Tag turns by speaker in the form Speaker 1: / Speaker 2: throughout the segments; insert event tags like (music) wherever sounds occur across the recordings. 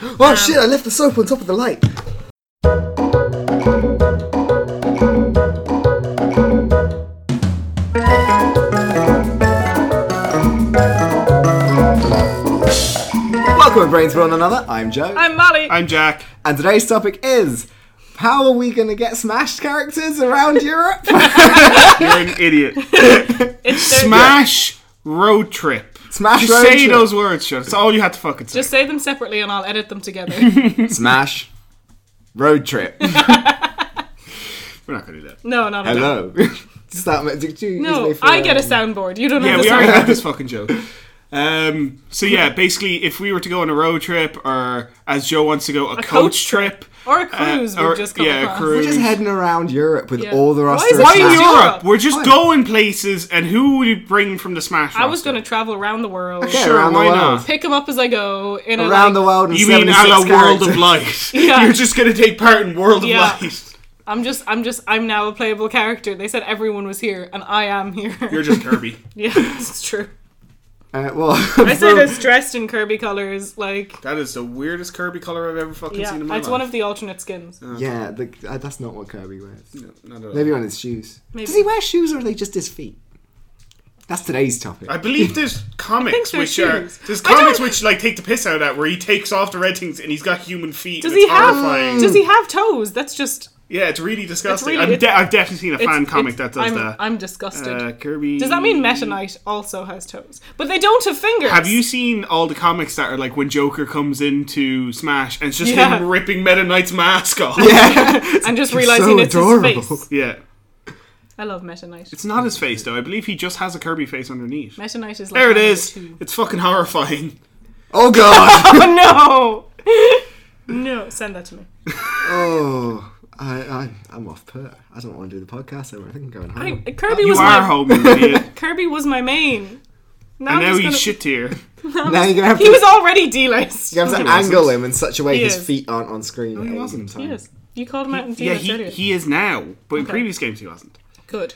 Speaker 1: Oh
Speaker 2: Um,
Speaker 1: shit! I left the soap on top of the light. Welcome to Brains for One Another. I'm Joe,
Speaker 2: I'm Molly. (laughs)
Speaker 3: I'm Jack.
Speaker 1: and today's topic is how are we going to get smashed characters
Speaker 2: (laughs)
Speaker 1: around Europe?
Speaker 3: You're an idiot.
Speaker 2: it's their-
Speaker 3: Smash road trip.
Speaker 1: Smash
Speaker 3: Just
Speaker 1: road
Speaker 3: say
Speaker 1: trip.
Speaker 3: those words, Joe. That's all you had to fucking say.
Speaker 2: Just say them separately and I'll edit them
Speaker 3: (laughs)
Speaker 2: together.
Speaker 1: (laughs) Smash road trip.
Speaker 3: We're not gonna do that.
Speaker 2: No, not at all.
Speaker 1: (laughs) Hello. Stop. Did you use
Speaker 2: No,
Speaker 1: me for,
Speaker 2: I get a
Speaker 1: um,
Speaker 2: soundboard. You don't
Speaker 3: Yeah, we
Speaker 2: understand.
Speaker 3: already had this fucking joke. Um, so yeah, basically, if we were to go on a road trip, or as Joe wants to go, a, coach,
Speaker 2: coach
Speaker 3: trip,
Speaker 2: (laughs) Or a cruise
Speaker 3: (laughs) uh,
Speaker 2: we've
Speaker 3: or-
Speaker 2: just come
Speaker 3: yeah, a
Speaker 2: across.
Speaker 1: We're
Speaker 3: cruise.
Speaker 1: just heading around Europe with
Speaker 2: Yeah.
Speaker 1: all the
Speaker 2: Why
Speaker 1: roster.
Speaker 2: is
Speaker 1: of
Speaker 2: it
Speaker 3: Why
Speaker 2: Smash
Speaker 3: Europe?
Speaker 2: Europe.
Speaker 3: We're just
Speaker 1: Why?
Speaker 3: going places, and who would you bring from the Smash?
Speaker 2: I was
Speaker 3: roster?
Speaker 2: going to travel around the world,
Speaker 1: Yeah,
Speaker 3: sure,
Speaker 1: around the
Speaker 3: why
Speaker 1: world.
Speaker 3: not?
Speaker 2: pick them up as I go. In a,
Speaker 1: around
Speaker 2: like,
Speaker 1: the world. And
Speaker 3: You mean a
Speaker 1: 76
Speaker 3: la World of
Speaker 1: characters.
Speaker 2: (laughs)
Speaker 3: Light? (laughs)
Speaker 2: Yeah.
Speaker 3: You're just gonna take part in World
Speaker 2: Yeah.
Speaker 3: of Light.
Speaker 2: I'm just, I'm just, I'm now a playable character. They said everyone was here, and I am here.
Speaker 3: You're just Kirby.
Speaker 2: (laughs) yeah, it's true.
Speaker 1: (laughs) Uh, well,
Speaker 2: (laughs) I said it's dressed in Kirby colors, like
Speaker 3: that is the weirdest Kirby color I've ever fucking
Speaker 2: yeah,
Speaker 3: seen
Speaker 2: it's
Speaker 3: in my life.
Speaker 2: one of the alternate skins.
Speaker 1: yeah, the, uh, that's not what Kirby wears.
Speaker 3: No, not at all.
Speaker 1: Maybe on his shoes.
Speaker 2: Maybe.
Speaker 1: Does he wear shoes or are they just his feet? That's today's topic.
Speaker 3: I believe there's comics
Speaker 2: they're
Speaker 3: which are
Speaker 2: shoes.
Speaker 3: there's
Speaker 2: I don't-
Speaker 3: comics which like take the piss out of that where he takes off the red things and he's got human feet.
Speaker 2: Does
Speaker 3: and
Speaker 2: he
Speaker 3: it's
Speaker 2: have?
Speaker 3: horrifying.
Speaker 2: Does he have toes? That's just.
Speaker 3: Yeah, it's really disgusting.
Speaker 2: really-
Speaker 3: I'm
Speaker 2: it's-
Speaker 3: de- I've definitely seen a
Speaker 2: It's,
Speaker 3: fan comic
Speaker 2: it's-
Speaker 3: that does
Speaker 2: I'm,
Speaker 3: that.
Speaker 2: I'm disgusted.
Speaker 3: uh, Kirby.
Speaker 2: Does that mean Meta Knight also has toes? But they don't have fingers.
Speaker 3: Have you seen all the comics that are like when Joker comes into Smash and it's just
Speaker 2: Yeah.
Speaker 3: him ripping Meta Knight's mask off?
Speaker 2: I'm just realizing it's
Speaker 1: adorable.
Speaker 2: his face.
Speaker 3: Yeah.
Speaker 2: I love Meta Knight.
Speaker 3: It's not his face though. I believe he just has a Kirby face underneath.
Speaker 2: Meta Knight is like
Speaker 3: There it
Speaker 2: Mario
Speaker 3: is.
Speaker 2: 2.
Speaker 3: It's fucking horrifying.
Speaker 1: Oh
Speaker 2: (laughs)
Speaker 1: god!
Speaker 2: Oh no! (laughs) no, send that to me.
Speaker 1: oh, I, I, I'm off put. I don't want to do the podcast anymore. I think I'm going
Speaker 2: I,
Speaker 1: home.
Speaker 2: Kirby
Speaker 3: You
Speaker 2: was
Speaker 3: are
Speaker 2: my
Speaker 3: home, you idiot.
Speaker 2: Kirby was my main. Now, I'm
Speaker 3: And now
Speaker 2: just
Speaker 3: he's
Speaker 2: gonna-
Speaker 3: shit tier.
Speaker 2: (laughs)
Speaker 1: now you're gonna have to,
Speaker 2: He was already D-list. (laughs)
Speaker 1: you have to
Speaker 3: He wasn't.
Speaker 1: angle him in such a way
Speaker 2: He
Speaker 1: his
Speaker 2: is.
Speaker 1: feet aren't on screen. No,
Speaker 3: he wasn't.
Speaker 1: Time.
Speaker 2: Yes, you called him out in
Speaker 3: Yeah,
Speaker 2: D-list
Speaker 3: he,
Speaker 2: earlier.
Speaker 3: he is now, but in
Speaker 2: Okay.
Speaker 3: previous games he wasn't.
Speaker 2: Good,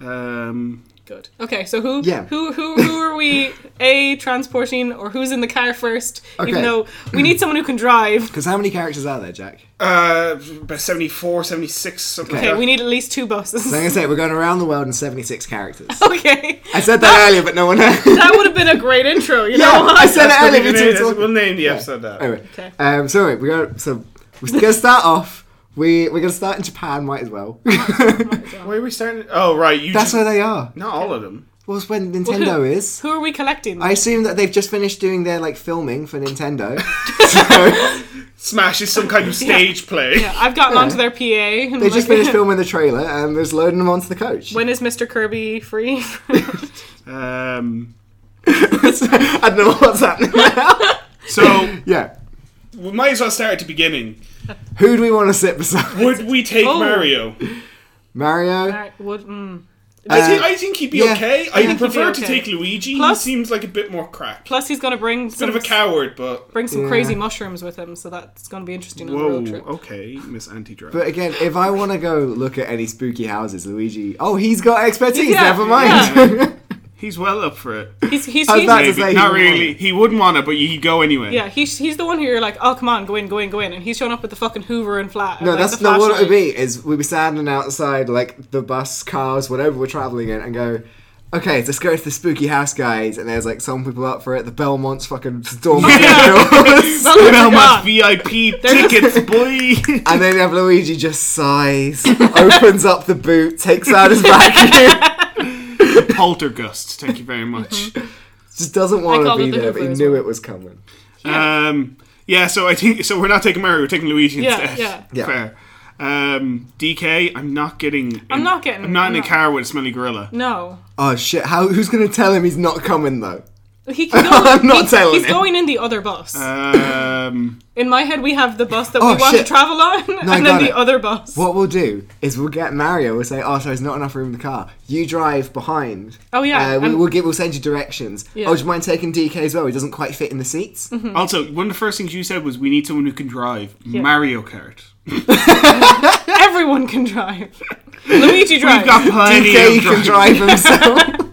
Speaker 3: Um,
Speaker 2: good. Okay, so who?
Speaker 1: Yeah.
Speaker 2: Who? Who? Who are we? A transporting, or who's in the car first?
Speaker 1: Okay.
Speaker 2: Even though we need someone who can drive.
Speaker 1: Because how many characters are there,
Speaker 2: (laughs)
Speaker 1: Jack?
Speaker 3: uh, about 74, 76, something
Speaker 1: Okay,
Speaker 2: Okay,
Speaker 3: like
Speaker 2: we
Speaker 3: that.
Speaker 2: need at least two buses.
Speaker 1: Like I said, we're going around the world in 76 characters.
Speaker 2: (laughs) okay,
Speaker 1: I said that earlier, but no
Speaker 2: (laughs)
Speaker 1: one heard.
Speaker 2: that would have been a great intro. You
Speaker 1: Yeah, (laughs)
Speaker 2: know
Speaker 1: I
Speaker 2: what?
Speaker 1: said it
Speaker 3: We'll
Speaker 1: earlier.
Speaker 3: name-
Speaker 1: but it's all-
Speaker 3: we'll name the episode that.
Speaker 1: Anyway,
Speaker 2: Okay.
Speaker 1: um, so anyway, we're gonna so we're gonna start (laughs) off. We we're gonna start in Japan, might as well. (laughs)
Speaker 3: Where are we starting? Oh, right. You
Speaker 1: That's
Speaker 3: just,
Speaker 1: where they are.
Speaker 3: Not all of them.
Speaker 1: Well, it's when Nintendo is.
Speaker 2: (laughs) Who are we collecting?
Speaker 1: I assume that they've just finished doing their like filming for
Speaker 2: (laughs)
Speaker 1: Nintendo. so
Speaker 3: Smash is some kind of stage play.
Speaker 2: Yeah, I've gotten onto their PA. And
Speaker 1: they just
Speaker 2: (laughs)
Speaker 1: finished filming the trailer and there's loading them onto the coach. (laughs)
Speaker 2: When is Mr. Kirby free? (laughs)
Speaker 3: Um,
Speaker 1: I don't know what's happening
Speaker 2: (laughs)
Speaker 1: now.
Speaker 3: so
Speaker 1: yeah.
Speaker 3: we might as well start at the beginning.
Speaker 1: Who do we want to sit beside?
Speaker 3: Would we take
Speaker 2: Oh.
Speaker 3: Mario?
Speaker 1: Mario.
Speaker 2: Alright, would- mm.
Speaker 3: I,
Speaker 1: Uh,
Speaker 3: think, I think he'd be
Speaker 1: yeah.
Speaker 3: okay.
Speaker 1: Yeah.
Speaker 3: I
Speaker 2: he'd be
Speaker 3: prefer to
Speaker 2: okay.
Speaker 3: take Luigi.
Speaker 2: Plus-
Speaker 3: he seems like a bit more crack.
Speaker 2: Plus, he's going to bring
Speaker 3: Bit
Speaker 2: some,
Speaker 3: of a coward, but.
Speaker 2: bring some
Speaker 1: Yeah.
Speaker 2: crazy mushrooms with him, so that's going to be interesting on the road trip.
Speaker 3: okay, Miss Anti Drug.
Speaker 1: But again, if I want to go look at any spooky houses, Luigi. Oh, he's got expertise.
Speaker 2: Yeah,
Speaker 1: Never mind. (laughs)
Speaker 3: He's well up for it.
Speaker 2: He's, he's,
Speaker 1: was
Speaker 2: he's,
Speaker 1: about to
Speaker 3: Maybe.
Speaker 1: say he
Speaker 3: Not
Speaker 1: wouldn't
Speaker 3: really.
Speaker 1: want
Speaker 3: He wouldn't want it, but he'd go anyway. (laughs)
Speaker 2: yeah, he's, he's the one who you're like, oh, come on, go in, go in, go in. And he's showing up with the fucking Hoover and flat.
Speaker 1: No, that's not what it would be. Is we'd be standing outside, like the bus, cars, whatever we're traveling in, and go, okay, let's go to the spooky house, guys. And there's like some people up for it. The Belmonts fucking
Speaker 2: (laughs)
Speaker 1: storm the doors,
Speaker 2: Oh
Speaker 3: Smell my VIP
Speaker 2: (laughs)
Speaker 3: tickets, boy.
Speaker 1: (laughs) and then you have Luigi just sighs, (laughs) opens up the boot, takes out his
Speaker 2: (laughs)
Speaker 1: vacuum,
Speaker 3: Poltergust. Thank you very much.
Speaker 1: just doesn't
Speaker 2: I
Speaker 1: want to
Speaker 2: called
Speaker 1: be
Speaker 2: it the
Speaker 1: there, but he
Speaker 2: Hoover as
Speaker 1: knew
Speaker 2: well.
Speaker 1: it was coming.
Speaker 2: Mm-hmm.
Speaker 3: Um, yeah, so I think so. We're not taking Mario. We're taking Luigi
Speaker 2: Yeah,
Speaker 3: instead.
Speaker 2: yeah.
Speaker 1: Yeah.
Speaker 3: Fair. Um, DK, I'm not getting. In,
Speaker 2: I'm not getting-
Speaker 3: I'm not
Speaker 2: I'm
Speaker 3: in a
Speaker 2: not-
Speaker 3: car with a smelly gorilla.
Speaker 2: No.
Speaker 1: Oh shit! How who's gonna tell him he's not coming though?
Speaker 2: He
Speaker 1: (laughs)
Speaker 2: can go,
Speaker 1: I'm not
Speaker 2: he-
Speaker 1: telling
Speaker 2: He's
Speaker 1: him.
Speaker 2: going in the other bus.
Speaker 3: Uh.
Speaker 2: (laughs)
Speaker 3: Um,
Speaker 2: in my head, we have the bus that
Speaker 1: Oh,
Speaker 2: we want
Speaker 1: shit.
Speaker 2: to travel on,
Speaker 1: I got
Speaker 2: and then the
Speaker 1: it.
Speaker 2: other bus.
Speaker 1: What we'll do is we'll get Mario. We'll say, "Oh, sorry, there's not enough room in the car. You drive behind.
Speaker 2: Oh, yeah,
Speaker 1: Uh, we,
Speaker 2: and-
Speaker 1: we'll give. We'll send you directions.
Speaker 2: Yeah. Mm-hmm.
Speaker 1: Oh, do you mind taking DK as well? He doesn't quite fit in the seats.
Speaker 3: also, one of the first things you said was we need someone who can drive Mario Kart.
Speaker 2: (laughs) Everyone can drive. Luigi drives.
Speaker 3: We've got plenty
Speaker 1: DK
Speaker 3: of
Speaker 1: can
Speaker 3: driving.
Speaker 1: drive himself.
Speaker 2: (laughs)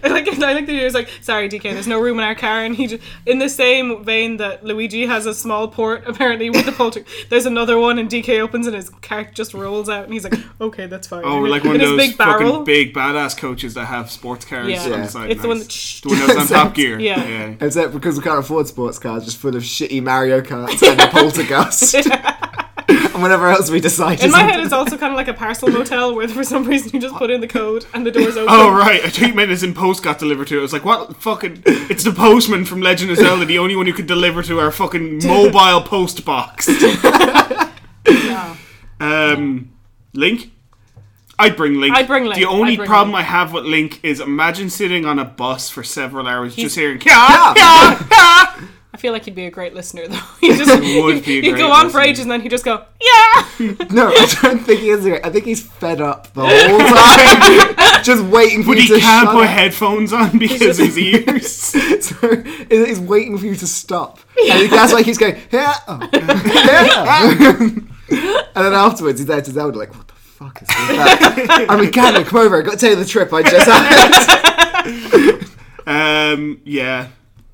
Speaker 2: I like I like that he was like, sorry, DK, there's no room in our car, and he just, in the same vein that Luigi has a small port (laughs) apparently with the polter. There's another one, and DK opens, and his cart just rolls out, and he's like, okay, that's fine.
Speaker 3: Oh, we're like
Speaker 2: (laughs) In
Speaker 3: one of
Speaker 2: his
Speaker 3: those
Speaker 2: big barrel.
Speaker 3: fucking big badass coaches that have sports cars
Speaker 2: Yeah.
Speaker 3: on
Speaker 2: Yeah.
Speaker 3: the side.
Speaker 2: It's the one
Speaker 3: Nice.
Speaker 2: that-
Speaker 3: the one that was on Top Gear.
Speaker 2: Yeah.
Speaker 1: Except because we can't afford sports cars, just full of shitty Mario Karts and a poltergeist.
Speaker 2: (laughs)
Speaker 1: and whatever else we decide.
Speaker 2: in
Speaker 1: is
Speaker 2: my
Speaker 1: on-
Speaker 2: head, it's also kind of like a parcel motel where for some reason you just put in the code and the
Speaker 3: (laughs)
Speaker 2: doors open.
Speaker 3: Oh right, a treatment is in post got delivered to. It was like what fucking? It's the postman from Legend of Zelda, the only one who could deliver to
Speaker 2: (laughs)
Speaker 3: our fucking mobile post box.
Speaker 2: Yeah.
Speaker 3: Um, Link. I'd bring Link.
Speaker 2: I'd bring Link.
Speaker 3: The only
Speaker 2: I'd bring
Speaker 3: problem
Speaker 2: Link.
Speaker 3: I have with Link is imagine sitting on a bus for several hours just
Speaker 2: He's- (laughs)
Speaker 3: hearing "Kya,
Speaker 1: Yeah.
Speaker 3: kya, kya."
Speaker 2: I feel like he'd be a great listener
Speaker 3: (laughs)
Speaker 2: though. (laughs) He just
Speaker 3: would be a
Speaker 2: he'd
Speaker 3: great
Speaker 2: go on for
Speaker 3: listener.
Speaker 2: ages and then he'd just go, yeah.
Speaker 3: (laughs)
Speaker 1: No, I don't think he is. here. I think he's fed up the whole
Speaker 3: (laughs)
Speaker 1: time, just waiting for
Speaker 3: But
Speaker 1: you
Speaker 3: he
Speaker 1: to
Speaker 3: can't
Speaker 1: shut
Speaker 3: put
Speaker 1: up.
Speaker 3: headphones on because
Speaker 2: (laughs)
Speaker 3: his ears.
Speaker 1: (laughs) So he- he's waiting for you to stop. And that's why he keeps going, (laughs) yeah, oh, yeah. (laughs) and then afterwards, he's there to Zelda, like, what the fuck is this? (laughs) about?" I'm a Ghana, come over. I got to tell you the trip I just had.
Speaker 3: Um, yeah.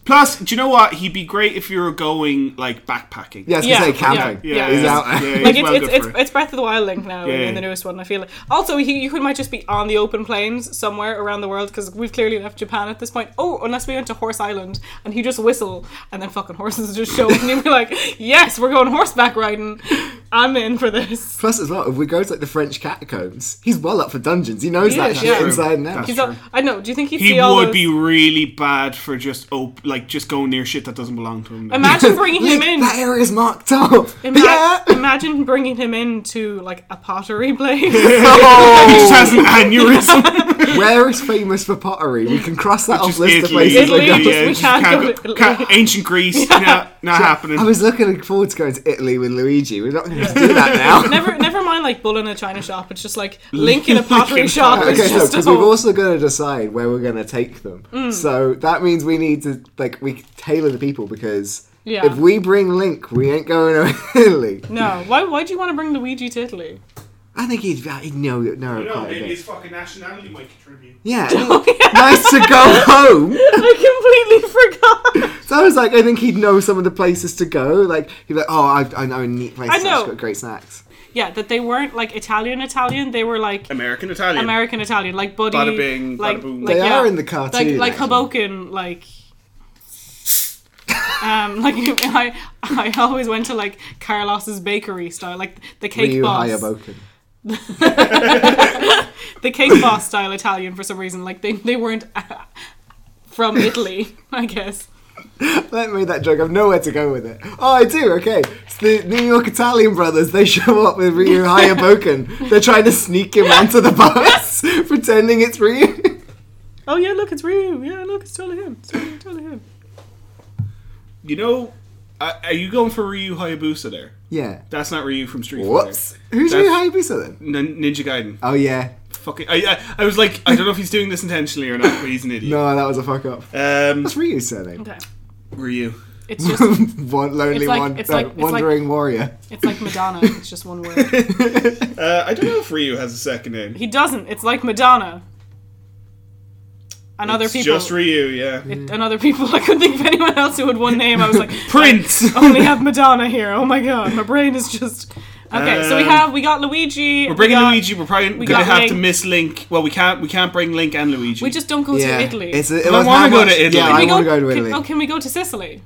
Speaker 3: Plus, do you know what? He'd be great if you were going like backpacking.
Speaker 1: (laughs) Yeah, I was gonna
Speaker 2: Yeah,
Speaker 1: say
Speaker 2: yeah,
Speaker 1: camping.
Speaker 3: Yeah,
Speaker 1: He's
Speaker 3: yeah,
Speaker 1: out there.
Speaker 3: yeah, he's
Speaker 2: like it's,
Speaker 3: well
Speaker 2: it's,
Speaker 3: good
Speaker 2: it's,
Speaker 3: for it.
Speaker 2: it's Breath of the Wild link now
Speaker 3: Yeah.
Speaker 2: in the newest one. I feel like also he, you could might just be on the open plains somewhere around the world because we've clearly left Japan at this point. Oh, unless we went to Horse Island and he just whistle and then fucking horses (laughs) just show up and you'd be like, yes, we're going horseback riding. I'm in for this.
Speaker 1: Plus, as well, if we go to like the French catacombs, he's well up for dungeons. He knows
Speaker 2: He
Speaker 1: that
Speaker 2: is,
Speaker 1: shit
Speaker 2: yeah.
Speaker 1: inside and out.
Speaker 3: That's
Speaker 2: He's all, I know. Do you think he'd
Speaker 3: He
Speaker 2: see all
Speaker 3: would
Speaker 2: those-
Speaker 3: be really bad for just op- like just going near shit that doesn't belong to him. though. (laughs)
Speaker 2: Imagine bringing him
Speaker 1: Look,
Speaker 2: in.
Speaker 1: That area's marked up.
Speaker 2: (laughs) Ima-
Speaker 1: yeah.
Speaker 2: Imagine bringing him into like a
Speaker 3: (laughs)
Speaker 2: pottery place. (laughs)
Speaker 3: he just
Speaker 1: Oh,
Speaker 3: has an aneurysm.
Speaker 1: where is famous for pottery? We can cross that off
Speaker 3: just
Speaker 1: list
Speaker 3: Italy,
Speaker 1: of places.
Speaker 2: Italy,
Speaker 1: we go.
Speaker 3: yeah,
Speaker 2: we
Speaker 3: just
Speaker 2: can't
Speaker 3: can't
Speaker 2: go
Speaker 3: go-
Speaker 2: to Italy.
Speaker 3: can't- (laughs) ancient Greece, not, not happening.
Speaker 1: I was looking forward to going to Italy with Luigi. We're not going to do that
Speaker 2: (laughs)
Speaker 1: now.
Speaker 2: Never, never mind like bull in a china shop. It's just like link in a
Speaker 3: Link in a
Speaker 2: pottery shop.
Speaker 3: pottery
Speaker 2: It's
Speaker 1: Okay, no,
Speaker 2: just Mm.
Speaker 1: because
Speaker 2: a
Speaker 1: we've
Speaker 2: whole-
Speaker 1: also got to decide where we're going to take them. So that means we need to like we tailor the people because
Speaker 2: Yeah.
Speaker 1: if we bring Link, we ain't going to (laughs) Italy.
Speaker 2: no. Why? Why do you want to bring Luigi to Italy? (laughs)
Speaker 1: I think he'd, uh, he'd know know it quite a bit.
Speaker 3: fucking nationality might contribute.
Speaker 2: (laughs)
Speaker 1: Yeah,
Speaker 2: Oh,
Speaker 1: (laughs) nice to go home.
Speaker 2: I completely
Speaker 3: (laughs)
Speaker 2: forgot.
Speaker 1: So I was like, I think he'd know some of the places to go. Like he'd be like, oh, I, I know a neat place
Speaker 2: I
Speaker 1: that's
Speaker 2: know.
Speaker 1: got great snacks.
Speaker 2: Yeah, that they weren't like Italian Italian. They were like
Speaker 3: American Italian.
Speaker 2: American Italian, like Buddy.
Speaker 3: Bada bing, bada
Speaker 2: like,
Speaker 3: boom.
Speaker 1: They
Speaker 2: like, yeah,
Speaker 1: are in the cartoon.
Speaker 2: like like
Speaker 1: actually.
Speaker 2: Hoboken, like. um, (laughs) like I, I always went to like Carlos's bakery style, like the cake
Speaker 1: Ryu
Speaker 2: boss.
Speaker 1: Hayaboken.
Speaker 2: (laughs) the cake boss style Italian for some reason. Like they, they weren't uh, from Italy, (laughs) I guess.
Speaker 1: Let me (laughs) that joke. I've nowhere to go with it. Oh, I do. Okay, it's the New York Italian brothers. They (laughs) show up with
Speaker 2: (laughs)
Speaker 1: Ryu Hayaboken. They're trying to sneak him onto the
Speaker 2: (laughs)
Speaker 1: bus, (laughs) pretending it's Ryu. (laughs)
Speaker 2: Oh yeah, look, it's Ryu. Yeah, look, it's totally him. It's totally, totally him.
Speaker 3: You know, uh, are you going for Ryu Hayabusa there?
Speaker 1: yeah.
Speaker 3: That's not Ryu from Street
Speaker 1: Whoops.
Speaker 3: Fighter.
Speaker 1: Who's Ryu
Speaker 3: That's-
Speaker 1: Hayabusa then?
Speaker 3: Nin- Ninja Gaiden.
Speaker 1: Oh yeah.
Speaker 3: Fucking, I, I, I was like, I don't know if he's doing this intentionally or not, but he's an idiot.
Speaker 1: No, that was a fuck up.
Speaker 3: Um,
Speaker 1: What's Ryu's surname?
Speaker 2: Okay,
Speaker 3: Ryu.
Speaker 2: (laughs)
Speaker 1: (laughs)
Speaker 2: it's just
Speaker 1: one lonely
Speaker 2: It's like-
Speaker 1: one,
Speaker 2: it's like-
Speaker 1: uh,
Speaker 2: it's like-
Speaker 1: wandering warrior.
Speaker 2: it's like Madonna. It's just one word.
Speaker 3: Uh, I don't know if Ryu has a second name.
Speaker 2: He doesn't. It's like Madonna. And other
Speaker 3: It's
Speaker 2: people.
Speaker 3: Just Ryu, yeah.
Speaker 2: it- and other people. (laughs) I couldn't think of anyone else who had one name. I was
Speaker 3: (laughs)
Speaker 2: like,
Speaker 3: Prince.
Speaker 2: I only have Madonna here. Oh my god, my brain is just.
Speaker 3: (laughs)
Speaker 2: Okay, so we
Speaker 3: Um,
Speaker 2: have we got Luigi.
Speaker 3: We're bringing
Speaker 2: we got-
Speaker 3: Luigi. We're probably
Speaker 2: we
Speaker 3: gonna
Speaker 2: got
Speaker 3: have to
Speaker 2: Link.
Speaker 3: miss Link. Well, we can't. We can't bring Link and Luigi.
Speaker 2: We just don't go
Speaker 1: (laughs) yeah.
Speaker 2: to Italy.
Speaker 1: It's a, it
Speaker 3: I
Speaker 1: was
Speaker 3: wanna
Speaker 1: how
Speaker 3: go to
Speaker 1: much-
Speaker 3: Italy.
Speaker 1: Yeah,
Speaker 3: Can
Speaker 1: I
Speaker 2: we
Speaker 1: want to
Speaker 2: go-
Speaker 1: go to Italy.
Speaker 2: Can, oh, can we go to Sicily?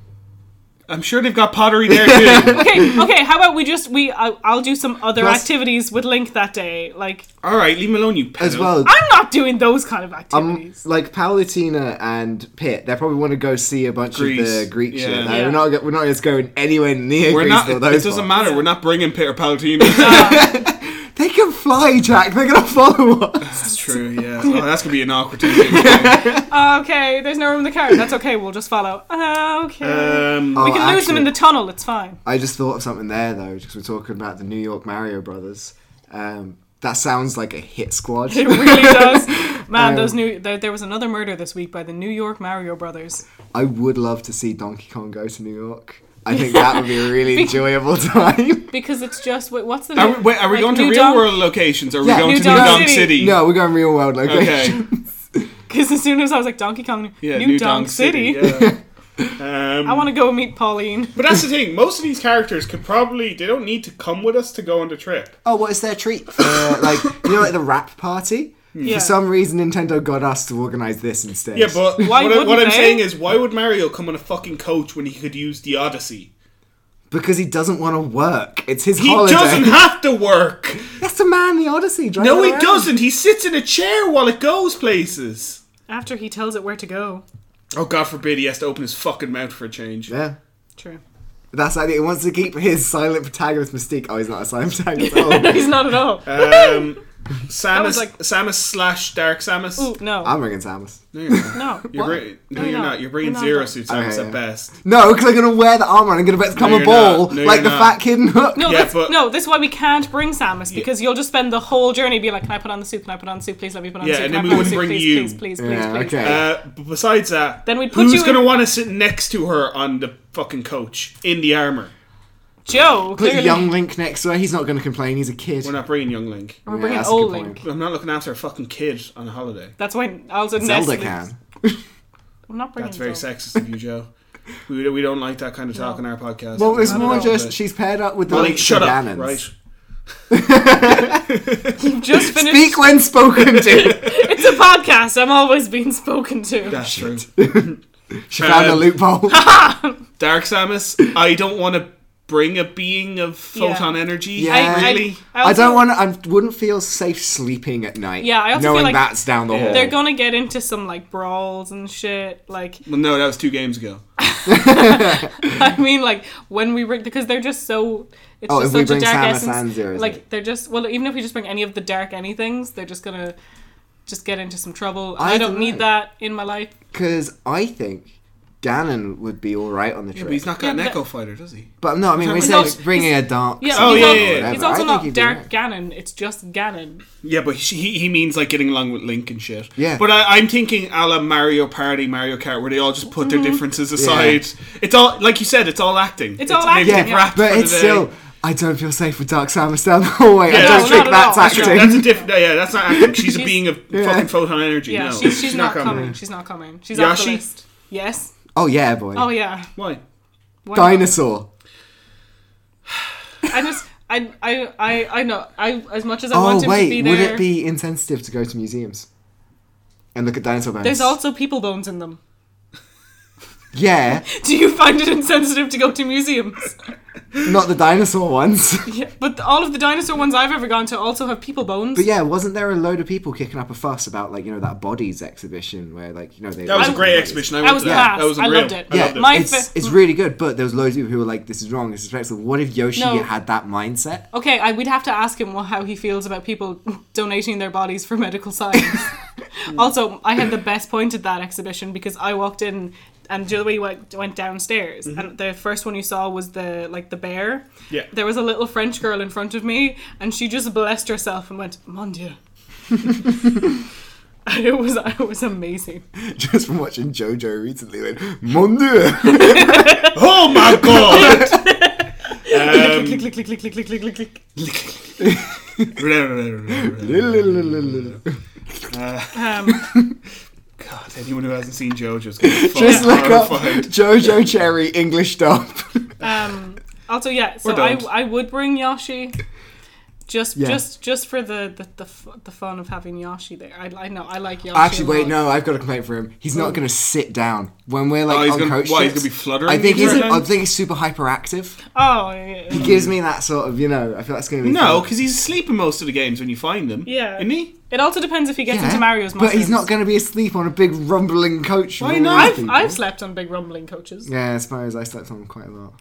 Speaker 3: I'm sure they've got pottery
Speaker 2: (laughs)
Speaker 3: there too.
Speaker 1: (laughs)
Speaker 2: Okay, okay. How about we just we? I, I'll do some other
Speaker 1: Plus-
Speaker 2: activities with Link that day. Like
Speaker 3: All right, leave him alone, you. Pedo.
Speaker 1: As well,
Speaker 2: I'm not doing those kind of
Speaker 1: Um,
Speaker 2: activities.
Speaker 1: like Paolatina and Pitt, they probably want to go see a bunch of the
Speaker 3: Greece.
Speaker 1: Greek
Speaker 3: Yeah.
Speaker 1: shit. Like,
Speaker 2: Yeah.
Speaker 1: We're not go- we're not just going anywhere near
Speaker 3: we're
Speaker 1: Greece
Speaker 3: not.
Speaker 1: for
Speaker 3: It,
Speaker 1: those.
Speaker 3: doesn't
Speaker 1: ones.
Speaker 3: matter. We're not bringing
Speaker 2: (laughs)
Speaker 3: Peter Palatino.
Speaker 1: They can fly, Jack. They're gonna follow us. (laughs)
Speaker 3: that's true. Yeah. Oh, that's gonna be an awkward thing.
Speaker 2: (laughs) okay, there's no room in the car. That's okay. We'll just follow. Uh, Okay.
Speaker 3: um,
Speaker 1: Oh,
Speaker 2: we can lose
Speaker 1: actually-
Speaker 2: them in the tunnel. It's fine.
Speaker 1: I just thought of something there though, because we're talking about the New York Mario Brothers. Um, that sounds like a hit squad.
Speaker 2: It
Speaker 3: (laughs)
Speaker 2: really does.
Speaker 3: Um,
Speaker 2: Man, those new. There, there was another murder this week by the New York Mario Brothers.
Speaker 1: I would love to see Donkey Kong go to New York. I think that would be a
Speaker 2: (laughs)
Speaker 1: really enjoyable time.
Speaker 2: Because it's just wait, what's the
Speaker 3: Are
Speaker 2: name?
Speaker 3: we, wait, are we
Speaker 2: Like,
Speaker 3: going to
Speaker 2: New
Speaker 3: real
Speaker 2: Donk-
Speaker 3: world locations? Or are
Speaker 1: Yeah.
Speaker 3: we going
Speaker 2: New
Speaker 3: to New
Speaker 2: Donk
Speaker 3: Donk
Speaker 2: City.
Speaker 1: (laughs)
Speaker 3: City?
Speaker 1: No, we're going real world location.
Speaker 3: Okay.
Speaker 2: Because as soon as I was like Donkey Kong,
Speaker 3: Yeah,
Speaker 2: New, Donk, City.
Speaker 1: (laughs)
Speaker 3: yeah. Um,
Speaker 2: I want to go meet Pauline.
Speaker 3: but that's the thing. Most of these characters could probably they don't need to come with us to go on the trip.
Speaker 1: oh, what is their treat for like you know like the rap party?
Speaker 2: Yeah.
Speaker 1: For some reason, Nintendo got us to organize this instead.
Speaker 3: Hmm. Yeah, but
Speaker 2: Why
Speaker 3: what, I, what
Speaker 2: wouldn't they?
Speaker 3: I'm saying is, why would Mario come on a fucking coach when he could use the Odyssey?
Speaker 1: because he doesn't want to work, it's his
Speaker 3: He
Speaker 1: holiday.
Speaker 3: doesn't have to
Speaker 2: (laughs)
Speaker 3: work.
Speaker 1: That's the man, the Odyssey. driving
Speaker 3: No, he
Speaker 1: around.
Speaker 3: doesn't. He sits in a chair while it goes places.
Speaker 2: After he tells it where to go.
Speaker 3: Oh God forbid he has to open his fucking mouth for a change.
Speaker 1: Yeah.
Speaker 2: True.
Speaker 1: That's like he wants to keep his silent protagonist mystique. Oh, he's not a silent protagonist.
Speaker 3: (laughs)
Speaker 1: at all.
Speaker 2: He's not at all. (laughs)
Speaker 3: Um, Samus,
Speaker 2: was like-
Speaker 3: Samus slash Dark Samus.
Speaker 2: Ooh, no.
Speaker 1: I'm ringing Samus.
Speaker 3: No, you're
Speaker 2: (laughs)
Speaker 3: not.
Speaker 2: no.
Speaker 3: (laughs) You're bring- no,
Speaker 2: No,
Speaker 3: you're
Speaker 2: no.
Speaker 3: not. You're bringing
Speaker 2: No, no,
Speaker 3: Zero
Speaker 2: no.
Speaker 3: Suit Samus
Speaker 1: Okay,
Speaker 3: at
Speaker 1: yeah.
Speaker 3: best.
Speaker 1: No, because I'm gonna wear the armor and I'm gonna become
Speaker 3: No,
Speaker 1: a
Speaker 3: you're
Speaker 1: ball
Speaker 3: not. No,
Speaker 1: like
Speaker 3: you're
Speaker 1: the
Speaker 3: not.
Speaker 1: fat kid in Hook.
Speaker 2: No,
Speaker 3: Yeah,
Speaker 2: that's,
Speaker 3: but-
Speaker 2: no, this is why we can't bring Samus because you'll just spend the whole journey being like, "Can I put on the suit? Can I put on the suit? Please let me put on
Speaker 3: Yeah,
Speaker 2: the suit."
Speaker 3: and
Speaker 2: Can
Speaker 3: then
Speaker 2: I
Speaker 3: we
Speaker 2: put on the
Speaker 3: wouldn't
Speaker 2: suit?
Speaker 3: bring
Speaker 2: please, Please,
Speaker 3: you.
Speaker 2: please, please,
Speaker 1: Yeah,
Speaker 2: please.
Speaker 1: okay.
Speaker 3: Uh, but besides that,
Speaker 2: Then we'd put
Speaker 3: who's
Speaker 2: you
Speaker 3: gonna
Speaker 2: in-
Speaker 3: want to sit next to her on the fucking coach in the armor?
Speaker 2: Joe,
Speaker 1: Put
Speaker 2: clearly,
Speaker 1: young Link next to her. He's not gonna complain. He's a kid.
Speaker 3: We're not bringing Young Link.
Speaker 2: we're
Speaker 1: Yeah,
Speaker 2: bringing
Speaker 1: that's a good
Speaker 2: old
Speaker 1: point.
Speaker 2: Link.
Speaker 3: I'm not looking after a fucking kid on a holiday.
Speaker 2: That's why also
Speaker 1: Zelda
Speaker 2: Ness-
Speaker 1: can.
Speaker 2: I'm not bringing.
Speaker 3: That's very
Speaker 2: Zelda.
Speaker 3: sexist of you, Joe. We, we don't like that kind of talk in our podcast.
Speaker 1: Well, it's
Speaker 2: Not at
Speaker 1: more
Speaker 2: all.
Speaker 1: just she's paired up with the
Speaker 3: Molly,
Speaker 1: Link
Speaker 3: shut up,
Speaker 1: Ganons.
Speaker 3: right?
Speaker 2: You've just finished.
Speaker 1: Speak when spoken
Speaker 2: (laughs)
Speaker 1: to.
Speaker 2: It's a podcast. I'm always being (laughs) spoken to.
Speaker 3: That's true.
Speaker 1: she found a
Speaker 2: (laughs)
Speaker 3: Um,
Speaker 1: loophole.
Speaker 3: Dark Samus, I don't want to bring a being of
Speaker 2: Yeah.
Speaker 3: photon energy.
Speaker 1: Yeah. I- I-
Speaker 3: really.
Speaker 1: I
Speaker 2: also-
Speaker 1: don't want. to I wouldn't feel safe sleeping at night.
Speaker 2: Yeah, I also feel
Speaker 1: knowing
Speaker 2: like
Speaker 1: that's down the hall.
Speaker 2: They're gonna get into some like brawls and shit. Like,
Speaker 3: well, no, that was two games ago.
Speaker 2: (laughs) I mean, like when we bring because they're just so. It's
Speaker 1: Oh,
Speaker 2: just
Speaker 1: if we
Speaker 2: such
Speaker 1: bring
Speaker 2: a dark
Speaker 1: Samus
Speaker 2: essence.
Speaker 1: and Zero, is
Speaker 2: like
Speaker 1: it?
Speaker 2: they're just well, even if we just bring any of the dark anythings, they're just gonna just get into some trouble. I,
Speaker 1: I
Speaker 2: don't
Speaker 1: dunno.
Speaker 2: need that in my life.
Speaker 1: Because I think Ganon would be all right on the
Speaker 3: Yeah,
Speaker 1: trip.
Speaker 3: but he's not got
Speaker 2: Yeah,
Speaker 3: an
Speaker 2: but-
Speaker 3: Echo Fighter, does he?
Speaker 1: But no, I mean, we
Speaker 3: He's
Speaker 1: said
Speaker 2: also-
Speaker 1: bringing a dark.
Speaker 2: Yeah,
Speaker 3: Oh,
Speaker 2: he's
Speaker 3: yeah,
Speaker 2: also,
Speaker 3: yeah, yeah.
Speaker 2: It's
Speaker 1: whatever. I
Speaker 2: also
Speaker 1: think
Speaker 2: not
Speaker 1: he'd be
Speaker 2: Dark
Speaker 1: right.
Speaker 2: Ganon. It's just Ganon.
Speaker 3: Yeah, but he, he means like getting along with Link and shit.
Speaker 1: Yeah.
Speaker 3: But I, I'm thinking a la Mario Party, Mario Kart, where they all just put their differences aside. It's all like you said. It's all acting.
Speaker 2: Mm-hmm. It's all
Speaker 3: maybe
Speaker 2: acting,
Speaker 3: they've
Speaker 2: yeah.
Speaker 3: rapped
Speaker 1: But
Speaker 3: for
Speaker 1: it's
Speaker 3: the day.
Speaker 1: still. I don't feel safe with Dark Samus (laughs) down the hallway. oh, I
Speaker 3: Yeah.
Speaker 1: don't
Speaker 3: No,
Speaker 1: think
Speaker 2: not at
Speaker 1: that's
Speaker 2: all.
Speaker 1: acting.
Speaker 2: That's
Speaker 3: That's a different. Yeah, that's not acting. She's a being of
Speaker 1: Yeah.
Speaker 3: fucking photon energy.
Speaker 2: Yeah,
Speaker 3: no,
Speaker 2: she's, she's, not, coming. She's not coming. She's off the
Speaker 3: Yoshi?
Speaker 2: list. Yes.
Speaker 1: oh yeah, boy.
Speaker 2: Oh yeah.
Speaker 3: Why?
Speaker 2: Why not?
Speaker 1: Dinosaur.
Speaker 2: I just. I, I, I, I know. I as much as I want
Speaker 1: Oh
Speaker 2: him to
Speaker 1: wait,
Speaker 2: be
Speaker 1: would
Speaker 2: there.
Speaker 1: it be insensitive to go to museums and look at dinosaur bones?
Speaker 2: there's also people bones in them. (laughs)
Speaker 1: yeah,
Speaker 2: Do you find it insensitive to go to museums?
Speaker 1: not the dinosaur ones. (laughs)
Speaker 2: Yeah, (laughs) but all of the dinosaur ones I've ever gone to also have people bones.
Speaker 1: But yeah, wasn't there a load of people kicking up a fuss about like you know that bodies exhibition where like you know they
Speaker 3: That was a
Speaker 2: I'm-
Speaker 3: great exhibition. I,
Speaker 2: I
Speaker 3: went
Speaker 2: was
Speaker 3: to that.
Speaker 2: class.
Speaker 3: That was
Speaker 2: I
Speaker 3: unreal.
Speaker 2: loved it.
Speaker 1: Yeah,
Speaker 3: loved it.
Speaker 2: My
Speaker 1: it's,
Speaker 2: fa-
Speaker 1: it's really good, but there was loads of people who were like, "This is wrong. This is disrespectful." What if Yoshi
Speaker 2: No.
Speaker 1: had that mindset? (laughs)
Speaker 2: Okay, I, we'd have to ask him wha- how he feels about people (laughs) donating their bodies for medical
Speaker 1: (laughs)
Speaker 2: science. also, I had the best point at that exhibition because I walked in and the other way went, went downstairs,
Speaker 1: Mm-hmm.
Speaker 2: and the first one you saw was the like the bear.
Speaker 3: Yeah.
Speaker 2: There was a little French girl in front of me, and she just blessed herself and went,
Speaker 1: (laughs)
Speaker 2: "Mon Dieu." (laughs) And it was it was amazing.
Speaker 1: Just from watching JoJo recently, went, "Mon
Speaker 3: (laughs)
Speaker 1: Dieu!"
Speaker 3: Oh
Speaker 1: (laughs)
Speaker 3: my god!
Speaker 2: click, click, click, click, click, click, click, click, click. Um,
Speaker 3: God, anyone who hasn't seen JoJo's gonna be
Speaker 1: Just
Speaker 3: fucking
Speaker 1: look up
Speaker 3: horrified.
Speaker 1: JoJo Cherry English
Speaker 3: (laughs)
Speaker 1: dub.
Speaker 2: Um, also, yeah. So
Speaker 3: Or
Speaker 2: I,
Speaker 3: don't.
Speaker 2: I would bring Yoshi, just
Speaker 1: Yeah.
Speaker 2: just just for the the, the, f- the fun of having Yoshi there. I, I know I like Yoshi. a
Speaker 1: Actually, wait,
Speaker 2: lot.
Speaker 1: no, I've got a complaint for him. He's not going to sit down when we're like
Speaker 3: Oh, he's
Speaker 1: on
Speaker 3: gonna-
Speaker 1: coach
Speaker 3: why, he's
Speaker 1: trips.
Speaker 3: gonna be fluttering
Speaker 1: I think
Speaker 3: the
Speaker 1: he's.
Speaker 3: entire
Speaker 1: I
Speaker 3: time?
Speaker 1: think he's super hyperactive.
Speaker 2: Oh yeah,
Speaker 1: He gives me that sort of, you know. I feel that's going to be
Speaker 3: No,
Speaker 1: fun.
Speaker 3: because he's asleep in most of the games when you find them.
Speaker 2: Yeah.
Speaker 3: Isn't he?
Speaker 2: It also depends if he gets
Speaker 1: Yeah,
Speaker 2: into Mario's.
Speaker 1: but he's
Speaker 2: mushrooms.
Speaker 1: not going to be asleep on a big rumbling coach.
Speaker 3: Why
Speaker 1: with all
Speaker 3: not?
Speaker 1: these
Speaker 2: I've,
Speaker 1: people.
Speaker 2: I've slept on big rumbling coaches.
Speaker 1: Yeah, I suppose I slept on quite a lot.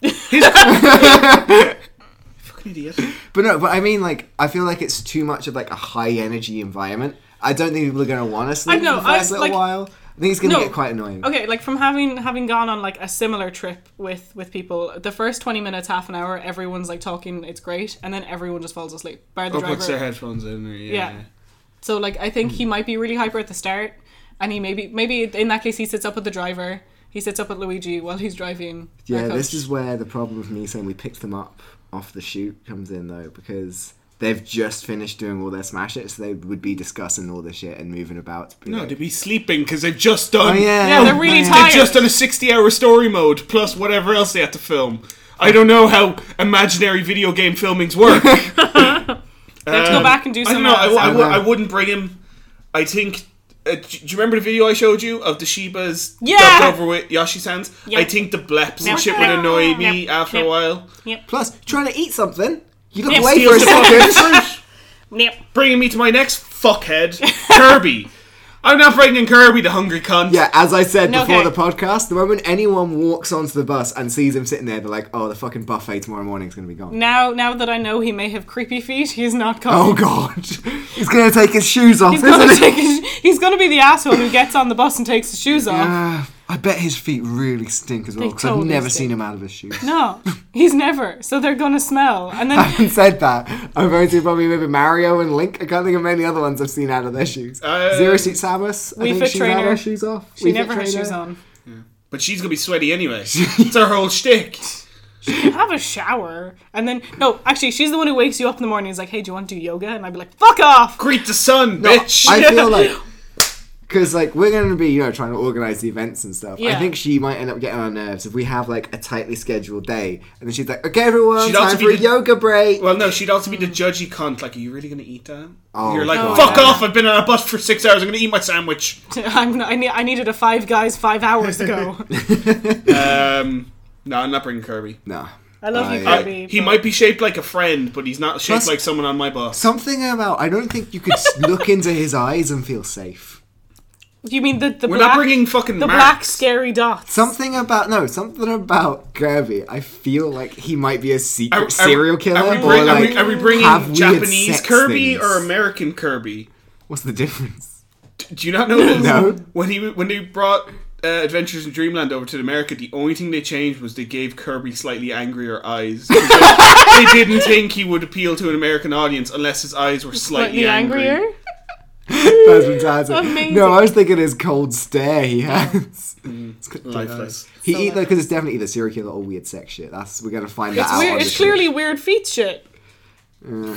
Speaker 3: Fucking idiot.
Speaker 1: But no, but I mean, like, I feel like it's too much of like a high energy environment. I don't think people are going to want to sleep
Speaker 2: know,
Speaker 1: for the first
Speaker 2: I-
Speaker 1: little
Speaker 2: like-
Speaker 1: while. I think it's going to
Speaker 2: No.
Speaker 1: get quite annoying.
Speaker 2: Okay, like from having having gone on like a similar trip with with people, the first twenty minutes, half an hour, everyone's like talking, it's great, and then everyone just falls asleep. Bar the
Speaker 3: Or puts their
Speaker 2: driver.
Speaker 3: headphones in. Or, yeah.
Speaker 2: Yeah. So like I think he
Speaker 1: Hmm.
Speaker 2: might be really hyper at the start, and he maybe maybe in that case he sits up with the driver. He sits up with Luigi while he's driving. our
Speaker 1: Yeah, this
Speaker 2: coach.
Speaker 1: is where the problem with me saying we picked them up off the shoot comes in though, because they've just finished doing all their smash hits, so they would be discussing all this shit and moving about. to be
Speaker 3: No,
Speaker 1: like,
Speaker 3: to be sleeping because they've just done.
Speaker 1: Oh, yeah.
Speaker 2: Yeah, they're really
Speaker 1: man.
Speaker 2: tired.
Speaker 3: They've just done a 60 hour story mode plus whatever else they had to film. I don't know how imaginary video game
Speaker 2: (laughs)
Speaker 3: filmings work. I
Speaker 2: They have to go back and do
Speaker 3: don't
Speaker 2: some.
Speaker 3: know. I, w- I,
Speaker 2: uh,
Speaker 3: w- I wouldn't bring him. I think. Uh, d- do you remember the video I showed you of the Shibas
Speaker 2: Yeah.
Speaker 3: dubbed over with Yoshi Sands?
Speaker 2: Yeah.
Speaker 3: I think the bleps
Speaker 2: Yeah.
Speaker 3: and shit would annoy me
Speaker 2: Yeah.
Speaker 3: after a
Speaker 2: Yeah.
Speaker 3: while.
Speaker 1: Plus, you're trying to eat something, you look
Speaker 2: Yeah,
Speaker 1: away
Speaker 2: steal
Speaker 1: for a
Speaker 2: (laughs)
Speaker 3: (laughs)
Speaker 2: some
Speaker 1: second.
Speaker 3: Fruit.
Speaker 2: Yep.
Speaker 3: Bringing me to my next
Speaker 2: (laughs)
Speaker 3: fuckhead, Kirby. I'm not bringing Kirby the hungry cunt.
Speaker 1: Yeah, as I said
Speaker 2: No,
Speaker 1: before
Speaker 2: okay.
Speaker 1: the podcast, the moment anyone walks onto the bus and sees him sitting there, they're like, "Oh, the fucking buffet tomorrow morning is gonna be gone."
Speaker 2: Now, now that I know he may have creepy feet, he's not
Speaker 1: (laughs)
Speaker 2: coming.
Speaker 1: Oh god, he's gonna take his shoes off,
Speaker 2: He's
Speaker 1: isn't
Speaker 2: gonna
Speaker 1: he?
Speaker 2: take his, he's gonna be the asshole who gets on the bus and takes his shoes off.
Speaker 1: (laughs) Uh, I bet his feet really stink as well
Speaker 2: They
Speaker 1: because I've
Speaker 2: totally
Speaker 1: never
Speaker 2: stink.
Speaker 1: seen him out of his shoes.
Speaker 2: No, he's never. So they're gonna smell, and then
Speaker 1: (laughs) Having said that, I've only seen probably maybe Mario and Link. I can't think of many other ones I've seen out of their shoes.
Speaker 3: Uh,
Speaker 1: Zero Suit Samus. I
Speaker 2: Wii
Speaker 1: think
Speaker 2: Fit
Speaker 1: she's out
Speaker 2: Trainer.
Speaker 1: of her shoes off.
Speaker 2: she never has shoes on.
Speaker 3: But she's gonna be
Speaker 1: (laughs)
Speaker 3: sweaty anyway. it's her whole shtick.
Speaker 2: Have a shower, and then no. Actually, she's the one who wakes you up in the morning. And is like, hey, do you want to do yoga? And I'd be like, fuck off.
Speaker 3: Greet the sun, bitch.
Speaker 1: (laughs) I feel
Speaker 3: (laughs)
Speaker 1: like because like we're going to be you know trying to organize the events and stuff. I
Speaker 2: Yeah.
Speaker 1: think she might end up getting on our nerves if we have like a tightly scheduled day and then she's like, okay, everyone,
Speaker 3: She'd also
Speaker 1: time
Speaker 3: be
Speaker 1: for a
Speaker 3: the-
Speaker 1: yoga break.
Speaker 3: well, no, she'd also be the judgy cunt. Like, are you really gonna eat that?
Speaker 1: Oh,
Speaker 3: You're like,
Speaker 1: God.
Speaker 3: fuck
Speaker 2: yeah.
Speaker 3: off! I've been on a bus for six hours. I'm gonna eat my sandwich.
Speaker 2: (laughs) I'm gonna, I need, I needed a Five Guys five
Speaker 1: (laughs)
Speaker 2: hours ago.
Speaker 3: Um, no, I'm not bringing Kirby.
Speaker 1: no,
Speaker 2: I love you,
Speaker 1: I-
Speaker 3: I-
Speaker 2: Kirby.
Speaker 3: he
Speaker 2: but-
Speaker 3: might be shaped like a friend, but he's not shaped
Speaker 1: Plus-
Speaker 3: like someone on my bus.
Speaker 1: something about I don't think you could s- (laughs) look into his eyes and feel safe.
Speaker 2: You mean the the
Speaker 3: We're
Speaker 2: black,
Speaker 3: not bringing fucking
Speaker 2: the
Speaker 3: Mark.
Speaker 2: black scary dots?
Speaker 1: Something about no, something about Kirby. I feel like he might be a secret
Speaker 3: Are- are-
Speaker 1: serial killer,
Speaker 3: Are we,
Speaker 1: or
Speaker 3: bring- are we-
Speaker 1: like
Speaker 3: are we
Speaker 1: have
Speaker 3: bringing
Speaker 1: weird
Speaker 3: Japanese
Speaker 1: sex
Speaker 3: Kirby
Speaker 1: things.
Speaker 3: or American Kirby?
Speaker 1: what's the difference?
Speaker 3: Do you not know this?
Speaker 1: No.
Speaker 3: When he when they brought uh, Adventures in Dreamland over to America, the only thing they changed was they gave Kirby slightly angrier eyes. (laughs) they didn't think he would appeal to an American audience unless his eyes were slightly,
Speaker 2: slightly
Speaker 3: angry.
Speaker 2: angrier.
Speaker 1: That's
Speaker 2: (laughs)
Speaker 1: fantastic.
Speaker 2: Amazing.
Speaker 1: No, I was thinking his cold stare he has. It's got-
Speaker 3: Mm. Lifeless.
Speaker 1: He either because it's definitely either serial killer or weird sex shit. That's we're gonna find that
Speaker 2: It's
Speaker 1: out. on
Speaker 2: weird.
Speaker 1: the
Speaker 2: It's
Speaker 1: show.
Speaker 2: clearly weird feet shit.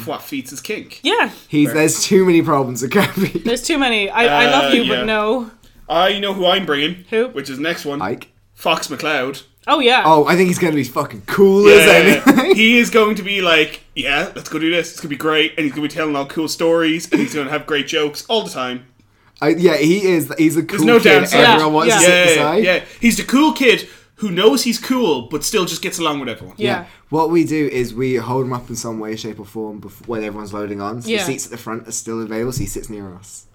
Speaker 3: What feats his kink?
Speaker 2: Yeah,
Speaker 1: he's there's too many problems with Kirby.
Speaker 2: there's too many. I, I love
Speaker 3: Uh,
Speaker 2: you,
Speaker 3: yeah.
Speaker 2: but no.
Speaker 3: I know who I'm bringing.
Speaker 2: Who?
Speaker 3: Which is next one.
Speaker 1: Like,
Speaker 3: Fox McCloud.
Speaker 2: Oh yeah.
Speaker 1: oh, I think he's gonna be fucking cool as anything.
Speaker 3: Uh, he is going to be like, yeah, let's go do this. It's gonna be great, and he's gonna be telling all cool stories, and he's gonna have great jokes all the time.
Speaker 1: (laughs) I, yeah, he is. He's a cool
Speaker 3: no
Speaker 1: kid.
Speaker 3: downside.
Speaker 1: Everyone
Speaker 2: Yeah,
Speaker 1: wants to
Speaker 2: yeah.
Speaker 1: sit
Speaker 3: Yeah,
Speaker 1: beside.
Speaker 3: yeah. He's the cool kid who knows he's cool, but still just gets along with everyone.
Speaker 2: yeah.
Speaker 1: What we do is we hold him up in some way, shape, or form before, when everyone's loading on. So
Speaker 2: Yeah.
Speaker 1: the seats at the front are still available, so he sits near us.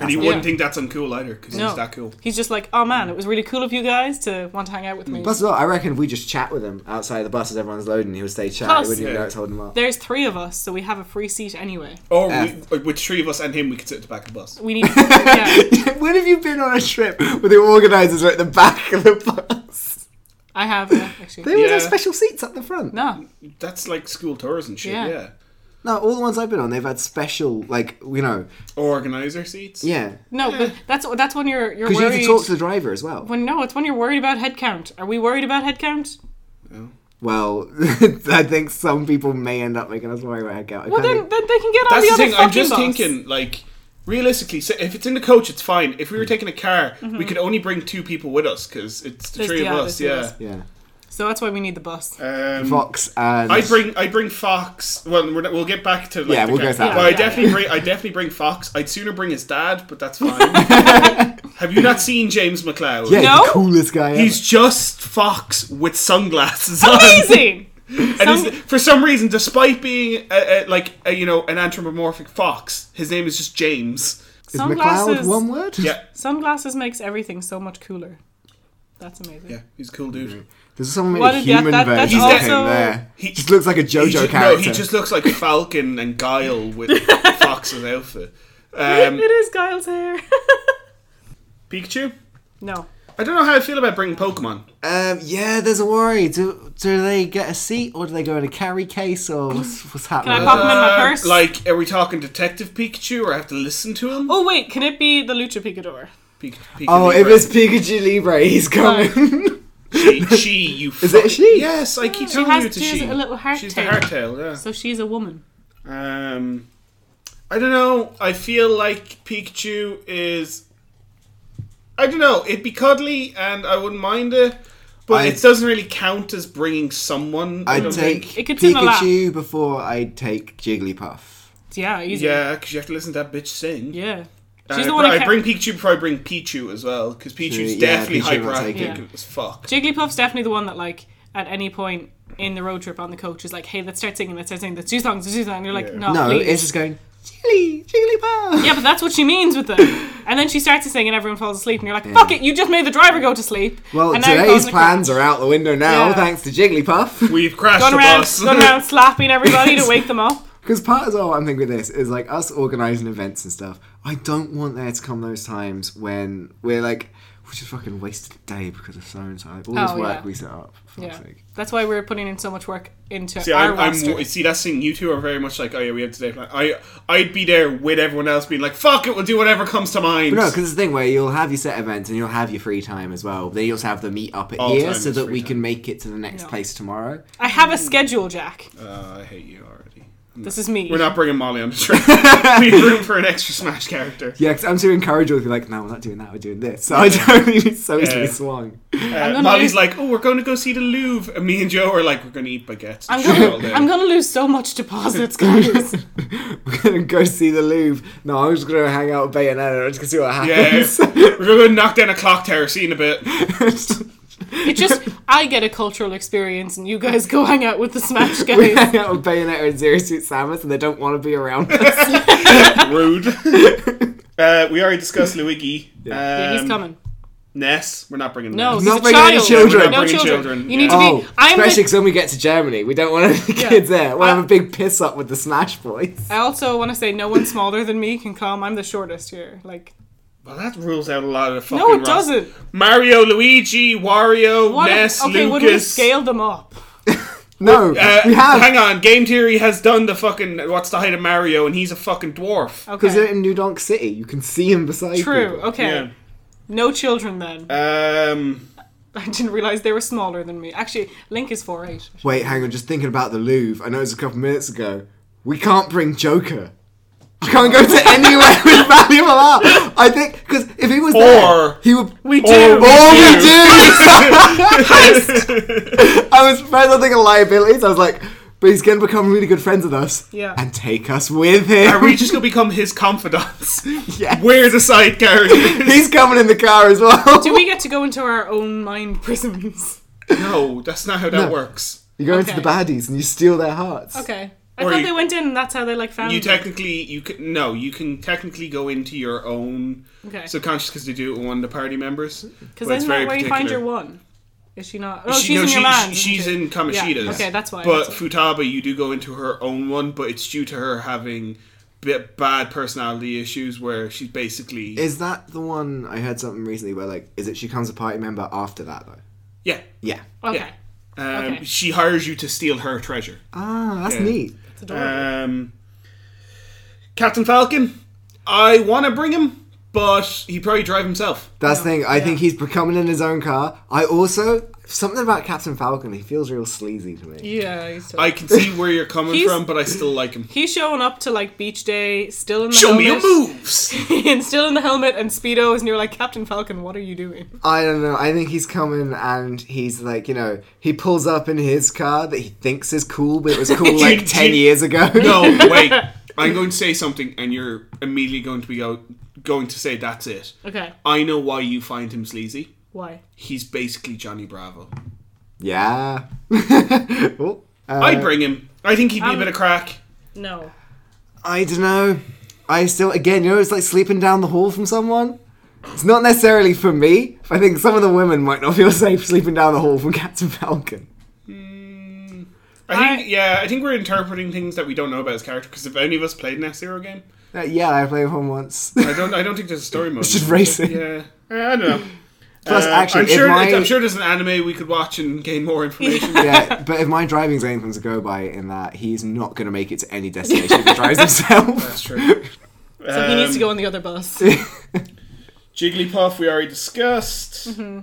Speaker 3: And he
Speaker 1: That's
Speaker 3: wouldn't
Speaker 2: Yeah.
Speaker 3: think that's uncool either, because
Speaker 2: No.
Speaker 3: he's that cool.
Speaker 2: He's just like, oh man, it was really cool of you guys to want to hang out with me.
Speaker 1: Plus, as well, I reckon if we just chat with him outside the bus as everyone's loading, he'll stay chatting.
Speaker 2: Plus-
Speaker 1: he wouldn't even
Speaker 3: Yeah.
Speaker 1: know it's holding him up.
Speaker 2: There's three of us, so we have a free seat anyway.
Speaker 3: Or
Speaker 1: Yeah.
Speaker 3: we, with three of us and him, we could sit at the back of the bus.
Speaker 2: We need.
Speaker 1: (laughs)
Speaker 2: yeah,
Speaker 1: when have you been on a trip where the organisers are at the back of the bus?
Speaker 2: I have yeah,
Speaker 1: They
Speaker 2: actually.
Speaker 1: always have
Speaker 3: Yeah.
Speaker 1: special seats up the front.
Speaker 2: No,
Speaker 3: That's like school tours and shit. Yeah.
Speaker 2: Yeah.
Speaker 1: No, all the ones I've been on, they've had special, like you know,
Speaker 3: Organizer seats.
Speaker 1: yeah,
Speaker 2: no, but that's that's when you're you're
Speaker 1: because you
Speaker 2: worried.
Speaker 1: have to talk to the driver as well.
Speaker 2: when no, it's when you're worried about headcount. Are we worried about headcount?
Speaker 1: Well, (laughs) I think some people may end up making us worry about headcount. I
Speaker 2: Well,
Speaker 1: kinda-
Speaker 2: then, then they can get on
Speaker 3: That's
Speaker 2: the
Speaker 3: the
Speaker 2: other
Speaker 3: thing.
Speaker 2: fucking
Speaker 3: I'm just
Speaker 2: bus.
Speaker 3: thinking, like, realistically, so if it's in the coach, it's fine. If
Speaker 1: Hmm.
Speaker 3: we were taking a car, we could only bring two people with us because it's the
Speaker 2: Mm-hmm. There's
Speaker 3: three
Speaker 2: the-
Speaker 3: of
Speaker 2: yeah,
Speaker 3: us.
Speaker 2: there's
Speaker 3: Yeah.
Speaker 2: the
Speaker 1: yeah,
Speaker 2: So that's why we need the bus.
Speaker 3: Um,
Speaker 1: Fox and
Speaker 3: I bring I bring Fox. Well, we're not, we'll get back to like,
Speaker 1: Yeah,
Speaker 3: the
Speaker 1: we'll
Speaker 3: cat-
Speaker 1: go to that
Speaker 3: But
Speaker 2: one.
Speaker 3: I
Speaker 2: Yeah.
Speaker 3: definitely bring I definitely bring Fox. I'd sooner bring his dad, but that's fine.
Speaker 1: (laughs)
Speaker 3: Have you not seen James McLeod?
Speaker 1: yeah,
Speaker 2: No?
Speaker 1: the coolest guy. ever.
Speaker 3: He's just Fox with sunglasses on. (laughs)
Speaker 2: Amazing.
Speaker 3: And his-
Speaker 2: Some-
Speaker 3: for some reason, despite being a, a, like a, you know an anthropomorphic fox, his name is just James.
Speaker 1: is McLeod
Speaker 2: sunglasses.
Speaker 1: one word.
Speaker 3: Yeah,
Speaker 2: Sunglasses makes everything so much cooler. That's amazing.
Speaker 3: yeah, he's a cool
Speaker 1: Mm-hmm.
Speaker 3: dude.
Speaker 1: There's someone
Speaker 2: What
Speaker 1: made a
Speaker 2: did- yeah,
Speaker 1: human
Speaker 2: that- that's
Speaker 1: version of him
Speaker 2: also-
Speaker 1: there.
Speaker 3: He-
Speaker 1: He just looks like a JoJo
Speaker 2: (laughs)
Speaker 3: he just,
Speaker 1: character.
Speaker 3: No, he just looks like Falcon and Guile with Fox's outfit.
Speaker 2: (laughs)
Speaker 3: Um,
Speaker 2: it is Giles' hair. (laughs)
Speaker 3: Pikachu.
Speaker 2: no.
Speaker 3: I don't know how I feel about bringing Pokemon.
Speaker 1: Um, yeah, there's a worry. Do do they get a seat or do they go in a carry case or what's, what's happening?
Speaker 2: Can I pop them in my
Speaker 3: Uh,
Speaker 2: purse?
Speaker 3: Like, are we talking Detective Pikachu, or I have to listen to him?
Speaker 2: Oh wait, can it be the Lucha Picador?
Speaker 3: Pik- Pikachu
Speaker 1: oh, if
Speaker 3: Libre.
Speaker 1: it's Pikachu Libre, he's coming.
Speaker 3: she, she, you.
Speaker 1: (laughs) Is it
Speaker 3: fuck-
Speaker 1: she?
Speaker 3: Yes, I keep telling
Speaker 2: has-
Speaker 3: you it's a
Speaker 2: she has
Speaker 3: she.
Speaker 2: a little heart
Speaker 3: She's
Speaker 2: tail.
Speaker 3: the hard tail. Yeah.
Speaker 2: So she's a woman.
Speaker 3: Um, I don't know. I feel like Pikachu is. I don't know. It'd be cuddly, and I wouldn't mind it, but
Speaker 1: I-
Speaker 3: it doesn't really count as bringing someone.
Speaker 1: (laughs)
Speaker 3: I
Speaker 1: I'd
Speaker 3: don't
Speaker 1: take
Speaker 3: think.
Speaker 2: It could sit in the lap.
Speaker 1: Pikachu before I'd take Jigglypuff.
Speaker 2: Yeah, easy.
Speaker 3: Yeah, because you have to listen to that bitch sing.
Speaker 2: Yeah.
Speaker 3: Uh,
Speaker 2: She's the
Speaker 3: but
Speaker 2: one who
Speaker 3: I
Speaker 2: kept-
Speaker 3: bring Pikachu before I bring Pichu as well, because Pichu's
Speaker 1: yeah,
Speaker 3: definitely
Speaker 1: Pichu will take
Speaker 3: hyperactive
Speaker 1: it.
Speaker 2: Yeah.
Speaker 3: as fuck.
Speaker 2: Jigglypuff's definitely the one that like at any point in the road trip on the coach is like, hey, let's start singing, let's start singing the two songs, the two songs. And you're like,
Speaker 3: Yeah.
Speaker 2: no,
Speaker 1: no,
Speaker 2: Oh, please.
Speaker 1: it's just going Jiggly, Jigglypuff.
Speaker 2: yeah, but that's what she means with them. And then she starts to sing, and everyone falls asleep, and you're like, "Fuck it! You just made the driver go to sleep."
Speaker 1: Well,
Speaker 2: and now you're
Speaker 1: today's
Speaker 2: causing a crash.
Speaker 1: plans are out the window now,
Speaker 2: Yeah.
Speaker 1: thanks to Jigglypuff.
Speaker 3: We've crashed
Speaker 2: Going
Speaker 3: the
Speaker 2: around,
Speaker 3: bus. (laughs)
Speaker 2: going
Speaker 1: (laughs)
Speaker 2: around slapping everybody to wake them up.
Speaker 1: Because part of all I'm thinking with this is like us organising events and stuff. I don't want there to come those times when we're like, we just fucking wasted a day because of so and so. Like, all this
Speaker 2: Oh,
Speaker 1: work
Speaker 2: yeah.
Speaker 1: we set up. For fuck's
Speaker 2: Yeah,
Speaker 1: sake.
Speaker 2: that's why we're putting in so much work into
Speaker 3: See,
Speaker 2: our
Speaker 3: I'm, I'm
Speaker 2: roster.
Speaker 3: see that's thing. You two are very much like, oh yeah, we have today. plan." I I'd be there with everyone else, being like, fuck it, we'll do whatever comes to mind.
Speaker 1: But no, because it's the thing where you'll have your set events and you'll have your free time as well. Then you also have the meet up at
Speaker 3: All
Speaker 1: here
Speaker 3: time
Speaker 1: so
Speaker 3: is
Speaker 1: that
Speaker 3: free
Speaker 1: we
Speaker 3: time.
Speaker 1: can make it to the next
Speaker 2: No.
Speaker 1: place tomorrow.
Speaker 2: I have a schedule, Jack.
Speaker 3: uh, I hate you already.
Speaker 2: This is me.
Speaker 3: We're not bringing Molly on the trip. (laughs) we have room for an extra Smash character.
Speaker 1: Yeah, because I'm too encourageable to be like, no, we're not doing that, we're doing this. (laughs) So I don't really so easily
Speaker 3: Yeah.
Speaker 1: swung.
Speaker 3: Uh,
Speaker 2: gonna
Speaker 3: Molly's
Speaker 2: lose-
Speaker 3: like, oh, we're going to go see the Louvre, and me and Joe are like, we're going to eat baguettes.
Speaker 2: I'm
Speaker 3: and shit all
Speaker 2: gonna,
Speaker 3: day.
Speaker 2: I'm gonna lose so much
Speaker 1: (laughs)
Speaker 2: deposits, guys.
Speaker 1: We're going to go see the Louvre. No, I'm just going to hang out with Bayonetta. I'm just going to see what
Speaker 3: yeah, (laughs)
Speaker 1: happens. (laughs)
Speaker 3: we're going to go knock down a clock tower. See you in a bit.
Speaker 2: (laughs) It just, I get a cultural experience, and you guys go hang out with the Smash
Speaker 1: we (laughs)
Speaker 2: guys.
Speaker 1: hang out with Bayonetta and Zero Suit Samus and they don't want to be around us.
Speaker 2: (laughs)
Speaker 3: Rude. Uh, we already discussed Luigi.
Speaker 2: Yeah, he's
Speaker 3: Um,
Speaker 2: coming.
Speaker 3: Ness, we're not bringing
Speaker 2: No,
Speaker 3: Ness.
Speaker 2: he's
Speaker 1: not
Speaker 2: a
Speaker 1: bringing
Speaker 2: child.
Speaker 1: any children.
Speaker 3: We're not
Speaker 2: No
Speaker 3: bringing
Speaker 2: children.
Speaker 3: children,
Speaker 2: You need
Speaker 3: yeah.
Speaker 2: to
Speaker 1: Oh,
Speaker 2: be. I'm
Speaker 1: especially
Speaker 2: the,
Speaker 1: because when we get to Germany, we don't want any
Speaker 2: Yeah. Uh,
Speaker 1: kids there. We'll
Speaker 2: I-
Speaker 1: have a big piss up with the Smash Boys.
Speaker 2: I also want to say no one smaller than me can come. I'm the shortest here. Like,
Speaker 3: Well, that rules out a lot of the fucking.
Speaker 2: no, it
Speaker 3: roster.
Speaker 2: doesn't.
Speaker 3: Mario, Luigi, Wario,
Speaker 2: What
Speaker 3: Ness,
Speaker 2: okay,
Speaker 3: Lucas.
Speaker 2: when we scale them up, Oh,
Speaker 1: No,
Speaker 3: Uh,
Speaker 1: we have.
Speaker 3: Hang on, Game Theory has done the fucking what's the height of Mario, and he's a fucking dwarf.
Speaker 1: Because
Speaker 2: okay,
Speaker 1: they're in New Donk City. You can see him beside
Speaker 2: true.
Speaker 1: people.
Speaker 2: Okay, no children then. (laughs)
Speaker 3: Yeah. Um.
Speaker 2: I didn't realize they were smaller than me. Actually, Link is four eight.
Speaker 1: Wait, hang on. Just thinking about the Louvre. I know it's a couple minutes ago. We can't bring Joker. You can't go to anywhere (laughs) with valuable art. I think because if he was
Speaker 3: Or-
Speaker 1: there, he would.
Speaker 2: We do.
Speaker 3: Oh,
Speaker 1: Or we
Speaker 3: do.
Speaker 1: (laughs)
Speaker 3: (laughs)
Speaker 1: do. (laughs) I was afraid of thinking of liabilities. I was like, but he's going to become really good friends with us.
Speaker 2: Yeah.
Speaker 1: And take us with him. (laughs)
Speaker 3: Are we just gonna become his confidants?
Speaker 1: Yes.
Speaker 3: We're the side
Speaker 1: (laughs)
Speaker 3: characters.
Speaker 1: He's coming in the car as well.
Speaker 2: Do we get to go into our own mind (laughs) prisons?
Speaker 3: no, that's not how that
Speaker 1: No.
Speaker 3: works.
Speaker 1: you go
Speaker 2: Okay.
Speaker 1: into the baddies and you steal their hearts.
Speaker 2: Okay, I
Speaker 3: Or
Speaker 2: thought
Speaker 3: you-
Speaker 2: they went in. and That's how they like found.
Speaker 3: You
Speaker 2: them.
Speaker 3: technically, you can no, you can technically go into your own
Speaker 2: Okay.
Speaker 3: subconscious because they do it with one of the party members.
Speaker 2: Because
Speaker 3: but it's
Speaker 2: isn't that
Speaker 3: very
Speaker 2: where you find
Speaker 3: particular.
Speaker 2: your one? Is she not? Oh,
Speaker 3: She-
Speaker 2: she's
Speaker 3: no,
Speaker 2: in your
Speaker 3: she-
Speaker 2: man.
Speaker 3: she- She's in Kamoshida's.
Speaker 2: Yeah, okay, that's why,
Speaker 3: But
Speaker 2: that's
Speaker 3: Futaba, you do go into her own one, but it's due to her having bit bad personality issues where she's basically
Speaker 1: Is that the one I heard something recently where like is it she becomes a party member after that though?
Speaker 3: yeah.
Speaker 1: Yeah.
Speaker 2: Okay,
Speaker 3: Yeah. Um,
Speaker 2: Okay.
Speaker 3: She hires you to steal her treasure.
Speaker 1: Ah, that's
Speaker 3: Yeah.
Speaker 1: neat.
Speaker 2: it's adorable.
Speaker 3: Um, Captain Falcon, I want to bring him, but he probably drive himself.
Speaker 1: That's the thing. I
Speaker 2: yeah.
Speaker 1: think he's becoming in his own car. I also something about Captain Falcon. He feels real sleazy to me.
Speaker 2: yeah, he's
Speaker 3: I can see where you're coming
Speaker 2: He's-
Speaker 3: from, but I still like him.
Speaker 2: He's showing up to like beach day, still in the
Speaker 3: (laughs) Show me your
Speaker 2: helmet,
Speaker 3: moves.
Speaker 2: (laughs) and still in the helmet and speedos, and you're like Captain Falcon, what are you doing?
Speaker 1: I don't know. I think he's coming and he's like, you know, he pulls up in his car that he thinks is cool, but it was
Speaker 3: (laughs)
Speaker 1: cool
Speaker 3: Do-
Speaker 1: like ten
Speaker 3: do-
Speaker 1: years ago.
Speaker 3: (laughs) No, wait. I'm going to say something, and you're immediately going to be go- going to say that's it.
Speaker 2: Okay,
Speaker 3: I know why you find him sleazy.
Speaker 2: why?
Speaker 3: He's basically Johnny Bravo.
Speaker 1: (laughs) Uh, Yeah. (laughs) Oh, uh,
Speaker 3: I'd bring him. I think he'd be
Speaker 2: Um,
Speaker 3: a bit of crack.
Speaker 2: No.
Speaker 1: I don't know. I still, again, you know, it's like sleeping down the hall from someone. It's not necessarily for me. I think some of the women might not feel safe sleeping down the hall from Captain Falcon.
Speaker 3: I
Speaker 2: I-
Speaker 3: think, yeah, I think we're interpreting things that we don't know about his character. Because if any of us played an F Zero game,
Speaker 1: Uh, yeah, I played one once.
Speaker 3: I don't, I don't think there's a story mode.
Speaker 1: just racing.
Speaker 3: Yeah, I don't know.
Speaker 1: (laughs) Plus,
Speaker 3: Uh,
Speaker 1: actually,
Speaker 3: I'm
Speaker 1: if
Speaker 3: sure,
Speaker 1: my-
Speaker 3: I'm sure there's an anime we could watch and gain more information.
Speaker 1: (laughs) yeah, but if my driving's anything to go by, in that he's not going to make it to any destination if he
Speaker 3: (laughs)
Speaker 1: drives himself.
Speaker 3: That's true.
Speaker 2: So he needs to
Speaker 3: Um,
Speaker 2: go on the other bus.
Speaker 3: Jigglypuff, we already discussed.
Speaker 2: Mm-hmm.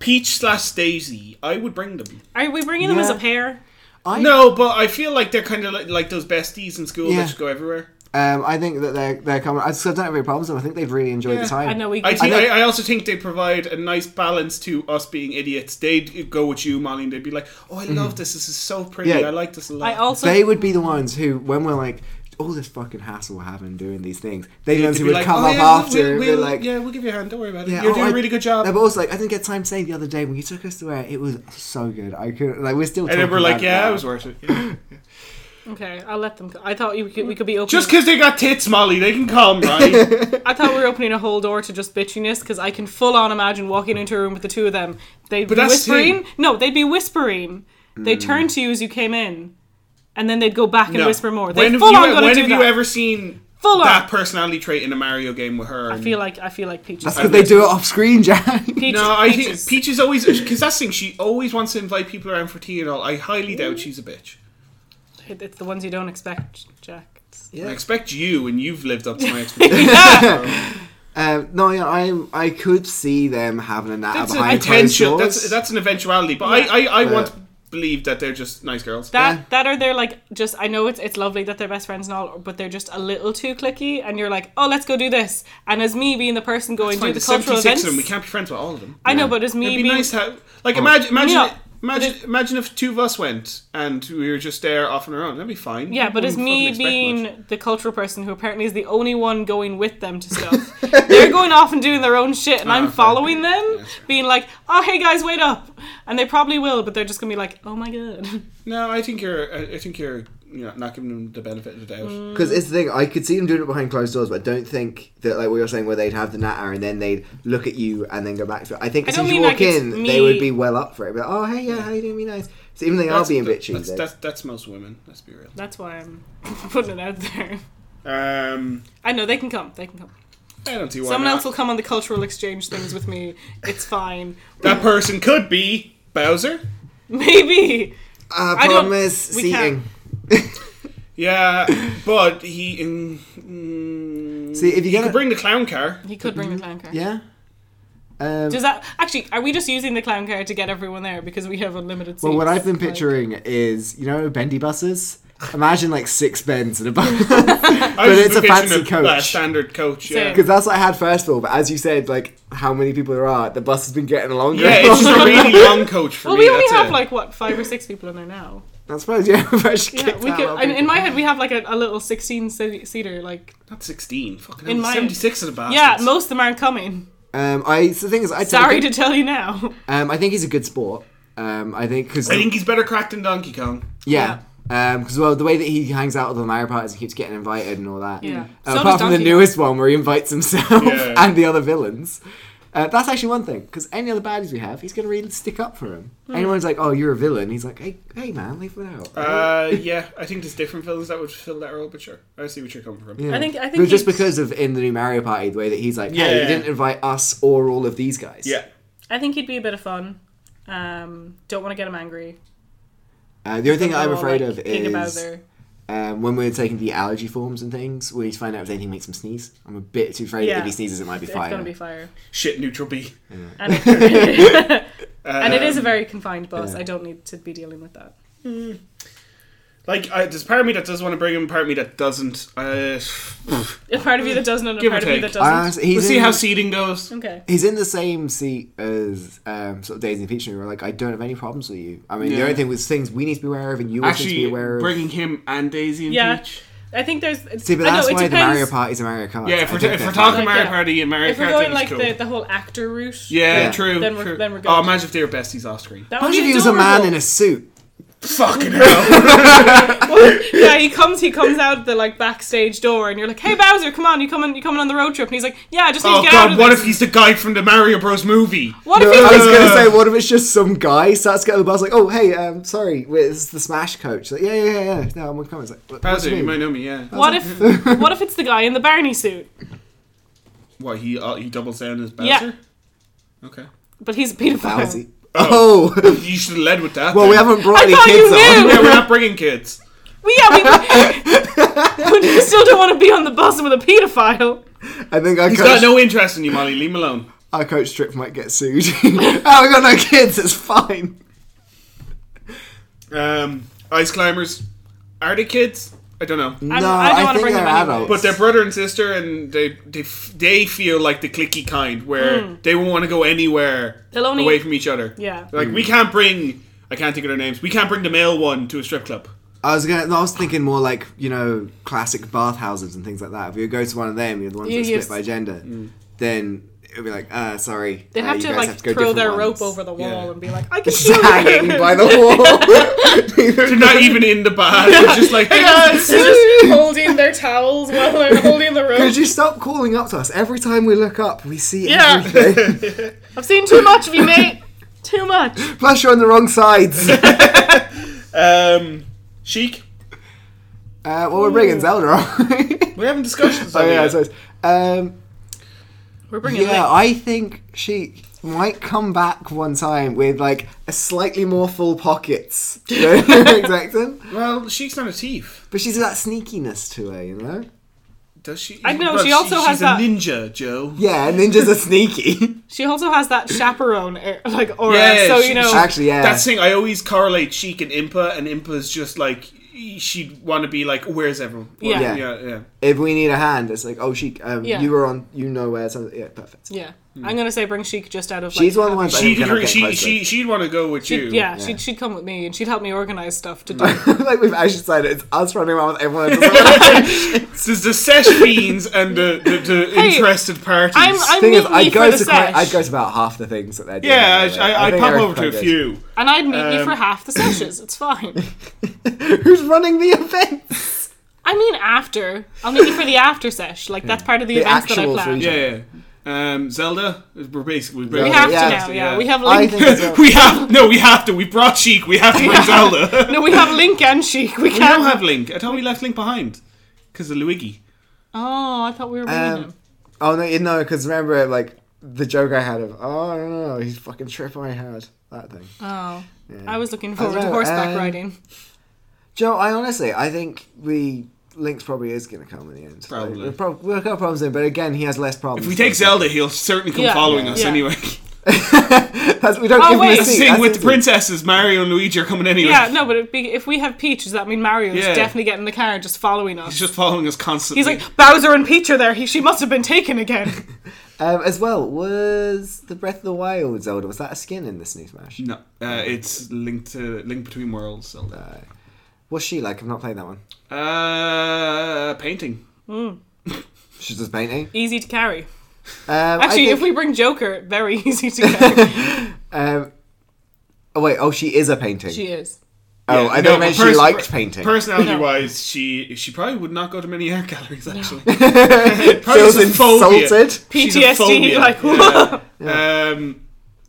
Speaker 3: Peach slash Daisy, I would bring them.
Speaker 2: Are we bringing them as a
Speaker 1: Yeah.
Speaker 2: pair?
Speaker 1: I
Speaker 3: No, but I feel like they're kind of like, like those besties in school
Speaker 1: Yeah.
Speaker 3: that just go everywhere.
Speaker 1: um, I think that they're they're coming. I just I don't have any problems. with them. I think they'd really enjoy
Speaker 3: Yeah,
Speaker 1: the time.
Speaker 2: I know we.
Speaker 3: I, think,
Speaker 1: know-
Speaker 3: I, I also think they provide a nice balance to us being idiots. They'd go with you, Molly, and they'd be like, "Oh, I love this. This is so pretty.
Speaker 1: Mm-hmm. Yeah.
Speaker 3: I like this a lot."
Speaker 2: I also.
Speaker 1: they would be the ones who, when we're like, all this fucking hassle we're having doing these things, they
Speaker 3: They'd
Speaker 1: ones
Speaker 3: be
Speaker 1: who would
Speaker 3: like,
Speaker 1: come
Speaker 3: "Oh,
Speaker 1: up
Speaker 3: yeah, we'll-
Speaker 1: after and
Speaker 3: we'll-
Speaker 1: be like,
Speaker 3: "Yeah, we'll give you a hand. Don't worry about it.
Speaker 1: Yeah,
Speaker 3: You're
Speaker 1: oh,
Speaker 3: doing
Speaker 1: I-
Speaker 3: a really good job."
Speaker 1: No, but also, like, I didn't get time to say the other day when you took us to where it was so good. I could like, we're still.
Speaker 3: and then
Speaker 1: talking
Speaker 3: we're like,
Speaker 1: about
Speaker 3: "Yeah,
Speaker 1: now.
Speaker 3: it was worth it." Yeah.
Speaker 2: Okay, I'll let them. I thought you could, we could be open.
Speaker 3: Just because they got tits, Molly, they can
Speaker 2: (laughs)
Speaker 3: come, right?
Speaker 2: I thought we were opening a whole door to just bitchiness because I can full on imagine walking into a room with the two of them. They'd
Speaker 3: But
Speaker 2: be
Speaker 3: that's Hmm.
Speaker 2: whispering. No, they'd be whispering. They'd turn to you as you came in, and then they'd go back and
Speaker 3: No.
Speaker 2: whisper more.
Speaker 3: When
Speaker 2: They
Speaker 3: have
Speaker 2: full on
Speaker 3: you, e-
Speaker 2: gonna
Speaker 3: when
Speaker 2: do
Speaker 3: have
Speaker 2: that.
Speaker 3: you ever seen
Speaker 2: Full on.
Speaker 3: that personality trait in a Mario game with her?
Speaker 2: I
Speaker 3: and-
Speaker 2: feel like I feel like Peach.
Speaker 1: That's
Speaker 2: is-
Speaker 1: because they do it off screen,
Speaker 2: (laughs)
Speaker 1: Jack.
Speaker 2: Peach,
Speaker 3: No, I
Speaker 2: Peaches.
Speaker 3: think Peach is always because that's the thing. She always wants to invite people around for tea and all. I highly doubt she's a bitch.
Speaker 2: It's the ones you don't expect, Jack. It's-
Speaker 1: Yeah.
Speaker 3: I expect you, and you've lived
Speaker 2: (laughs)
Speaker 3: up to my expectations.
Speaker 1: um, no, yeah, I I could see them having a nap
Speaker 3: that's a
Speaker 1: behind closed
Speaker 3: potential.
Speaker 1: doors.
Speaker 3: That's that's an eventuality. But
Speaker 2: Yeah.
Speaker 3: I I, I
Speaker 1: Yeah.
Speaker 3: want to believe that they're just nice girls.
Speaker 2: That
Speaker 1: Yeah.
Speaker 2: that are they're like just I know it's it's lovely that they're best friends and all, but they're just a little too clicky, and you're like, oh, let's go do this. And as me being the person going
Speaker 3: It's fine,
Speaker 2: do the
Speaker 3: there's
Speaker 2: cultural
Speaker 3: 76
Speaker 2: events,
Speaker 3: of them. We can't be friends with all of them.
Speaker 2: I know, but as me
Speaker 3: It'd be
Speaker 2: being
Speaker 3: nice to have, like imagine imagine
Speaker 2: Yeah.
Speaker 3: imagine imagine if two of us went and we were just there off on our own. That'd be fine.
Speaker 2: Yeah, but
Speaker 3: Wouldn't
Speaker 2: as
Speaker 3: fucking
Speaker 2: me
Speaker 3: expect much.
Speaker 2: being the cultural person who apparently is the only one going with them to
Speaker 3: (laughs)
Speaker 2: stuff, they're going off and doing their own shit, and
Speaker 3: Ah,
Speaker 2: I'm
Speaker 3: fair.
Speaker 2: following them,
Speaker 3: Yeah, sure.
Speaker 2: being like, "Oh, hey guys, wait up!" And they probably will, but they're just gonna be like, "Oh my god." (laughs)
Speaker 3: no, I think you're I I think you're you know not giving them the benefit of the doubt.
Speaker 2: Mm.
Speaker 1: Because it's the thing, I could see them doing it behind closed doors, but I don't think that, like we were saying, where they'd have the natter and then they'd look at you and then go back to it. I think
Speaker 2: I
Speaker 1: as soon
Speaker 2: don't
Speaker 1: as you
Speaker 2: mean
Speaker 1: walk
Speaker 2: like it's
Speaker 1: in,
Speaker 2: me-
Speaker 1: they would be well up for it. But oh, hey, yeah, how you doing? Be nice. So even they are being bitchy.
Speaker 3: That's,
Speaker 1: then.
Speaker 3: that's that's most women. Let's be real.
Speaker 2: That's why I'm (laughs) putting it out there.
Speaker 3: Um,
Speaker 2: I know they can come. They can come.
Speaker 3: I don't see why.
Speaker 2: Someone
Speaker 3: not.
Speaker 2: else will come on the cultural exchange things with me. It's fine. (laughs)
Speaker 3: That person could be Bowser.
Speaker 2: Maybe.
Speaker 1: Uh,
Speaker 2: I
Speaker 1: problem
Speaker 2: don't-
Speaker 1: is
Speaker 2: we
Speaker 1: seating. (laughs)
Speaker 3: Yeah, (laughs) but he. mm, Mm,
Speaker 1: See, if you
Speaker 3: he
Speaker 1: get
Speaker 3: could
Speaker 1: a-
Speaker 3: bring the clown car.
Speaker 2: He could bring the clown car.
Speaker 1: Yeah. Um,
Speaker 2: Does that actually? Are we just using the clown car to get everyone there because we have unlimited seats?
Speaker 1: well, what I've been
Speaker 2: Like-
Speaker 1: picturing is, you know, bendy buses. Imagine like six bends in a bus. (laughs)
Speaker 3: I
Speaker 1: But
Speaker 3: was
Speaker 1: it's a
Speaker 3: picturing
Speaker 1: fancy
Speaker 3: a- A
Speaker 1: coach.
Speaker 3: standard coach. Yeah.
Speaker 2: Same.
Speaker 1: Because that's what I had first of all, but as you said, like how many people there are, the bus has been getting longer.
Speaker 3: Yeah, it's just
Speaker 1: (laughs)
Speaker 3: a really long coach for
Speaker 2: Well,
Speaker 3: me.
Speaker 2: we only
Speaker 3: that's
Speaker 2: have
Speaker 3: it.
Speaker 2: like what five or six people in
Speaker 1: (laughs)
Speaker 2: there now.
Speaker 1: I suppose yeah, we've actually
Speaker 2: Yeah,
Speaker 1: kicked
Speaker 2: we
Speaker 1: out
Speaker 2: could.
Speaker 1: a lot of
Speaker 2: I mean, in
Speaker 1: people.
Speaker 2: my head, we have like a, a little sixteen-seater. Like,
Speaker 3: not sixteen. Fucking
Speaker 2: In
Speaker 3: hell,
Speaker 2: my-
Speaker 3: seventy-six of the
Speaker 1: Ah,
Speaker 3: bastards.
Speaker 2: yeah, most of them aren't coming.
Speaker 1: um, I so the thing is, I
Speaker 2: Sorry to tell you now.
Speaker 1: Um, I think he's a good sport. Um, I think because
Speaker 3: I think he's better cracked than Donkey Kong.
Speaker 1: yeah, Um 'cause well, the way that he hangs out with the Mario parties, he keeps getting invited and all that.
Speaker 2: Yeah.
Speaker 1: Uh,
Speaker 2: So does
Speaker 1: apart from the
Speaker 2: Donkey Kong.
Speaker 1: newest one where he invites himself
Speaker 3: Yeah.
Speaker 1: (laughs) and the other villains. Uh, that's actually one thing because any other baddies we have, he's gonna really stick up for him.
Speaker 2: Hmm.
Speaker 1: Anyone's like, "Oh, you're a villain," he's like, "Hey, hey, man, leave it out."
Speaker 3: Uh, yeah, I think there's different villains that would fill that role, but sure, I see what you're coming from.
Speaker 1: Yeah.
Speaker 2: I think- I think
Speaker 1: But just
Speaker 2: he's-
Speaker 1: because of in the new Mario Party, the way that he's like, "Hey,
Speaker 3: Yeah.
Speaker 1: you didn't invite us or all of these guys."
Speaker 3: Yeah.
Speaker 2: I think he'd be a bit of fun. Um, don't want to get him angry.
Speaker 1: Uh, the only thing I'm
Speaker 2: Or,
Speaker 1: afraid
Speaker 2: like,
Speaker 1: of
Speaker 2: King
Speaker 1: is
Speaker 2: Bowser.
Speaker 1: um, when we're taking the allergy forms and things, we need to find out if anything makes him sneeze. I'm a bit too afraid that
Speaker 2: Yeah.
Speaker 1: if he sneezes, it might be
Speaker 2: It's
Speaker 1: fire.
Speaker 2: gonna be fire,
Speaker 3: Shit, neutral B.
Speaker 2: and,
Speaker 3: (laughs)
Speaker 2: it, (laughs) and it is a
Speaker 3: Um,
Speaker 2: very confined bus.
Speaker 1: yeah.
Speaker 2: I don't need to be dealing with that.
Speaker 3: Like, I, there's part of me that does want to bring him, part of me that doesn't. Uh, (sighs)
Speaker 2: A part of you that doesn't, and a
Speaker 3: Give or
Speaker 2: part of you
Speaker 3: take.
Speaker 2: that
Speaker 1: I honestly-
Speaker 2: doesn't.
Speaker 1: Uh, he's
Speaker 3: we'll see
Speaker 1: in,
Speaker 3: how seeding goes.
Speaker 2: Okay.
Speaker 1: he's in the same seat as um, sort of Daisy and Peach, and we were like, I don't have any problems with you. I mean,
Speaker 3: Yeah.
Speaker 1: the only thing was things we need to be aware of, and you also need to be
Speaker 3: Actually,
Speaker 1: aware of.
Speaker 3: bringing him and Daisy and
Speaker 2: Yeah.
Speaker 3: Peach.
Speaker 2: I think there's. it's-
Speaker 1: See, but
Speaker 2: I know,
Speaker 1: that's
Speaker 2: it
Speaker 1: why the
Speaker 2: depends-
Speaker 1: Mario Party's a Mario Kart.
Speaker 3: Yeah,
Speaker 1: I
Speaker 3: if we're,
Speaker 1: think
Speaker 3: if
Speaker 1: they're
Speaker 3: we're talking
Speaker 1: fine.
Speaker 2: Like,
Speaker 3: Mario
Speaker 2: yeah.
Speaker 3: Party and Mario
Speaker 2: If we're
Speaker 3: Kart,
Speaker 2: going
Speaker 3: it's
Speaker 2: like
Speaker 3: cool.
Speaker 2: the, the whole actor route,
Speaker 3: yeah,
Speaker 1: Yeah.
Speaker 3: true.
Speaker 2: Then we're-
Speaker 3: true.
Speaker 2: then we're good.
Speaker 3: Oh, imagine if they were besties off screen.
Speaker 2: That would
Speaker 1: Imagine if
Speaker 2: be
Speaker 1: he was a man
Speaker 2: adorable.
Speaker 1: in a suit.
Speaker 3: Fucking hell.
Speaker 2: (laughs) yeah, he comes. He comes out the like backstage door, and you're like, "Hey Bowser, come on! You coming? You coming on the road trip?" And he's like, "Yeah, I just need
Speaker 3: oh
Speaker 2: to get out
Speaker 3: god,
Speaker 2: of
Speaker 3: what
Speaker 2: this."
Speaker 3: if he's the guy from the Mario Bros. movie?
Speaker 2: what
Speaker 1: No,
Speaker 2: if
Speaker 1: I
Speaker 2: he
Speaker 1: was
Speaker 3: (laughs)
Speaker 1: gonna say, what if it's just some guy starts getting the bus like, oh hey, um, sorry, wait, this is the Smash coach. Like, yeah, yeah, yeah, yeah. No, I'm coming. It's like, what, what
Speaker 3: Bowser,
Speaker 1: do
Speaker 3: you
Speaker 1: you
Speaker 3: might
Speaker 1: mean?
Speaker 3: know me, yeah.
Speaker 2: What if? What if it's the guy in the Barney suit?
Speaker 3: What he uh, he doubles down as Bowser?
Speaker 2: Yeah.
Speaker 3: Okay.
Speaker 2: But he's a pedophile.
Speaker 1: Bowsy. Oh,
Speaker 3: (laughs) You should have led with that.
Speaker 1: well, we
Speaker 3: then.
Speaker 1: haven't brought
Speaker 2: I
Speaker 1: any
Speaker 2: thought
Speaker 1: kids
Speaker 2: you
Speaker 1: on.
Speaker 2: knew!
Speaker 3: Yeah, we're not
Speaker 1: (laughs)
Speaker 3: bringing kids.
Speaker 2: Well, yeah, we, (laughs) but you still don't want to be on the bus with a pedophile.
Speaker 1: I think our
Speaker 3: He's got
Speaker 1: coach,
Speaker 3: no interest in you, Molly. Leave him alone.
Speaker 1: our coach trip might get (laughs) sued. oh, we got no kids. It's fine.
Speaker 3: Um, Ice climbers. Are they kids? I don't know.
Speaker 1: No,
Speaker 2: I don't- I don't
Speaker 1: I
Speaker 2: wanna
Speaker 1: think
Speaker 2: bring
Speaker 1: they're
Speaker 2: them anyway.
Speaker 1: adults.
Speaker 3: But they're brother and sister, and they they f- they feel like the clicky kind where they won't want to go anywhere
Speaker 2: Hmm. They'll only-
Speaker 3: away from each other.
Speaker 2: Yeah.
Speaker 3: like
Speaker 1: Hmm.
Speaker 3: we can't bring I can't think of their names. We can't bring the male one to a strip
Speaker 2: (laughs)
Speaker 3: club.
Speaker 1: I was gonna. I was thinking more like you know classic bathhouses and things like that. If you go to one of them, you're the ones
Speaker 2: You-
Speaker 1: that
Speaker 2: you've
Speaker 1: split by gender.
Speaker 3: Mm.
Speaker 1: Then it would be like, uh, sorry.
Speaker 2: They
Speaker 1: uh,
Speaker 2: have
Speaker 1: you
Speaker 2: to
Speaker 1: guys
Speaker 2: like
Speaker 1: have to go
Speaker 2: throw their
Speaker 1: different
Speaker 2: rope
Speaker 1: ones.
Speaker 2: over the wall
Speaker 3: Yeah.
Speaker 2: and be like,
Speaker 1: (laughs)
Speaker 2: I can do
Speaker 1: hanging
Speaker 2: it.
Speaker 1: by the wall.
Speaker 2: (laughs)
Speaker 1: (laughs)
Speaker 3: They're not even in the bath. They're just like they
Speaker 2: Yes, they're (laughs) just holding their towels
Speaker 1: (laughs)
Speaker 2: while they're holding the rope.
Speaker 1: Could you stop calling up to us? Every time we look up, we see
Speaker 2: Yeah. (laughs)
Speaker 1: everything. (laughs)
Speaker 2: I've seen too much of you, mate. Too much.
Speaker 1: Plus, you're on the wrong
Speaker 2: (laughs)
Speaker 1: sides. uh,
Speaker 3: (laughs) um, chic.
Speaker 1: well, we're bringing Zelda on.
Speaker 3: We're having discussions.
Speaker 1: (laughs) oh,
Speaker 3: on
Speaker 1: yeah, I
Speaker 3: it.
Speaker 1: suppose. Um,
Speaker 2: We're bringing
Speaker 1: yeah,
Speaker 2: yeah,
Speaker 1: I think she might come back one time with like a slightly more full pockets. (laughs) You know, Jackson?
Speaker 3: well, Sheik's not a thief,
Speaker 1: But she's got that sneakiness to her, you know?
Speaker 3: does she?
Speaker 2: I know,
Speaker 3: Well,
Speaker 2: she also has
Speaker 3: she's
Speaker 2: that-
Speaker 3: a ninja, Joe.
Speaker 1: Yeah, ninjas are (laughs) sneaky.
Speaker 2: She also has that chaperone air, like aura,
Speaker 3: Yeah,
Speaker 2: so
Speaker 3: she-
Speaker 2: you know.
Speaker 1: Actually, yeah.
Speaker 3: That's the thing. I always correlate Sheik and Impa, and Impa's just like she'd want to be like, "Where's everyone?"
Speaker 2: Yeah.
Speaker 1: Yeah.
Speaker 3: yeah, yeah.
Speaker 1: if we need a hand, it's like, oh, she, um,
Speaker 2: Yeah.
Speaker 1: you were on, you know where, so, yeah, perfect.
Speaker 2: yeah, I'm gonna say bring Sheik just out of. Like,
Speaker 1: Hmm. She's one of the ones I
Speaker 3: She'd
Speaker 1: think I'm
Speaker 3: agree. She
Speaker 1: getting
Speaker 3: she she'd want to go with you.
Speaker 2: She'd, yeah,
Speaker 1: Yeah.
Speaker 2: She'd, she'd come with me and she'd help me organize stuff to do.
Speaker 1: close with. (laughs) like we've actually said, it's us running around with everyone. else.
Speaker 3: (laughs) There's the sesh
Speaker 2: (laughs)
Speaker 3: fiends and the, the, the
Speaker 2: Hey,
Speaker 3: interested parties.
Speaker 2: (laughs) I'm, I'm
Speaker 1: thing
Speaker 2: meet
Speaker 1: is,
Speaker 2: me
Speaker 1: I go
Speaker 2: for
Speaker 1: to
Speaker 2: the
Speaker 1: quite,
Speaker 2: sesh,
Speaker 1: I go to about half the things that they're doing.
Speaker 3: yeah,
Speaker 1: anyway.
Speaker 3: I, I, I
Speaker 1: think
Speaker 3: pop
Speaker 1: Eric's
Speaker 3: over to a
Speaker 1: quite
Speaker 3: few.
Speaker 2: and I'd meet you
Speaker 3: Um,
Speaker 2: for
Speaker 1: (laughs)
Speaker 2: half the sessions. It's fine.
Speaker 1: good. (laughs) Who's running the event?
Speaker 2: I mean, after I'll meet you for the after sesh. Like that's part of the,
Speaker 1: The
Speaker 2: events that I
Speaker 1: actual
Speaker 2: planned.
Speaker 1: three-
Speaker 3: Yeah, yeah. Um, Zelda. We're basically
Speaker 2: We
Speaker 1: Yeah,
Speaker 3: (laughs)
Speaker 2: have
Speaker 1: yeah.
Speaker 2: to now. Yeah, we have
Speaker 1: I
Speaker 2: Link.
Speaker 1: think as well-
Speaker 3: we have no. We have to. We brought Sheik. We have to bring
Speaker 2: (laughs)
Speaker 3: Zelda.
Speaker 2: no, we have Link and Sheik. We
Speaker 3: we don't
Speaker 2: can't.
Speaker 3: have Link. I thought we left Link behind because of Luigi.
Speaker 2: Oh, I thought we were bringing
Speaker 1: Um,
Speaker 2: him.
Speaker 1: Oh no, you know, because remember, like the joke I had of, oh, I don't know, he's fucking trip I had that thing.
Speaker 2: Oh,
Speaker 1: Yeah.
Speaker 2: I was looking forward
Speaker 1: know,
Speaker 2: to horseback
Speaker 1: um,
Speaker 2: riding.
Speaker 1: Joe, I honestly, I think we Link's probably is going to come in the end.
Speaker 3: Probably.
Speaker 1: Like, prob- we'll have problems in, but again, he has less problems.
Speaker 3: If we take Zelda, he'll certainly come
Speaker 2: Yeah,
Speaker 3: following
Speaker 2: yeah,
Speaker 3: us
Speaker 2: yeah.
Speaker 3: anyway.
Speaker 1: (laughs) That's, we don't
Speaker 2: Oh,
Speaker 1: give him
Speaker 2: wait.
Speaker 1: a
Speaker 3: (laughs) That's the
Speaker 1: seat.
Speaker 3: thing
Speaker 1: That's
Speaker 3: with
Speaker 1: it.
Speaker 3: the princesses, Mario and Luigi are coming anyway.
Speaker 2: Yeah, no, but it'd be, if we have Peach, does that mean Mario's
Speaker 3: Yeah.
Speaker 2: definitely getting in the car and just following us?
Speaker 3: He's just following us constantly.
Speaker 2: He's like Bowser and Peach are there. He, she must have been taken again.
Speaker 1: Um, as well, was the Breath of the Wild Zelda? Was that a skin in this new Smash?
Speaker 3: no, uh, it's linked to Link Between Worlds. Zelda.
Speaker 1: What's she like? I've not played that one.
Speaker 3: Uh, painting.
Speaker 1: She's just painting.
Speaker 2: Easy to carry.
Speaker 1: Um,
Speaker 2: Actually,
Speaker 1: I
Speaker 2: if we bring Joker, very (laughs) easy to carry.
Speaker 1: Um, oh wait, oh she is a painting.
Speaker 2: she is.
Speaker 1: oh,
Speaker 3: Yeah,
Speaker 1: I
Speaker 3: no,
Speaker 1: don't mean
Speaker 3: but
Speaker 1: she
Speaker 3: pers-
Speaker 1: liked
Speaker 3: per-
Speaker 1: painting.
Speaker 3: Personality
Speaker 2: No.
Speaker 3: wise, she she probably would not go to many art
Speaker 1: (laughs)
Speaker 3: galleries. Actually,
Speaker 1: Feels
Speaker 3: Feels
Speaker 1: insulted.
Speaker 2: PTSD, like,
Speaker 3: yeah. um,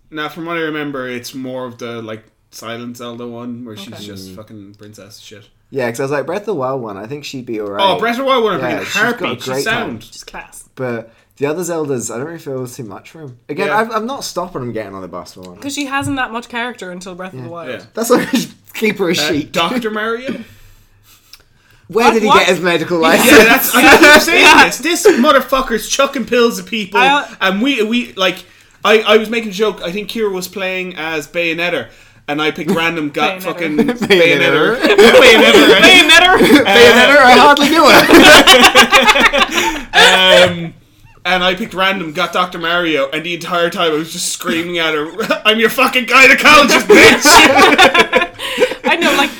Speaker 3: now from what I remember, it's more of the like Silent Zelda one where she's
Speaker 1: Mm.
Speaker 3: just fucking princess shit.
Speaker 1: Yeah, because I was like Breath of the Wild one. I think she'd be alright.
Speaker 3: Oh, Breath of the Wild one, I'm
Speaker 1: Yeah,
Speaker 3: yeah,
Speaker 1: she's got a
Speaker 3: heartbeat. She's
Speaker 1: great
Speaker 3: sound.
Speaker 2: Just class.
Speaker 1: But the other Zeldas, I don't really feel too much for him. Again,
Speaker 3: Yeah.
Speaker 1: I've, I'm not stopping him getting on the bus for one.
Speaker 2: Because she hasn't that much character until Breath of the Wild.
Speaker 3: Yeah. Uh,
Speaker 1: That's why we should keep her a sheep. (laughs)
Speaker 3: Doctor Mario.
Speaker 1: Where did he
Speaker 2: Uh, What?
Speaker 1: get his medical
Speaker 2: (laughs)
Speaker 3: Yeah,
Speaker 1: license?
Speaker 3: that's I'm not saying this. This motherfucker's chucking pills at people,
Speaker 2: I- uh,
Speaker 3: and we we like. I, I was making a joke. I think Kira was playing as Bayonetter, and I picked random got
Speaker 2: Bayonetter. (laughs)
Speaker 3: fucking
Speaker 1: Bayonetter.
Speaker 3: Bayonetter. Bayonetter.
Speaker 2: Hey, Netter!
Speaker 1: Bayonetter, I hardly knew her.
Speaker 3: right? Um, and I picked random, got Dr. Mario, and the entire time I was just screaming at her, (laughs) I'm your
Speaker 2: (laughs)
Speaker 3: fucking gynecologist, bitch!
Speaker 2: I know, like.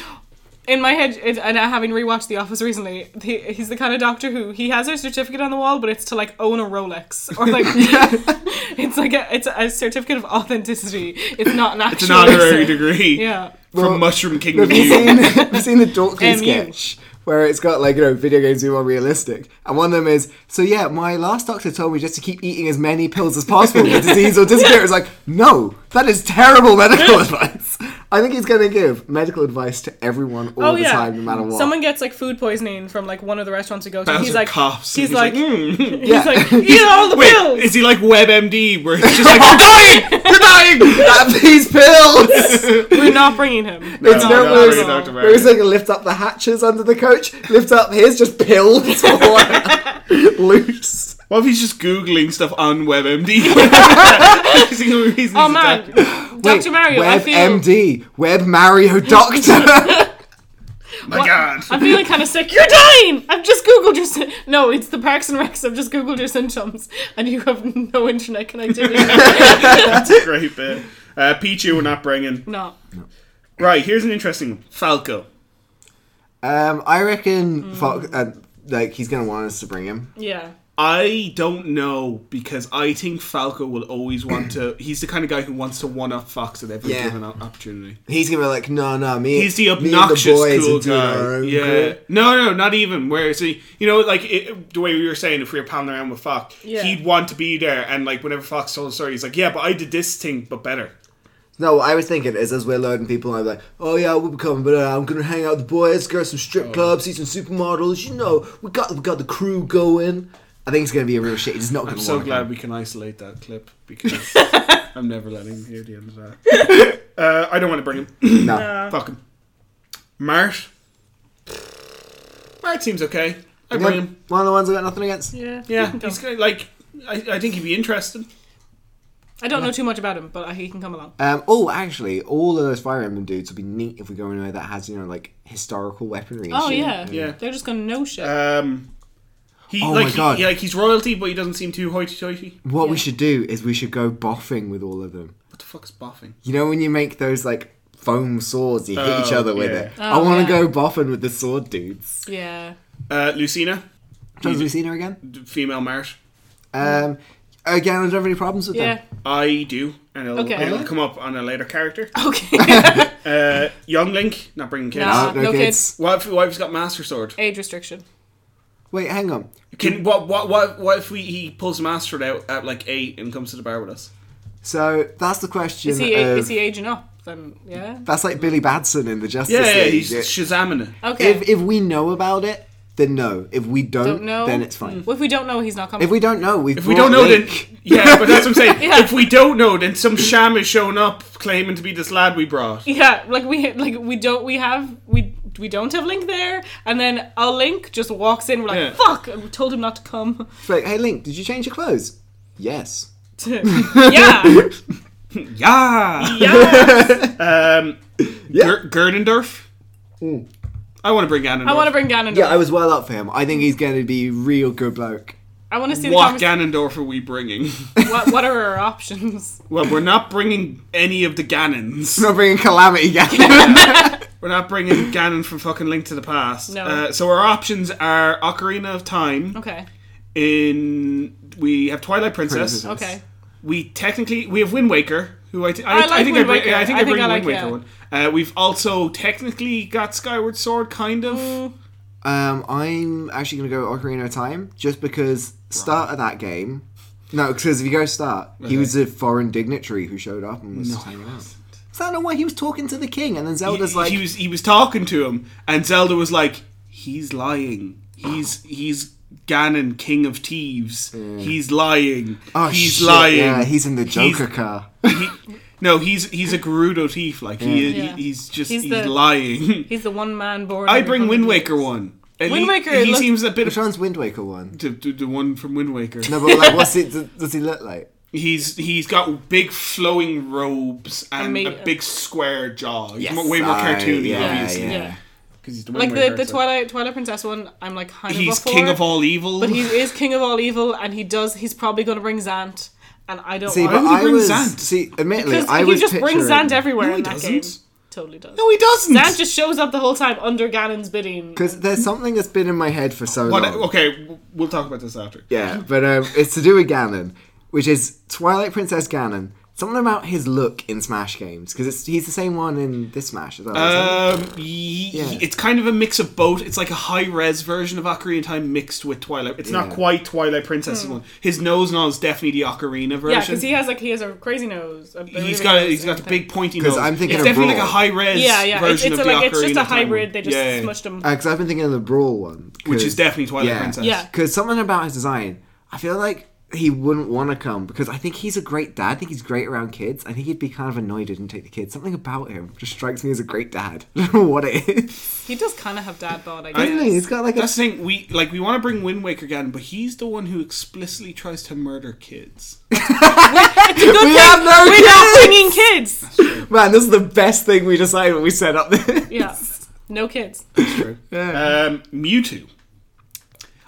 Speaker 2: In my head, it- and I- having rewatched The Office recently, he, he's the kind of Doctor Who he has a certificate on the wall, but it's to like own a Rolex (laughs) or like it's like a, it's a certificate of authenticity. It's not an actual.
Speaker 3: It's an honorary
Speaker 2: research.
Speaker 3: degree
Speaker 2: Yeah.
Speaker 1: Well,
Speaker 3: from Mushroom
Speaker 1: (laughs)
Speaker 3: Kingdom
Speaker 1: Have you
Speaker 3: U.
Speaker 1: seen, (laughs) have you seen the Dorkly
Speaker 2: MU.
Speaker 1: sketch? Where it's got like, you know, video games are more realistic. And one of them is, so yeah, my last doctor told me just to keep eating as many pills as possible
Speaker 2: (laughs)
Speaker 1: when the disease will disappear. It's like, no, that is terrible
Speaker 2: (laughs)
Speaker 1: medical advice. I think he's going to give medical advice to everyone all
Speaker 2: Oh
Speaker 1: the
Speaker 2: yeah.
Speaker 1: time, no matter what.
Speaker 2: Someone gets like food poisoning from like one of the restaurants we go to.
Speaker 3: Bowser
Speaker 2: he's like
Speaker 3: coughs, and
Speaker 2: He's
Speaker 3: he's
Speaker 2: like,
Speaker 3: like, "Hmm."
Speaker 2: (laughs) he's
Speaker 1: Yeah.
Speaker 2: like, eat all the
Speaker 3: (laughs) Wait,
Speaker 2: pills.
Speaker 3: is he like WebMD, where he's just (laughs) like, You're dying! You're dying!
Speaker 1: (laughs) Have these
Speaker 3: (laughs)
Speaker 1: pills!
Speaker 2: We're not bringing him.
Speaker 1: It's
Speaker 3: No,
Speaker 1: no,
Speaker 3: no,
Speaker 1: worse.
Speaker 3: bring it, Dr.
Speaker 1: Where he's like lift up the hatches under the coach, lift up his just pills (laughs) all
Speaker 3: (laughs)
Speaker 1: out. loose.
Speaker 3: What if he's just googling stuff on
Speaker 2: (laughs)
Speaker 3: WebMD? (laughs) Every single reason he's
Speaker 2: Oh
Speaker 3: a
Speaker 2: man,
Speaker 3: doctor.
Speaker 2: Doctor Mario, I
Speaker 1: Web
Speaker 2: feel
Speaker 3: (laughs)
Speaker 1: MD, Web Mario Doctor.
Speaker 3: My
Speaker 2: What-
Speaker 3: God.
Speaker 2: I'm feeling kind of sick. You're dying. I've just googled your. Syn- no, it's the Parks and Recs. I've just googled your symptoms, and you have no internet connectivity.
Speaker 3: That's a great bit. Uh, Pichu, we're not bringing.
Speaker 2: no.
Speaker 3: Right, here's an interesting one. Falco.
Speaker 1: Um, I reckon Fox, uh, like he's gonna want us to bring him.
Speaker 2: Yeah.
Speaker 3: I don't know because I think Falco will always want to. (clears throat) He's the kind of guy who wants to one up Fox at every
Speaker 1: Yeah.
Speaker 3: given o- opportunity.
Speaker 1: He's gonna be like, no, no, me.
Speaker 3: He's the
Speaker 1: me and
Speaker 3: obnoxious
Speaker 1: boys
Speaker 3: cool
Speaker 1: are doing
Speaker 3: guy.
Speaker 1: our own
Speaker 3: yeah.
Speaker 1: group."
Speaker 3: No, no, not even. Where is he? You know, like it, the way we were saying, if we were palling around with Fox,
Speaker 2: Yeah.
Speaker 3: he'd want to be there. And like whenever Fox told a story, he's like, "Yeah, but I did this thing, but better."
Speaker 1: No, what I was thinking is as we're loading people, I'm like, oh yeah, we'll be coming, but uh, I'm gonna hang out with the boys, go to some strip
Speaker 3: Oh.
Speaker 1: clubs, see some supermodels. You know, we got we got the crew going. I think it's gonna be a real shit. He's not gonna.
Speaker 3: I'm so
Speaker 1: wanna
Speaker 3: glad
Speaker 1: come.
Speaker 3: we can isolate that clip (laughs) because I'm never letting him hear the end of that. (laughs) Uh, I don't want to bring him.
Speaker 1: No.
Speaker 3: Fuck him. Mart. Mart seems okay. I
Speaker 1: One,
Speaker 3: bring him.
Speaker 1: one of the ones I got nothing against.
Speaker 2: Yeah.
Speaker 3: Yeah,
Speaker 2: He can
Speaker 3: he's
Speaker 2: come.
Speaker 3: good. like I, I think he'd be interested.
Speaker 2: I don't know too much about him, but he can come along.
Speaker 1: Um, oh, actually, all of those Fire Emblem dudes would be neat if we go anywhere that has you know like historical weaponry. And
Speaker 2: Oh
Speaker 1: shit.
Speaker 2: yeah.
Speaker 3: Yeah.
Speaker 2: They're just gonna know shit.
Speaker 3: Um, he
Speaker 1: Oh
Speaker 3: like
Speaker 1: my
Speaker 3: he-
Speaker 1: God.
Speaker 3: He, like he's royalty, but he doesn't seem too hoity-toity.
Speaker 1: What we
Speaker 2: Yeah.
Speaker 1: should do is we should go boffing with all of them.
Speaker 3: What the fuck is boffing?
Speaker 1: You know when you make those like foam swords, you hit each
Speaker 3: Oh,
Speaker 1: other with
Speaker 3: yeah.
Speaker 1: it.
Speaker 2: Oh,
Speaker 1: I want
Speaker 2: yeah.
Speaker 1: to go boffing with the sword dudes.
Speaker 2: yeah.
Speaker 3: Uh, Lucina,
Speaker 1: Have we seen her again?
Speaker 3: d- female Mart.
Speaker 1: Um, again, I don't have any problems with
Speaker 2: Yeah. (laughs)
Speaker 1: them.
Speaker 3: I do, and it'll,
Speaker 2: Okay.
Speaker 3: it'll come up on a later character.
Speaker 2: Okay.
Speaker 3: Uh, young Link, not bringing
Speaker 2: (laughs)
Speaker 3: kids.
Speaker 2: No.
Speaker 1: No,
Speaker 2: Uh,
Speaker 1: no kids.
Speaker 2: kids.
Speaker 3: What if what if he's got Master Sword?
Speaker 2: Age restriction.
Speaker 1: Wait, hang on.
Speaker 3: Can what what what what if we he pulls the Master out at like eight and comes to the bar with us?
Speaker 1: So that's the question.
Speaker 2: Is he
Speaker 1: of-
Speaker 2: is he aging up? Then yeah.
Speaker 1: that's like Billy Batson in the Justice
Speaker 3: Yeah, yeah,
Speaker 1: League.
Speaker 3: he's
Speaker 1: It-
Speaker 3: Shazamin it.
Speaker 2: Okay.
Speaker 1: if if we know about it, then no. If we don't,
Speaker 2: don't know. Hmm.
Speaker 1: then it's fine.
Speaker 2: Well, if we don't know, he's not coming.
Speaker 1: If we don't know, we've
Speaker 3: If we don't know,
Speaker 1: brought
Speaker 3: then
Speaker 1: Link.
Speaker 3: (laughs) yeah, but that's what I'm
Speaker 2: (laughs)
Speaker 3: saying.
Speaker 2: Yeah.
Speaker 3: If we don't know, then some sham is showing up claiming to be this lad we brought.
Speaker 2: Yeah, like we like we don't we have we we don't have Link there, and then a Link just walks in. We're like,
Speaker 3: Yeah.
Speaker 2: fuck! And we told him not to come. (laughs)
Speaker 1: It's like, hey Link, did you change your clothes? Yes.
Speaker 3: (laughs)
Speaker 2: yeah,
Speaker 3: Yeah,
Speaker 2: yeah.
Speaker 3: um, Ger- Gerdendorf. I want to bring Ganondorf.
Speaker 2: I want to bring Ganondorf.
Speaker 1: Yeah, I was well up for him. I think he's going to be real good bloke.
Speaker 2: I want to see the
Speaker 3: What
Speaker 2: conversation.
Speaker 3: Ganondorf are we bringing? (laughs)
Speaker 2: What, what are our options? (laughs)
Speaker 3: well, we're not bringing any of the Ganons.
Speaker 1: Not bringing calamity (laughs) again.
Speaker 3: We're not bringing Ganon from fucking Link to the Past.
Speaker 2: No.
Speaker 3: Uh, so our options are Ocarina of Time.
Speaker 2: Okay,
Speaker 3: In we have Twilight Princess.
Speaker 1: Princess.
Speaker 2: okay.
Speaker 3: We technically we have Wind Waker, who I, th- I,
Speaker 2: I like Wind
Speaker 3: think I, bring,
Speaker 2: Waker.
Speaker 3: I think
Speaker 2: I
Speaker 3: I
Speaker 2: think
Speaker 3: bring
Speaker 2: I like
Speaker 3: Wind Waker
Speaker 2: that.
Speaker 3: one. Uh, we've also technically got Skyward Sword, kind of.
Speaker 2: Mm.
Speaker 1: um, I'm actually going to go Ocarina of Time just because start of that game. No, because if you go start, he was a foreign dignitary who showed up and was just hanging out. Is that not why he was talking to the king? And then Zelda's
Speaker 3: he,
Speaker 1: like,
Speaker 3: he was he was talking to him, and Zelda was like, "He's lying. He's he's Ganon, King of Thieves. He's lying.
Speaker 1: oh,
Speaker 3: he's
Speaker 1: shit,
Speaker 3: lying.
Speaker 1: Yeah, he's in the
Speaker 3: He's-
Speaker 1: Joker car. (laughs)
Speaker 3: He- no, he's he's a Gerudo thief. Like he,
Speaker 2: Yeah.
Speaker 3: he he's just he's,
Speaker 2: He's the- (laughs)
Speaker 3: lying.
Speaker 2: He's the one man born.
Speaker 3: I
Speaker 2: every
Speaker 3: bring
Speaker 2: hundred
Speaker 3: Wind
Speaker 2: years.
Speaker 3: Waker one. At
Speaker 2: Wind
Speaker 3: lea-
Speaker 2: Waker
Speaker 3: He
Speaker 2: look-
Speaker 3: seems a bit
Speaker 1: Which
Speaker 3: of
Speaker 1: one's Wind Waker one?
Speaker 3: the, the, the one from Wind Waker.
Speaker 1: No, but like, what's it? Does he look like?
Speaker 3: He's he's got big flowing robes and
Speaker 2: Ama-
Speaker 3: a big square jaw. He's
Speaker 1: Yes.
Speaker 3: mo- way more
Speaker 1: Ah,
Speaker 3: cartoony,
Speaker 1: yeah,
Speaker 3: obviously,
Speaker 1: yeah.
Speaker 2: Yeah,
Speaker 3: because he's the Wind
Speaker 2: like
Speaker 3: Waker,
Speaker 2: the, the
Speaker 3: so-
Speaker 2: Twilight Twilight Princess one. I'm like kind of
Speaker 3: He's
Speaker 2: up for,
Speaker 3: king of all evil. (laughs)
Speaker 2: but he is king of all evil, and he does. He's probably going to bring Zant, and I don't.
Speaker 1: See,
Speaker 2: want
Speaker 1: but
Speaker 2: (laughs)
Speaker 3: would he
Speaker 1: I
Speaker 3: bring
Speaker 1: was
Speaker 3: Zant?
Speaker 1: see, admittedly,
Speaker 2: Because
Speaker 1: I
Speaker 2: he
Speaker 1: was
Speaker 2: just brings
Speaker 1: picturing-
Speaker 2: Zand everywhere
Speaker 3: No, he
Speaker 2: in that game.
Speaker 3: doesn't.
Speaker 2: Totally does.
Speaker 3: No, he doesn't.
Speaker 2: Zand just shows up the whole time under Ganon's bidding.
Speaker 1: Because there's something that's been in my head for so
Speaker 3: What-
Speaker 1: long.
Speaker 3: okay, w- we'll talk about this after.
Speaker 1: Yeah, but um, it's to do with Ganon, which is Twilight Princess Ganon. Something about his look in Smash games because he's the same one in this Smash as well. isn't he?
Speaker 3: Um, y-
Speaker 1: Yeah.
Speaker 3: It's kind of a mix of both. It's like a high res version of Ocarina of Time mixed with Twilight. It's not
Speaker 1: Yeah.
Speaker 3: quite Twilight Princess's one. His nose and all is definitely the Ocarina version.
Speaker 2: Hmm. yeah, because he has like he has a crazy nose. a really
Speaker 3: he's
Speaker 2: big
Speaker 3: got a,
Speaker 2: nose
Speaker 3: he's got the
Speaker 2: and everything.
Speaker 3: big pointy nose.
Speaker 1: 'Cause I'm thinking
Speaker 3: it's
Speaker 1: of
Speaker 3: definitely like
Speaker 1: Brawl.
Speaker 3: a high res
Speaker 2: Yeah, yeah. It's,
Speaker 3: version
Speaker 2: it's
Speaker 3: of
Speaker 2: a,
Speaker 3: the
Speaker 2: like it's
Speaker 3: Ocarina
Speaker 2: just a
Speaker 3: of Time
Speaker 2: hybrid.
Speaker 3: one.
Speaker 2: They just
Speaker 3: Yeah, yeah.
Speaker 2: smushed him.
Speaker 1: Uh, 'cause I've been thinking of the Brawl one,
Speaker 3: which is definitely Twilight
Speaker 1: yeah.
Speaker 3: Princess.
Speaker 2: Yeah.
Speaker 1: Because something about his design, I feel like he wouldn't want to come because I think he's a great dad. I think he's great around kids. I think he'd be kind of annoyed he didn't take the kids. Something about him just strikes me as a great dad. (laughs) I don't know what it is.
Speaker 2: He does kind of have dad bod, I
Speaker 1: Doesn't he?
Speaker 2: guess.
Speaker 1: He's got like a (laughs)
Speaker 3: That's the thing. We like we want to bring Wind Waker again, but he's the one who explicitly tries to murder kids.
Speaker 2: It's a good
Speaker 1: We
Speaker 2: thing
Speaker 1: have no
Speaker 2: (laughs)
Speaker 1: (laughs)
Speaker 2: we're
Speaker 1: kids!
Speaker 2: not bringing kids.
Speaker 1: Man, this is the best thing we decided when we set up this.
Speaker 2: Yeah. No kids.
Speaker 3: Um, Mewtwo.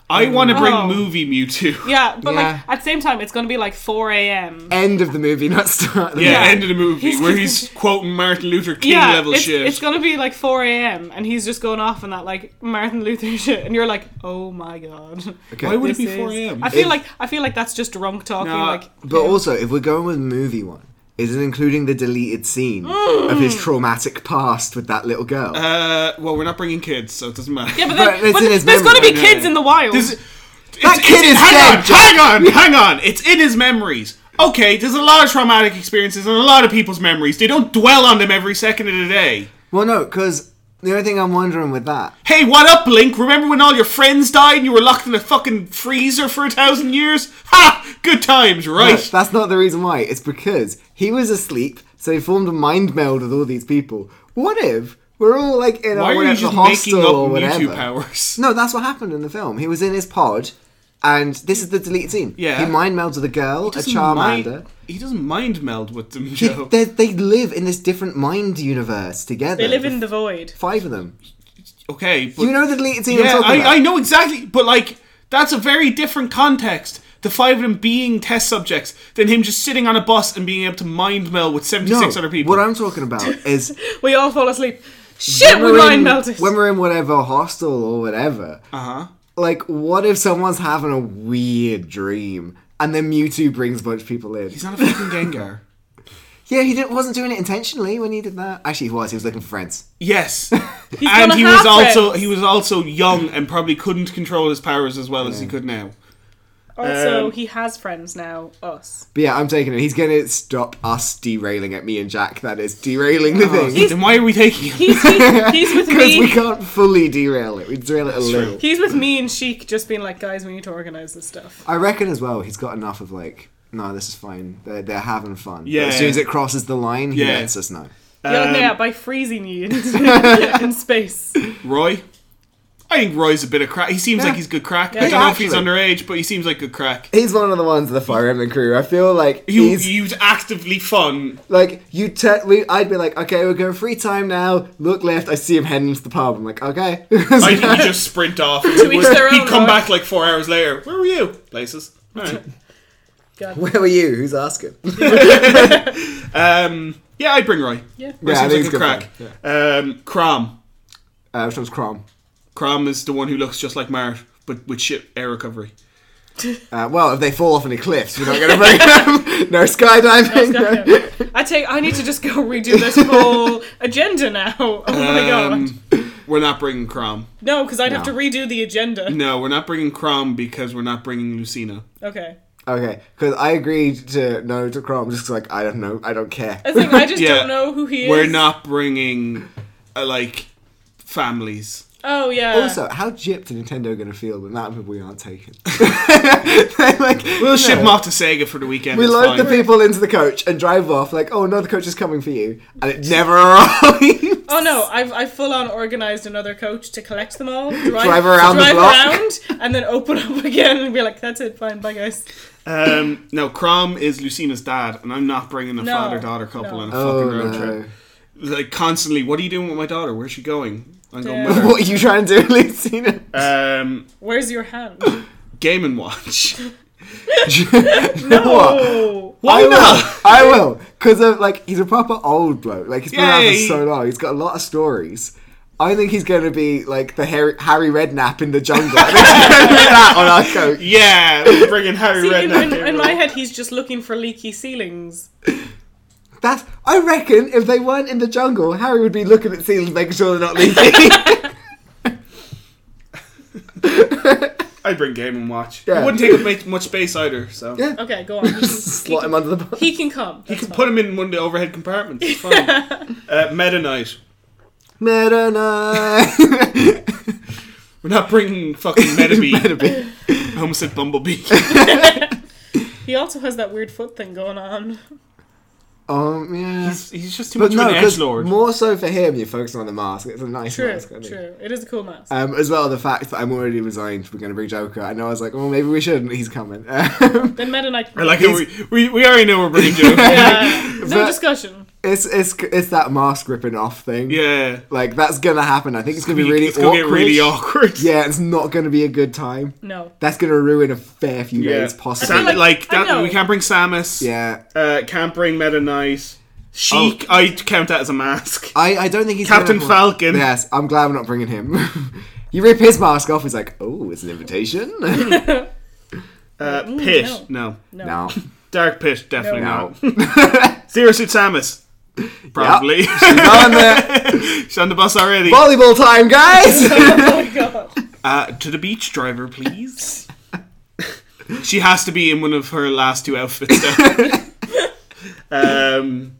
Speaker 3: I want to bring
Speaker 2: Oh.
Speaker 3: movie Mewtwo.
Speaker 2: Yeah, but
Speaker 1: Yeah.
Speaker 2: like at the same time, it's going to be like 4 a.m.
Speaker 1: End of the movie, not start. the
Speaker 3: (laughs) Yeah,
Speaker 2: Yeah.
Speaker 3: end of the movie
Speaker 2: He's-
Speaker 3: where he's quoting Martin Luther King
Speaker 2: Yeah,
Speaker 3: level
Speaker 2: it's,
Speaker 3: shit.
Speaker 2: it's going to be like 4 a.m. and he's just going off on that like Martin Luther (laughs) shit, and you're like, oh my god.
Speaker 1: Okay.
Speaker 3: Why would it
Speaker 2: This
Speaker 3: be
Speaker 2: is-
Speaker 3: 4 a.m.?
Speaker 2: I feel
Speaker 1: If-
Speaker 2: like I feel like that's just drunk talking.
Speaker 3: Nah.
Speaker 2: Like,
Speaker 1: But also, if we're going with movie one, is it including the deleted scene
Speaker 3: Mm.
Speaker 1: of his traumatic past with that little girl?
Speaker 3: Uh, well, we're not bringing kids, so it doesn't matter. (laughs)
Speaker 2: yeah, but,
Speaker 1: But
Speaker 2: there-
Speaker 1: it's
Speaker 2: but
Speaker 1: in his
Speaker 2: there's going to
Speaker 1: memory.
Speaker 2: be kids in the wild.
Speaker 3: This-
Speaker 1: That
Speaker 3: it's-
Speaker 1: kid
Speaker 3: it's-
Speaker 1: is
Speaker 3: hang
Speaker 1: dead,
Speaker 3: On, hang on, hang on. It's in his memories. Okay, there's a lot of traumatic experiences and a lot of people's memories. They don't dwell on them every second of the day.
Speaker 1: well, no, because the only thing I'm wondering with that.
Speaker 3: Hey, what up, Link? Remember when all your friends died and you were locked in a fucking freezer for a thousand years? Ha! Good times, right?
Speaker 1: But that's not the reason why. It's because he was asleep, so he formed a mind meld with all these people. What if we're all like in
Speaker 3: Why
Speaker 1: a,
Speaker 3: are
Speaker 1: we're
Speaker 3: you
Speaker 1: at the
Speaker 3: just making
Speaker 1: hostel
Speaker 3: up
Speaker 1: or
Speaker 3: Mewtwo
Speaker 1: whatever?
Speaker 3: powers?
Speaker 1: No, that's what happened in the film. He was in his pod, and this is the deleted scene.
Speaker 3: Yeah.
Speaker 1: he mind melds with a girl, a
Speaker 3: doesn't
Speaker 1: Charmander.
Speaker 3: Mind, he doesn't mind meld with them,
Speaker 1: He-
Speaker 3: Joe.
Speaker 1: they, they live in this different mind universe together.
Speaker 2: they live in the void.
Speaker 1: five of them.
Speaker 3: okay, but
Speaker 1: You know the deleted scene
Speaker 3: yeah,
Speaker 1: I'm talking
Speaker 3: I,
Speaker 1: about.
Speaker 3: I know exactly, but like that's a very different context. The five of them being test subjects than him just sitting on a bus and being able to mind meld with seventy six other people.
Speaker 1: What I'm talking
Speaker 3: (laughs)
Speaker 1: about is
Speaker 2: We all fall asleep. Shit,
Speaker 1: when
Speaker 2: we
Speaker 1: we're
Speaker 2: mind
Speaker 1: in-
Speaker 2: melted.
Speaker 1: When we're in whatever hostel or whatever,
Speaker 3: uh huh.
Speaker 1: like, what if someone's having a weird dream and then Mewtwo brings a bunch of people in?
Speaker 3: He's not a fucking Gengar.
Speaker 1: Yeah, he didn't, wasn't doing it intentionally when he did that. Actually, he was. He was looking for friends.
Speaker 2: (laughs)
Speaker 3: Yes, and
Speaker 2: gonna
Speaker 3: he was
Speaker 2: have
Speaker 3: also
Speaker 2: it.
Speaker 3: he was also young and probably couldn't control his powers as well as
Speaker 1: Mm.
Speaker 3: he could now.
Speaker 2: also,
Speaker 3: um,
Speaker 2: he has friends now. Us.
Speaker 1: But yeah, I'm taking it. He's gonna stop us derailing at me and Jack. That is derailing
Speaker 3: Oh.
Speaker 1: the (laughs) thing
Speaker 3: then why are we taking him?
Speaker 2: (laughs) He's,
Speaker 1: (laughs)
Speaker 2: he, he's with
Speaker 1: because we
Speaker 2: me.
Speaker 1: can't fully derail it. We derail it a little.
Speaker 2: He's with me and Sheik, just being like, guys, we need to organize this stuff.
Speaker 1: I reckon as well. He's got enough of like. No, this is fine. They're, they're having fun. But
Speaker 3: Yeah.
Speaker 1: as soon as it crosses the line, he
Speaker 3: Yeah.
Speaker 1: lets us know.
Speaker 2: You're like,
Speaker 3: Um,
Speaker 2: "No, yeah, by freezing you
Speaker 1: (laughs)
Speaker 2: (laughs) in, in space.
Speaker 3: Roy. I think Roy's a bit of crack. He seems
Speaker 1: Yeah.
Speaker 3: like he's good crack. I
Speaker 2: Yeah,
Speaker 3: don't know if he's
Speaker 1: actually.
Speaker 3: underage, but he seems like good crack.
Speaker 1: He's one of the ones of the Fire Emblem crew. I feel like
Speaker 3: He,
Speaker 1: he's
Speaker 3: he was actively fun.
Speaker 1: like you. Te- we, I'd be like, okay, we're going free time now. Look left. I see him heading into the pub. I'm like, okay. (laughs)
Speaker 3: I think he'd just sprint
Speaker 2: (laughs)
Speaker 3: off. to
Speaker 2: each their
Speaker 3: He'd
Speaker 2: own,
Speaker 3: come
Speaker 2: right?
Speaker 3: back like four hours later. Where were you? Places. Alright.
Speaker 2: God.
Speaker 1: Where were you? Who's asking?
Speaker 3: Um, yeah, I'd bring Roy.
Speaker 2: Yeah.
Speaker 3: Roy
Speaker 1: Yeah, I
Speaker 3: seems
Speaker 1: think
Speaker 3: like a crack.
Speaker 1: it's good
Speaker 3: Um, Crom.
Speaker 1: (laughs) Uh, which one's Crom?
Speaker 3: Crom is the one who looks just like Mart, but with shit air recovery.
Speaker 1: Uh, well, if they fall off any cliffs, we're not going to (laughs) bring them. No skydiving. No
Speaker 2: I take. I need to just go (laughs) redo this whole agenda now. Oh my god.
Speaker 3: Um, we're not bringing Crom.
Speaker 2: No, because I'd have
Speaker 1: no.
Speaker 2: to redo the agenda.
Speaker 3: No, we're not bringing Crom because we're not bringing Lucina.
Speaker 2: Okay.
Speaker 1: (laughs) okay, because I agreed to no to Crom just 'cause, like I don't know, I don't care.
Speaker 2: I think I just
Speaker 3: Yeah.
Speaker 2: don't know who he is.
Speaker 3: We're not bringing, uh, like, families.
Speaker 2: Oh yeah.
Speaker 1: Also, how gypped are Nintendo going to feel when that people we aren't
Speaker 3: (laughs)
Speaker 1: taken? They're like,
Speaker 3: We'll ship them off to Sega for the weekend.
Speaker 1: We
Speaker 3: it's
Speaker 1: load the
Speaker 3: fine.
Speaker 1: people into the coach and drive off. Like, oh no, the coach is coming for you, and it never (laughs) arrives.
Speaker 2: Oh no! I've I full on organized another coach to collect
Speaker 1: (laughs)
Speaker 2: them all, drive,
Speaker 1: Drive around the
Speaker 2: drive
Speaker 1: block.
Speaker 2: around, and then open up again and be like, "That's it, fine, bye guys."
Speaker 3: Um, no, Crom is Lucina's dad, and I'm not bringing a
Speaker 2: No,
Speaker 3: father daughter couple
Speaker 2: no.
Speaker 3: on a
Speaker 1: Oh
Speaker 3: fucking road
Speaker 1: no!
Speaker 3: trip. Like constantly, what are you doing with my daughter? Where's she going? I'm going
Speaker 2: Yeah.
Speaker 3: with her.
Speaker 1: What are you trying to do,
Speaker 3: (laughs)
Speaker 1: Lucina? (laughs)
Speaker 3: Um,
Speaker 2: Where's your hand?
Speaker 3: Game and Watch. (laughs)
Speaker 1: What?
Speaker 2: (laughs)
Speaker 1: I
Speaker 2: Oh,
Speaker 3: Why
Speaker 1: will.
Speaker 3: not?
Speaker 1: I will. Because of like he's a proper old bloke. Like he's been around
Speaker 3: Yay.
Speaker 1: for so long. He's got a lot of stories. I think he's going to be like the Harry, Harry Redknapp in the
Speaker 3: (laughs)
Speaker 1: jungle. (laughs) I think he's going to be that on our coach.
Speaker 3: Yeah, we're bringing Harry
Speaker 2: See, in,
Speaker 3: Redknapp.
Speaker 2: in,
Speaker 3: here.
Speaker 2: in my head, he's just looking for leaky ceilings.
Speaker 1: That's. I reckon if they weren't in the jungle, Harry would be looking at ceilings, making sure they're not
Speaker 3: (laughs)
Speaker 1: leaking.
Speaker 3: I'd bring Game and Watch.
Speaker 1: Yeah.
Speaker 3: It wouldn't take up ma- much space either. So
Speaker 1: Yeah.
Speaker 2: Okay,
Speaker 1: (laughs)
Speaker 2: go on. He can, he
Speaker 1: Slot him
Speaker 2: can,
Speaker 1: under the bus.
Speaker 2: he can come.
Speaker 3: you can put him in one of the overhead compartments. It's
Speaker 2: (laughs)
Speaker 3: fine. uh, Meta Knight.
Speaker 1: Meta (laughs) Knight.
Speaker 3: We're not bringing
Speaker 1: (laughs)
Speaker 3: fucking Meta Bee.
Speaker 1: Metabee.
Speaker 3: I almost said Bumblebee.
Speaker 2: He also has that weird foot thing going on.
Speaker 1: Um, yeah.
Speaker 3: (laughs) He's just too
Speaker 1: but
Speaker 3: much
Speaker 1: no,
Speaker 3: of an edge
Speaker 1: because
Speaker 3: lord.
Speaker 1: more so for him, you're focusing on the mask. It's a nice
Speaker 2: True,
Speaker 1: mask. I think.
Speaker 2: true. It is a cool mask.
Speaker 1: Um, as well, the fact that I'm already resigned. We're going to bring Joker. I know. I was like, well, maybe we shouldn't. He's coming. (laughs) Um,
Speaker 2: then Meta Knight.
Speaker 1: (laughs)
Speaker 3: I like it. We, we, we already know we're bringing Joe.
Speaker 2: Yeah. no
Speaker 1: But-
Speaker 2: discussion.
Speaker 1: It's it's it's that mask ripping off thing.
Speaker 3: Yeah.
Speaker 1: Like that's gonna happen. I think it's, gonna be really
Speaker 3: it's
Speaker 1: awkward.
Speaker 3: gonna get really awkward.
Speaker 1: Yeah, it's not gonna be a good time.
Speaker 2: No.
Speaker 1: That's gonna ruin a fair few days,
Speaker 3: Sam-
Speaker 1: possibly.
Speaker 2: I feel
Speaker 3: like,
Speaker 2: like- I
Speaker 3: that,
Speaker 2: know.
Speaker 3: we can't bring Samus.
Speaker 1: yeah. Oh.
Speaker 3: Uh, can't bring Meta Knight. Sheik, I count that as a mask.
Speaker 1: I, I don't think he's
Speaker 3: Captain
Speaker 1: gonna-
Speaker 3: Falcon.
Speaker 1: Yes, I'm glad we're not bringing him. (laughs) you rip his mask off. He's like, oh, it's an
Speaker 3: (laughs)
Speaker 1: invitation. no,
Speaker 3: Uh, pit,
Speaker 2: Mm, no.
Speaker 3: no.
Speaker 2: No.
Speaker 3: Dark Pit,
Speaker 1: (laughs)
Speaker 3: definitely
Speaker 1: no.
Speaker 3: not. Zero
Speaker 1: (laughs)
Speaker 3: Suit Samus, probably.
Speaker 1: On
Speaker 3: (laughs)
Speaker 1: the
Speaker 3: She's on the bus already.
Speaker 1: volleyball time,
Speaker 3: (laughs)
Speaker 1: guys.
Speaker 2: Oh my god.
Speaker 3: Uh, to the beach, driver, please. she has to be in one of her last two outfits.
Speaker 1: (laughs)
Speaker 3: though. um,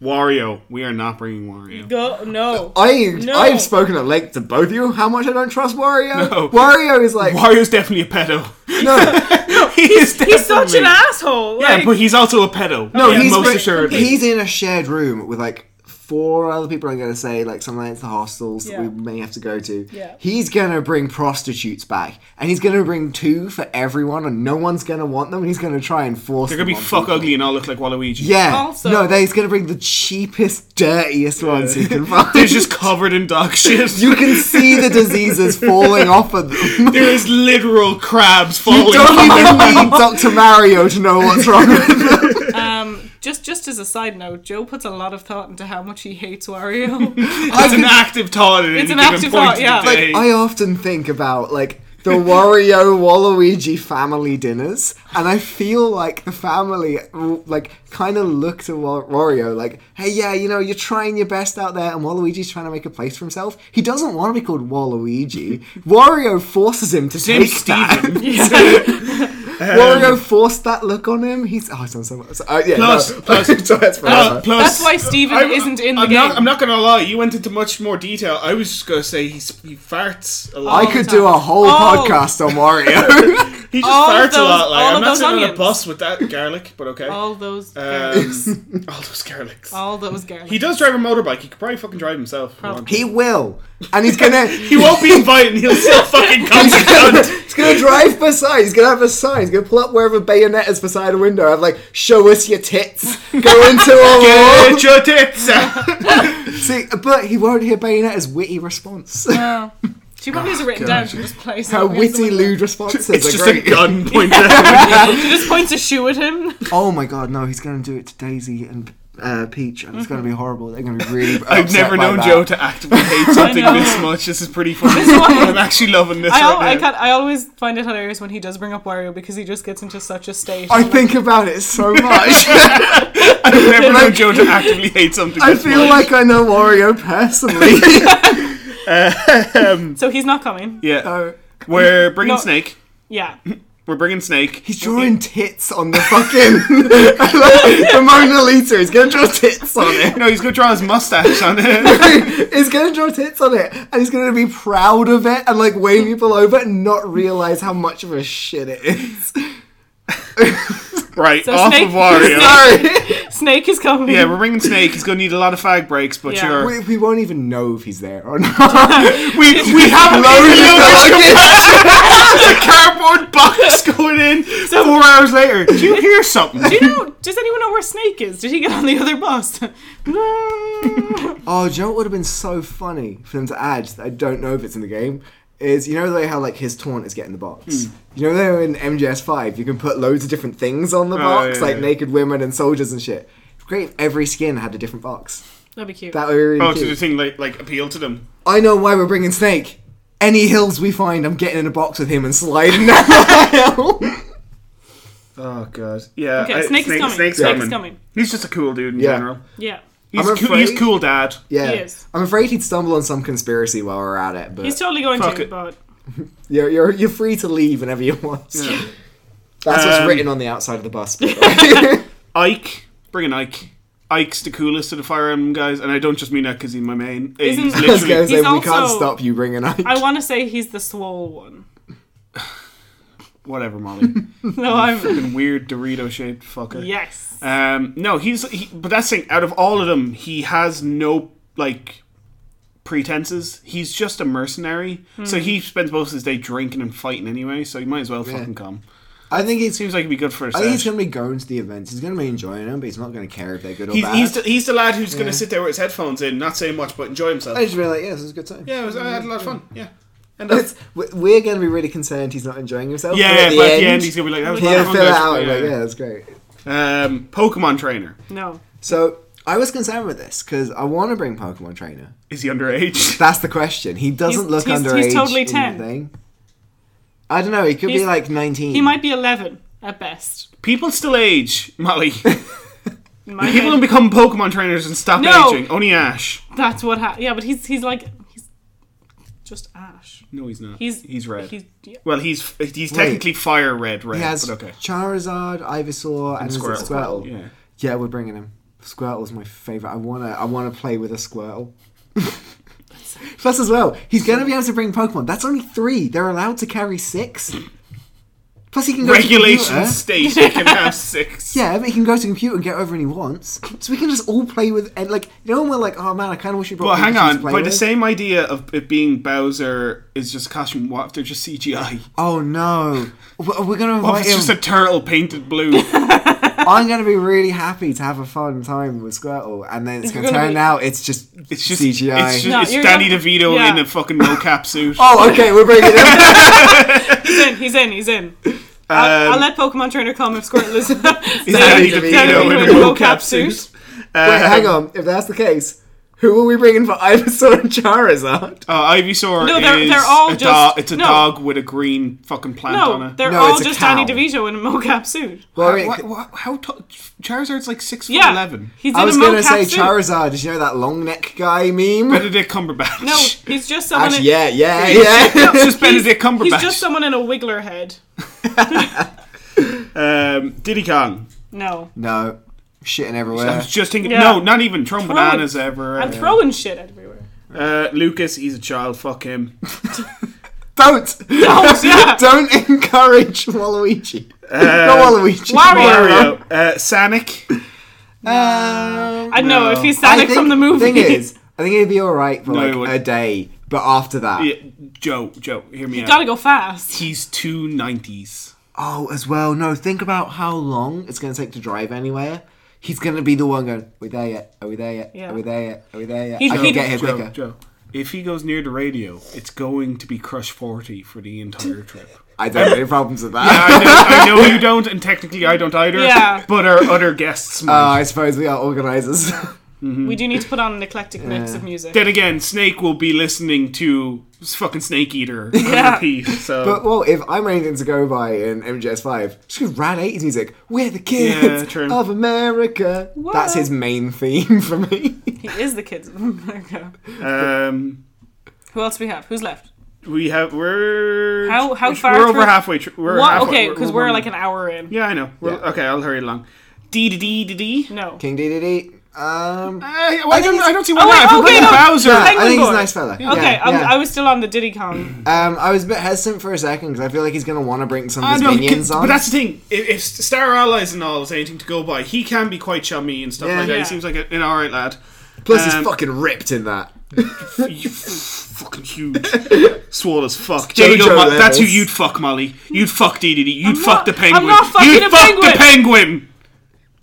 Speaker 3: Wario, we are not bringing Wario.
Speaker 2: Go, no.
Speaker 1: (laughs) I
Speaker 2: No.
Speaker 1: I've spoken at length to both of you how much I don't trust Wario.
Speaker 3: No.
Speaker 1: Wario is like
Speaker 3: Wario's definitely a pedo. (laughs)
Speaker 1: no.
Speaker 3: he is
Speaker 2: He's such an
Speaker 3: definitely-
Speaker 2: asshole.
Speaker 3: Yeah,
Speaker 2: Like,
Speaker 3: but he's also a pedo.
Speaker 1: No,
Speaker 3: Yeah,
Speaker 1: he's
Speaker 3: most
Speaker 1: been-
Speaker 3: assuredly.
Speaker 1: he's in a shared room with like four other people. I'm gonna say like something like the hostels
Speaker 2: Yeah.
Speaker 1: that we may have to go to.
Speaker 2: Yeah.
Speaker 1: He's gonna bring prostitutes back, and he's gonna bring two for everyone, and no one's gonna want them. And he's gonna try and force.
Speaker 3: They're gonna be
Speaker 1: them on
Speaker 3: fuck
Speaker 1: people.
Speaker 3: ugly and all look like Waluigi.
Speaker 1: Yeah.
Speaker 2: Also-
Speaker 1: no, they- he's gonna bring the cheapest, dirtiest ones he
Speaker 3: (laughs)
Speaker 1: can find.
Speaker 3: They're just covered
Speaker 1: (laughs)
Speaker 3: in dog shit.
Speaker 1: you can see the
Speaker 3: (laughs)
Speaker 1: diseases falling off of them.
Speaker 3: there is literal crabs
Speaker 1: (laughs)
Speaker 3: falling.
Speaker 1: Don't
Speaker 3: off.
Speaker 1: even need Dr. Mario to know what's wrong with them.
Speaker 2: um, just just as a side note, Joe puts a lot of thought into how much he hates Wario.
Speaker 1: I
Speaker 3: (laughs) It's an
Speaker 1: can-
Speaker 3: active thought at any
Speaker 2: an
Speaker 3: given
Speaker 2: active
Speaker 3: point
Speaker 2: thought,
Speaker 3: in
Speaker 2: yeah.
Speaker 3: the
Speaker 2: Like,
Speaker 3: day.
Speaker 1: I often think about like the Wario Waluigi family dinners, and I feel like the family like kind of look to Wa- Wario like, "Hey, yeah, you know, you're trying your best out there," and Waluigi's trying to make a place for himself. He doesn't want to be called Waluigi. Wario forces him to
Speaker 3: Name's
Speaker 1: take that.
Speaker 3: Steven.
Speaker 1: (laughs) Wario forced that look on him. He's oh, it's on so much. Uh, yeah,
Speaker 3: Plus-
Speaker 1: no. (laughs)
Speaker 3: plus-
Speaker 1: so that's forever.
Speaker 3: Uh, plus,
Speaker 2: That's why Steven isn't in the
Speaker 3: I'm
Speaker 2: game.
Speaker 3: Not, I'm not gonna lie. You went into much more detail. I was just gonna say he s- he farts a lot.
Speaker 1: I could do a whole
Speaker 2: Oh.
Speaker 1: podcast on Wario.
Speaker 3: he just
Speaker 2: all
Speaker 3: farts
Speaker 2: of
Speaker 3: a
Speaker 2: those-
Speaker 3: lot. Like
Speaker 2: all
Speaker 3: I'm
Speaker 2: of
Speaker 3: not
Speaker 2: those
Speaker 3: sitting on a
Speaker 2: onions.
Speaker 3: bus with that garlic, but okay. Um,
Speaker 2: all those,
Speaker 3: (laughs) all
Speaker 2: girls.
Speaker 3: (laughs) those garlics.
Speaker 2: all those girls.
Speaker 3: He does drive a motorbike. He could probably fucking drive himself. if he wanted.
Speaker 1: he will, and he's gonna.
Speaker 3: He won't be invited. and He'll still
Speaker 2: (laughs)
Speaker 3: fucking come. you cunt.
Speaker 1: He's gonna drive beside. He's gonna have a sign. He's gonna pull up wherever bayonet is beside a window. Have like, show us your (laughs) tits. Go into a wall.
Speaker 3: Get your
Speaker 2: (laughs)
Speaker 3: tits out.
Speaker 1: See, but he won't hear bayonetta's witty (laughs) response.
Speaker 2: No. She probably has it written down. She just plays.
Speaker 1: Her
Speaker 2: it against the
Speaker 1: witty,
Speaker 2: window.
Speaker 1: lewd responses
Speaker 3: It's
Speaker 1: are
Speaker 3: just
Speaker 1: great. (laughs)
Speaker 3: a gun pointed at him.
Speaker 2: She just points a shoe at
Speaker 3: (laughs)
Speaker 2: him.
Speaker 1: oh my god, no! He's gonna do it to Daisy and uh, Peach, and it's gonna be horrible. They're gonna be (laughs) really.
Speaker 3: I've
Speaker 1: upset
Speaker 3: never
Speaker 1: by
Speaker 3: known
Speaker 1: that.
Speaker 3: Joe to actively
Speaker 2: (laughs)
Speaker 3: hate something
Speaker 2: know.
Speaker 3: this much. This is pretty funny.
Speaker 2: is why-
Speaker 3: I'm actually loving this
Speaker 2: I, al- I,
Speaker 3: right now.
Speaker 2: can't, I always find it hilarious when he does bring up Wario because he just gets into such a state.
Speaker 1: I think about it (laughs) so much.
Speaker 3: I've never known Joe to actively hate something
Speaker 1: I
Speaker 3: this
Speaker 1: feel
Speaker 3: much.
Speaker 1: like I know Wario personally. (laughs)
Speaker 2: so he's not coming.
Speaker 3: yeah.
Speaker 1: So,
Speaker 3: We're bringing
Speaker 2: No.
Speaker 3: Snake.
Speaker 2: Yeah.
Speaker 3: We're bringing Snake. (laughs)
Speaker 1: He's drawing tits on the fucking (laughs) the Mona Lisa. He's gonna draw tits on it.
Speaker 3: no, he's gonna draw his mustache on
Speaker 1: (laughs)
Speaker 2: (laughs)
Speaker 3: it.
Speaker 1: he's gonna draw tits on it, and he's gonna be proud of it, and like wave people over, and not realize how much of a shit it is.
Speaker 3: Right,
Speaker 2: So
Speaker 3: off
Speaker 2: Snake-
Speaker 3: of
Speaker 1: (laughs)
Speaker 3: Wario. (laughs)
Speaker 1: Sorry,
Speaker 2: Snake is coming.
Speaker 3: yeah, we're bringing Snake. He's gonna need a lot of fag breaks, but
Speaker 2: Yeah.
Speaker 3: sure.
Speaker 1: we, we won't even know if he's there or not.
Speaker 3: We, (laughs) we have
Speaker 1: Loaded
Speaker 3: a
Speaker 1: the
Speaker 3: (laughs)
Speaker 2: (laughs)
Speaker 3: cardboard box going in four hours later. Do you hear something?
Speaker 2: Do you know, does anyone know where Snake is? Did he get on the other
Speaker 3: (laughs)
Speaker 2: bus? (laughs) no.
Speaker 1: fucking- oh, Joe, would have been so funny for them to add. That I don't know if it's in the game. Is you know like how like his taunt is getting the
Speaker 3: Hmm.
Speaker 1: box. You know though in MGS five you can put loads of different things on the box
Speaker 3: Oh, yeah,
Speaker 1: like
Speaker 3: yeah.
Speaker 1: naked women and soldiers and shit. Great if every skin had a different box.
Speaker 2: That'd be cute.
Speaker 1: That would be really
Speaker 3: (laughs) Oh,
Speaker 1: cute.
Speaker 3: to the thing like like appeal to them.
Speaker 1: I know why we're bringing Snake. Any hills we find, I'm getting in a box with him and sliding (laughs) down the hill. (laughs)
Speaker 3: Oh god. Yeah.
Speaker 2: okay,
Speaker 3: I-
Speaker 2: Snake, is coming.
Speaker 3: Snake's
Speaker 2: Snake
Speaker 3: coming.
Speaker 2: is coming.
Speaker 3: He's just a cool dude in
Speaker 1: Yeah.
Speaker 3: general.
Speaker 2: Yeah.
Speaker 3: He's,
Speaker 1: I'm
Speaker 3: cool, he's
Speaker 1: afraid-
Speaker 3: cool dad.
Speaker 1: Yeah,
Speaker 2: He is.
Speaker 1: I'm afraid he'd stumble on some conspiracy while we're at it. But
Speaker 2: He's totally going
Speaker 3: Fuck
Speaker 2: to,
Speaker 3: it.
Speaker 2: but
Speaker 1: you're, you're you're free to leave whenever you want.
Speaker 3: Yeah.
Speaker 1: That's what's
Speaker 3: Um,
Speaker 1: written on the outside of the (laughs) bus. by the way.
Speaker 3: Ike, bring an Ike. Ike's the coolest of the Fire Emblem guys, and I don't just mean that because he's my main.
Speaker 2: (laughs)
Speaker 3: He's
Speaker 2: Isn't-
Speaker 1: I was gonna
Speaker 3: literally,
Speaker 1: say
Speaker 2: He's
Speaker 1: we can't
Speaker 2: also-
Speaker 1: stop you bringing Ike.
Speaker 2: I want to say he's the swole one.
Speaker 3: whatever, Molly.
Speaker 2: No, I'm.
Speaker 3: Fucking weird Dorito shaped fucker.
Speaker 2: Yes.
Speaker 3: Um, no, he's he, but that's the thing. Out of all of them, he has no like pretenses. He's
Speaker 2: Hmm.
Speaker 3: just a mercenary, so he spends most of his day drinking and fighting anyway. So he might as well fucking come.
Speaker 1: I think he's.
Speaker 3: Seems like it'd be good for a
Speaker 1: I think he's
Speaker 3: set.
Speaker 1: going to be going to the events. He's going to be enjoying them, but he's not going to care if they're good or
Speaker 3: He's,
Speaker 1: bad.
Speaker 3: he's, the, he's the lad who's going to sit there with his headphones in, not say much, but enjoy himself.
Speaker 1: I just be like, yeah, this is a good time.
Speaker 3: yeah, it was, I had a lot of fun. Yeah. And that's,
Speaker 1: (laughs) It's, we- we're going to be really concerned he's not enjoying himself.
Speaker 3: yeah,
Speaker 1: but at the,
Speaker 3: but
Speaker 1: end,
Speaker 3: at the end he's going to be like, that was a lot
Speaker 1: he'll
Speaker 3: of fun,
Speaker 1: fill it
Speaker 3: guys.
Speaker 1: out. Yeah. Like, yeah, that's great.
Speaker 3: Um, Pokemon trainer.
Speaker 2: No.
Speaker 1: So I was concerned with this because I want to bring Pokemon Trainer.
Speaker 3: Is
Speaker 1: (laughs)
Speaker 3: he underage?
Speaker 1: That's the question. He doesn't look
Speaker 2: He's- he's-
Speaker 1: underage.
Speaker 2: he's totally
Speaker 1: in the
Speaker 2: 10.
Speaker 1: thing. I don't know. He could be
Speaker 2: He's-
Speaker 1: like 19.
Speaker 2: He might be 11 at best.
Speaker 3: People still age,
Speaker 1: (laughs)
Speaker 3: Molly.
Speaker 2: In my
Speaker 3: People
Speaker 2: head.
Speaker 3: don't become Pokemon trainers and stop
Speaker 2: No.
Speaker 3: aging. Only Ash.
Speaker 2: That's what happened. Yeah, but he's he's like he's just Ash.
Speaker 3: No, he's not.
Speaker 2: He's
Speaker 3: he's red.
Speaker 2: He's yeah.
Speaker 3: well, he's he's technically fire red red.
Speaker 1: He has
Speaker 3: but (laughs) okay.
Speaker 1: Charizard, Ivysaur, and, Squirtle.
Speaker 3: Squirtle.
Speaker 1: Squirtle.
Speaker 3: Yeah.
Speaker 1: Yeah, we're bringing him. Squirtle's my favorite. I wanna, I wanna play with a Squirtle. (laughs) Plus, as well, he's gonna be able to bring Pokemon. That's only three. They're allowed to carry six. Plus, he can go To
Speaker 3: Regulation
Speaker 1: computer.
Speaker 3: state. He can (laughs) have six.
Speaker 1: yeah, but he can go to computer and get over when he wants. So we can just all play with and like you know, and we're like, oh man, I kind of wish we brought.
Speaker 3: But hang
Speaker 1: Pikachu to
Speaker 3: on,
Speaker 1: play
Speaker 3: by the
Speaker 1: with."
Speaker 3: same idea of it being Bowser is just costume, what if they're just CGI?
Speaker 1: Oh no, we're we're gonna
Speaker 3: What
Speaker 1: invite
Speaker 3: if it's just a
Speaker 1: him.
Speaker 3: turtle painted (laughs) blue?
Speaker 1: I'm gonna be really happy to have a fun time with Squirtle, and then it's gonna,
Speaker 2: gonna
Speaker 1: turn
Speaker 2: be-
Speaker 1: out it's just
Speaker 3: It's just
Speaker 1: CGI.
Speaker 3: It's, just,
Speaker 2: No,
Speaker 3: it's
Speaker 2: you're
Speaker 3: Danny
Speaker 2: not-
Speaker 3: DeVito
Speaker 2: yeah.
Speaker 3: in a
Speaker 2: (laughs)
Speaker 3: fucking mocap suit.
Speaker 1: Oh, okay, we're bringing him.
Speaker 3: (laughs)
Speaker 2: He's in. He's in. He's in. I'll,
Speaker 3: Um,
Speaker 2: I'll let Pokemon Trainer come if Squirtle (laughs) is
Speaker 3: Danny
Speaker 1: Danny
Speaker 3: DeVito in a mocap suit. Uh,
Speaker 1: Wait, hang on. If that's the case, who are we bringing for Ivysaur and Charizard?
Speaker 3: Uh, Ivysaur
Speaker 2: No, they're-
Speaker 3: is
Speaker 2: they're all
Speaker 3: a
Speaker 2: just-
Speaker 3: dog. It's a
Speaker 2: no.
Speaker 3: dog with a green fucking plant on
Speaker 2: No,
Speaker 3: it.
Speaker 2: they're
Speaker 1: No,
Speaker 2: all
Speaker 1: it's a
Speaker 2: just
Speaker 1: cow.
Speaker 2: Danny DeVito in a mocap suit.
Speaker 1: Well, wait,
Speaker 3: Wha- wha- how t- Charizard's like six foot
Speaker 2: Yeah,
Speaker 3: eleven.
Speaker 2: he's in
Speaker 1: I was
Speaker 2: a
Speaker 1: gonna
Speaker 2: mocap
Speaker 1: say
Speaker 2: suit.
Speaker 1: Charizard. Did you know that long neck guy meme?
Speaker 3: Benedict Cumberbatch. (laughs)
Speaker 2: No, he's just someone.
Speaker 1: Actually,
Speaker 2: in,
Speaker 1: yeah, yeah,
Speaker 3: it's
Speaker 1: yeah.
Speaker 3: just Benedict Cumberbatch.
Speaker 2: He's just someone in a wiggler head.
Speaker 3: um, Diddy Kong.
Speaker 2: No,
Speaker 1: (laughs) no, shitting
Speaker 3: I
Speaker 1: everywhere.
Speaker 3: was just thinking.
Speaker 2: Yeah.
Speaker 3: No, not even throwing
Speaker 2: Throwing-
Speaker 3: bananas ever.
Speaker 2: I'm throwing shit everywhere.
Speaker 3: Uh, Lucas, he's a child. Fuck him.
Speaker 1: Don't, (laughs)
Speaker 2: Don't, yeah. Uh,
Speaker 1: don't encourage Waluigi. Not Waluigi.
Speaker 2: Wario.
Speaker 3: Mario. Uh, Sonic.
Speaker 1: Um,
Speaker 2: I know if he's
Speaker 1: I
Speaker 2: Sonic
Speaker 1: think-
Speaker 2: from the movie.
Speaker 1: Thing is, I think it'd be all right for
Speaker 3: No, it
Speaker 1: like
Speaker 3: wouldn't.
Speaker 1: a day, but after that,
Speaker 3: Yeah, Joe, Joe, hear me
Speaker 2: (laughs)
Speaker 3: out.
Speaker 2: gotta go
Speaker 1: (laughs)
Speaker 2: fast.
Speaker 3: He's two nineties.
Speaker 1: Oh, as well. No, think about how long it's going to take to drive anywhere. He's going to be the one going, "We there yet? Are we there yet?
Speaker 2: Yeah.
Speaker 1: Are we there yet? Are we there yet?"
Speaker 2: He'd-
Speaker 1: I can
Speaker 2: he'd-
Speaker 1: get here
Speaker 3: Joe,
Speaker 1: quicker.
Speaker 3: Joe. If he goes near the radio, it's going to be Crush Forty for
Speaker 2: (laughs)
Speaker 3: the entire trip.
Speaker 1: I don't have any problems with that.
Speaker 3: I, know, I know you don't, and technically I don't either.
Speaker 2: Yeah.
Speaker 3: But our other guests might.
Speaker 1: Oh, I suppose we are (laughs) organisers.
Speaker 2: We do need to put on an eclectic mix of music.
Speaker 3: then again, Snake will be listening to fucking Snake Eater on
Speaker 2: Yeah.
Speaker 3: repeat. So
Speaker 1: but well, if I'm anything to go by in MGS Five, just go rad '80s music. We're the kids
Speaker 3: Yeah, true.
Speaker 1: of America. That's his main theme (laughs) for me.
Speaker 2: He is the kids of America.
Speaker 3: um,
Speaker 2: Who else we have? Who's left?
Speaker 3: we have we're
Speaker 2: How- how
Speaker 3: we're-
Speaker 2: far
Speaker 3: we're over
Speaker 2: through-
Speaker 3: halfway. Tr- we're
Speaker 2: What?
Speaker 3: halfway-
Speaker 2: Okay, because we're
Speaker 3: one-
Speaker 2: like an hour in.
Speaker 3: yeah, I know. We're,
Speaker 1: Yeah.
Speaker 3: Okay, I'll hurry along. D D D D D.
Speaker 2: No.
Speaker 1: King Dedede. Um,
Speaker 3: I, well, I, don't,
Speaker 1: he's-
Speaker 3: I don't see why
Speaker 2: Oh,
Speaker 3: not.
Speaker 2: wait,
Speaker 3: if we're
Speaker 2: okay,
Speaker 3: bringing
Speaker 2: no.
Speaker 3: Bowser,
Speaker 2: Yeah.
Speaker 1: I
Speaker 2: Penguin
Speaker 1: think he's a
Speaker 2: Boy.
Speaker 1: nice fella. Yeah,
Speaker 2: Okay, I'm,
Speaker 1: yeah.
Speaker 2: I was still on the Diddy Kong. (clears throat)
Speaker 1: Um, I was a bit hesitant for a second because I feel like he's going to want to bring some of
Speaker 3: I
Speaker 1: his
Speaker 3: know, he
Speaker 1: minions
Speaker 3: can-
Speaker 1: on.
Speaker 3: but that's the thing. If, if Star Allies and all is anything to go by, he can be quite chummy and stuff
Speaker 1: Yeah.
Speaker 3: like that.
Speaker 2: Yeah.
Speaker 3: He seems like a, an alright lad.
Speaker 1: Plus, he's
Speaker 3: um,
Speaker 1: fucking ripped in that.
Speaker 3: you fucking huge. Swole as fuck. There you go,
Speaker 1: Jojo
Speaker 3: Mo- that's who
Speaker 1: Lewis.
Speaker 3: you'd fuck, Molly. You'd fuck DDD.
Speaker 2: not-
Speaker 3: You'd fuck the
Speaker 2: I'm
Speaker 3: penguin.
Speaker 2: not fucking
Speaker 3: You'd
Speaker 2: a
Speaker 3: fuck the penguin!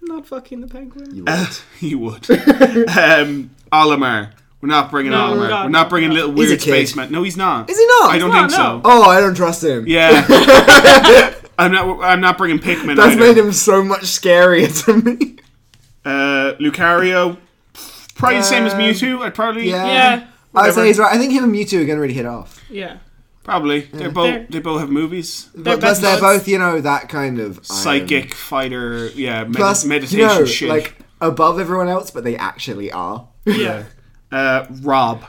Speaker 2: Not fucking the penguin.
Speaker 3: (laughs) You would. um, Olimar. We're not bringing
Speaker 2: No,
Speaker 3: Olimar.
Speaker 2: God,
Speaker 3: We're not bringing
Speaker 2: no.
Speaker 3: Little
Speaker 1: He's a
Speaker 3: Weird
Speaker 1: kid.
Speaker 3: Spaceman. No, he's not.
Speaker 1: Is he not?
Speaker 3: I
Speaker 1: He's
Speaker 3: don't
Speaker 2: not,
Speaker 3: think so.
Speaker 2: no.
Speaker 1: Oh, I don't trust him.
Speaker 3: Yeah.
Speaker 1: (laughs)
Speaker 3: I'm not, I'm not bringing Pikmin
Speaker 1: That's
Speaker 3: either.
Speaker 1: made him so much scarier (laughs) to me.
Speaker 3: Uh, Lucario. Probably the same as Mewtwo. I'd probably.
Speaker 1: Um, Yeah.
Speaker 2: Yeah.
Speaker 1: I would
Speaker 3: Whatever.
Speaker 1: say he's right. I think him and Mewtwo are going to really hit off.
Speaker 2: Yeah.
Speaker 3: Probably. They're both.
Speaker 2: They're-
Speaker 3: they both have movies.
Speaker 2: They're
Speaker 1: Plus,
Speaker 2: best
Speaker 1: they're
Speaker 2: buds.
Speaker 1: both, you know, that kind of iron.
Speaker 3: Psychic fighter. Yeah. Med-
Speaker 1: Plus,
Speaker 3: meditation
Speaker 1: you know,
Speaker 3: shit.
Speaker 1: like above everyone else, but they actually are.
Speaker 2: Yeah.
Speaker 3: Uh, Rob.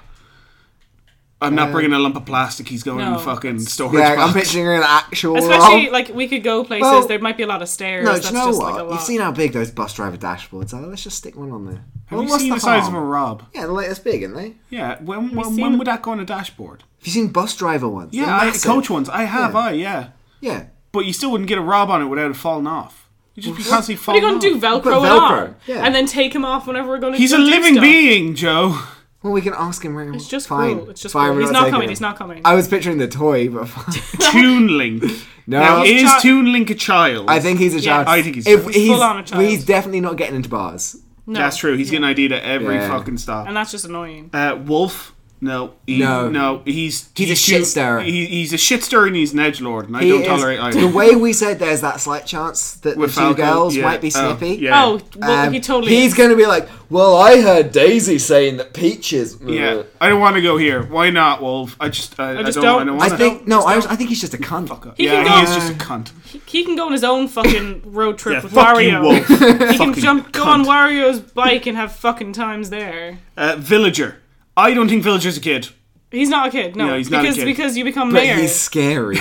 Speaker 3: I'm not bringing a lump of plastic. He's going in
Speaker 2: No.
Speaker 3: the fucking storage
Speaker 1: Uh, Yeah, I'm
Speaker 3: box.
Speaker 1: picturing an actual.
Speaker 2: Especially
Speaker 1: Rob.
Speaker 2: like we could go places.
Speaker 1: Well-
Speaker 2: there might be a lot of stairs.
Speaker 1: no, do
Speaker 2: that's
Speaker 1: you know
Speaker 2: just
Speaker 1: what?
Speaker 2: like a lot.
Speaker 1: You've seen how big those bus driver dashboards are. Let's just stick one on there.
Speaker 3: Have you seen the, size of a Rob?
Speaker 1: Yeah, they're like that's big, aren't they?
Speaker 3: Yeah. When when,
Speaker 2: seen-
Speaker 3: when would that go on a dashboard?
Speaker 1: Have you seen bus driver ones? They're
Speaker 3: Yeah, I,
Speaker 1: massive.
Speaker 3: coach ones. I have.
Speaker 1: Yeah.
Speaker 3: I yeah.
Speaker 1: Yeah.
Speaker 3: But you still wouldn't get a Rob on it without it falling off. You just be constantly
Speaker 2: what are you gonna
Speaker 3: falling.
Speaker 2: do?
Speaker 3: off.
Speaker 2: Velcro,
Speaker 1: Put
Speaker 2: it
Speaker 1: Velcro,
Speaker 2: on,
Speaker 1: yeah.
Speaker 2: and then take him off whenever we're gonna.
Speaker 3: He's
Speaker 2: go
Speaker 3: a
Speaker 2: do (laughs)
Speaker 3: living
Speaker 2: stuff.
Speaker 3: being, Joe.
Speaker 1: Well, we can ask him. It's
Speaker 2: just
Speaker 1: fine.
Speaker 2: cruel. It's just
Speaker 1: fine.
Speaker 2: cruel.
Speaker 1: we're
Speaker 2: He's not
Speaker 1: taking
Speaker 2: coming.
Speaker 1: him.
Speaker 2: He's not coming.
Speaker 1: I was picturing the toy, but (laughs)
Speaker 3: Toon Link.
Speaker 1: no.
Speaker 3: Now, is
Speaker 2: child-
Speaker 3: Toon Link a child?
Speaker 1: I think he's a
Speaker 2: Yes.
Speaker 1: child.
Speaker 3: I think he's a
Speaker 1: If
Speaker 3: child.
Speaker 1: he's,
Speaker 2: Full on a child.
Speaker 1: he's definitely not getting into bars.
Speaker 2: no.
Speaker 3: that's true. He's getting ID'd at every
Speaker 1: Yeah.
Speaker 3: fucking stop.
Speaker 2: and that's just annoying.
Speaker 3: Uh, Wolf. No, he,
Speaker 1: No.
Speaker 3: no, he's
Speaker 1: He's a shit stirrer.
Speaker 3: He, he's a shitster and he's an edge lord, and I
Speaker 1: He
Speaker 3: don't
Speaker 1: is-
Speaker 3: tolerate either.
Speaker 1: The way we said there's that slight chance that
Speaker 3: With
Speaker 1: the two
Speaker 3: Falco,
Speaker 1: girls
Speaker 3: yeah.
Speaker 1: might be
Speaker 3: Oh,
Speaker 1: snippy.
Speaker 3: yeah.
Speaker 2: Oh, well,
Speaker 1: um,
Speaker 2: he totally.
Speaker 1: He's going to be like, well, I heard Daisy saying that peaches.
Speaker 3: yeah, I don't want to go here. Why not, Wolf? I just, I, I
Speaker 2: just
Speaker 3: don't,
Speaker 2: don't-
Speaker 3: I don't
Speaker 1: I
Speaker 3: want
Speaker 1: think no. I, was, I think he's just a cunt.
Speaker 2: He
Speaker 3: yeah,
Speaker 2: can go-
Speaker 3: he is just a cunt.
Speaker 2: he can go on his own fucking road trip
Speaker 3: Yeah,
Speaker 2: with
Speaker 3: fuck you,
Speaker 2: Wario.
Speaker 3: (laughs) Wolf.
Speaker 2: he can
Speaker 3: Fucking
Speaker 2: jump go on
Speaker 3: cunt.
Speaker 2: Wario's bike and have fucking times there.
Speaker 3: Uh, villager. I don't think Villager's a kid.
Speaker 2: He's not a kid. No,
Speaker 3: No, he's not a
Speaker 2: because
Speaker 3: kid.
Speaker 2: because you become
Speaker 1: But
Speaker 2: mayor.
Speaker 1: he's
Speaker 2: (laughs)
Speaker 1: scary.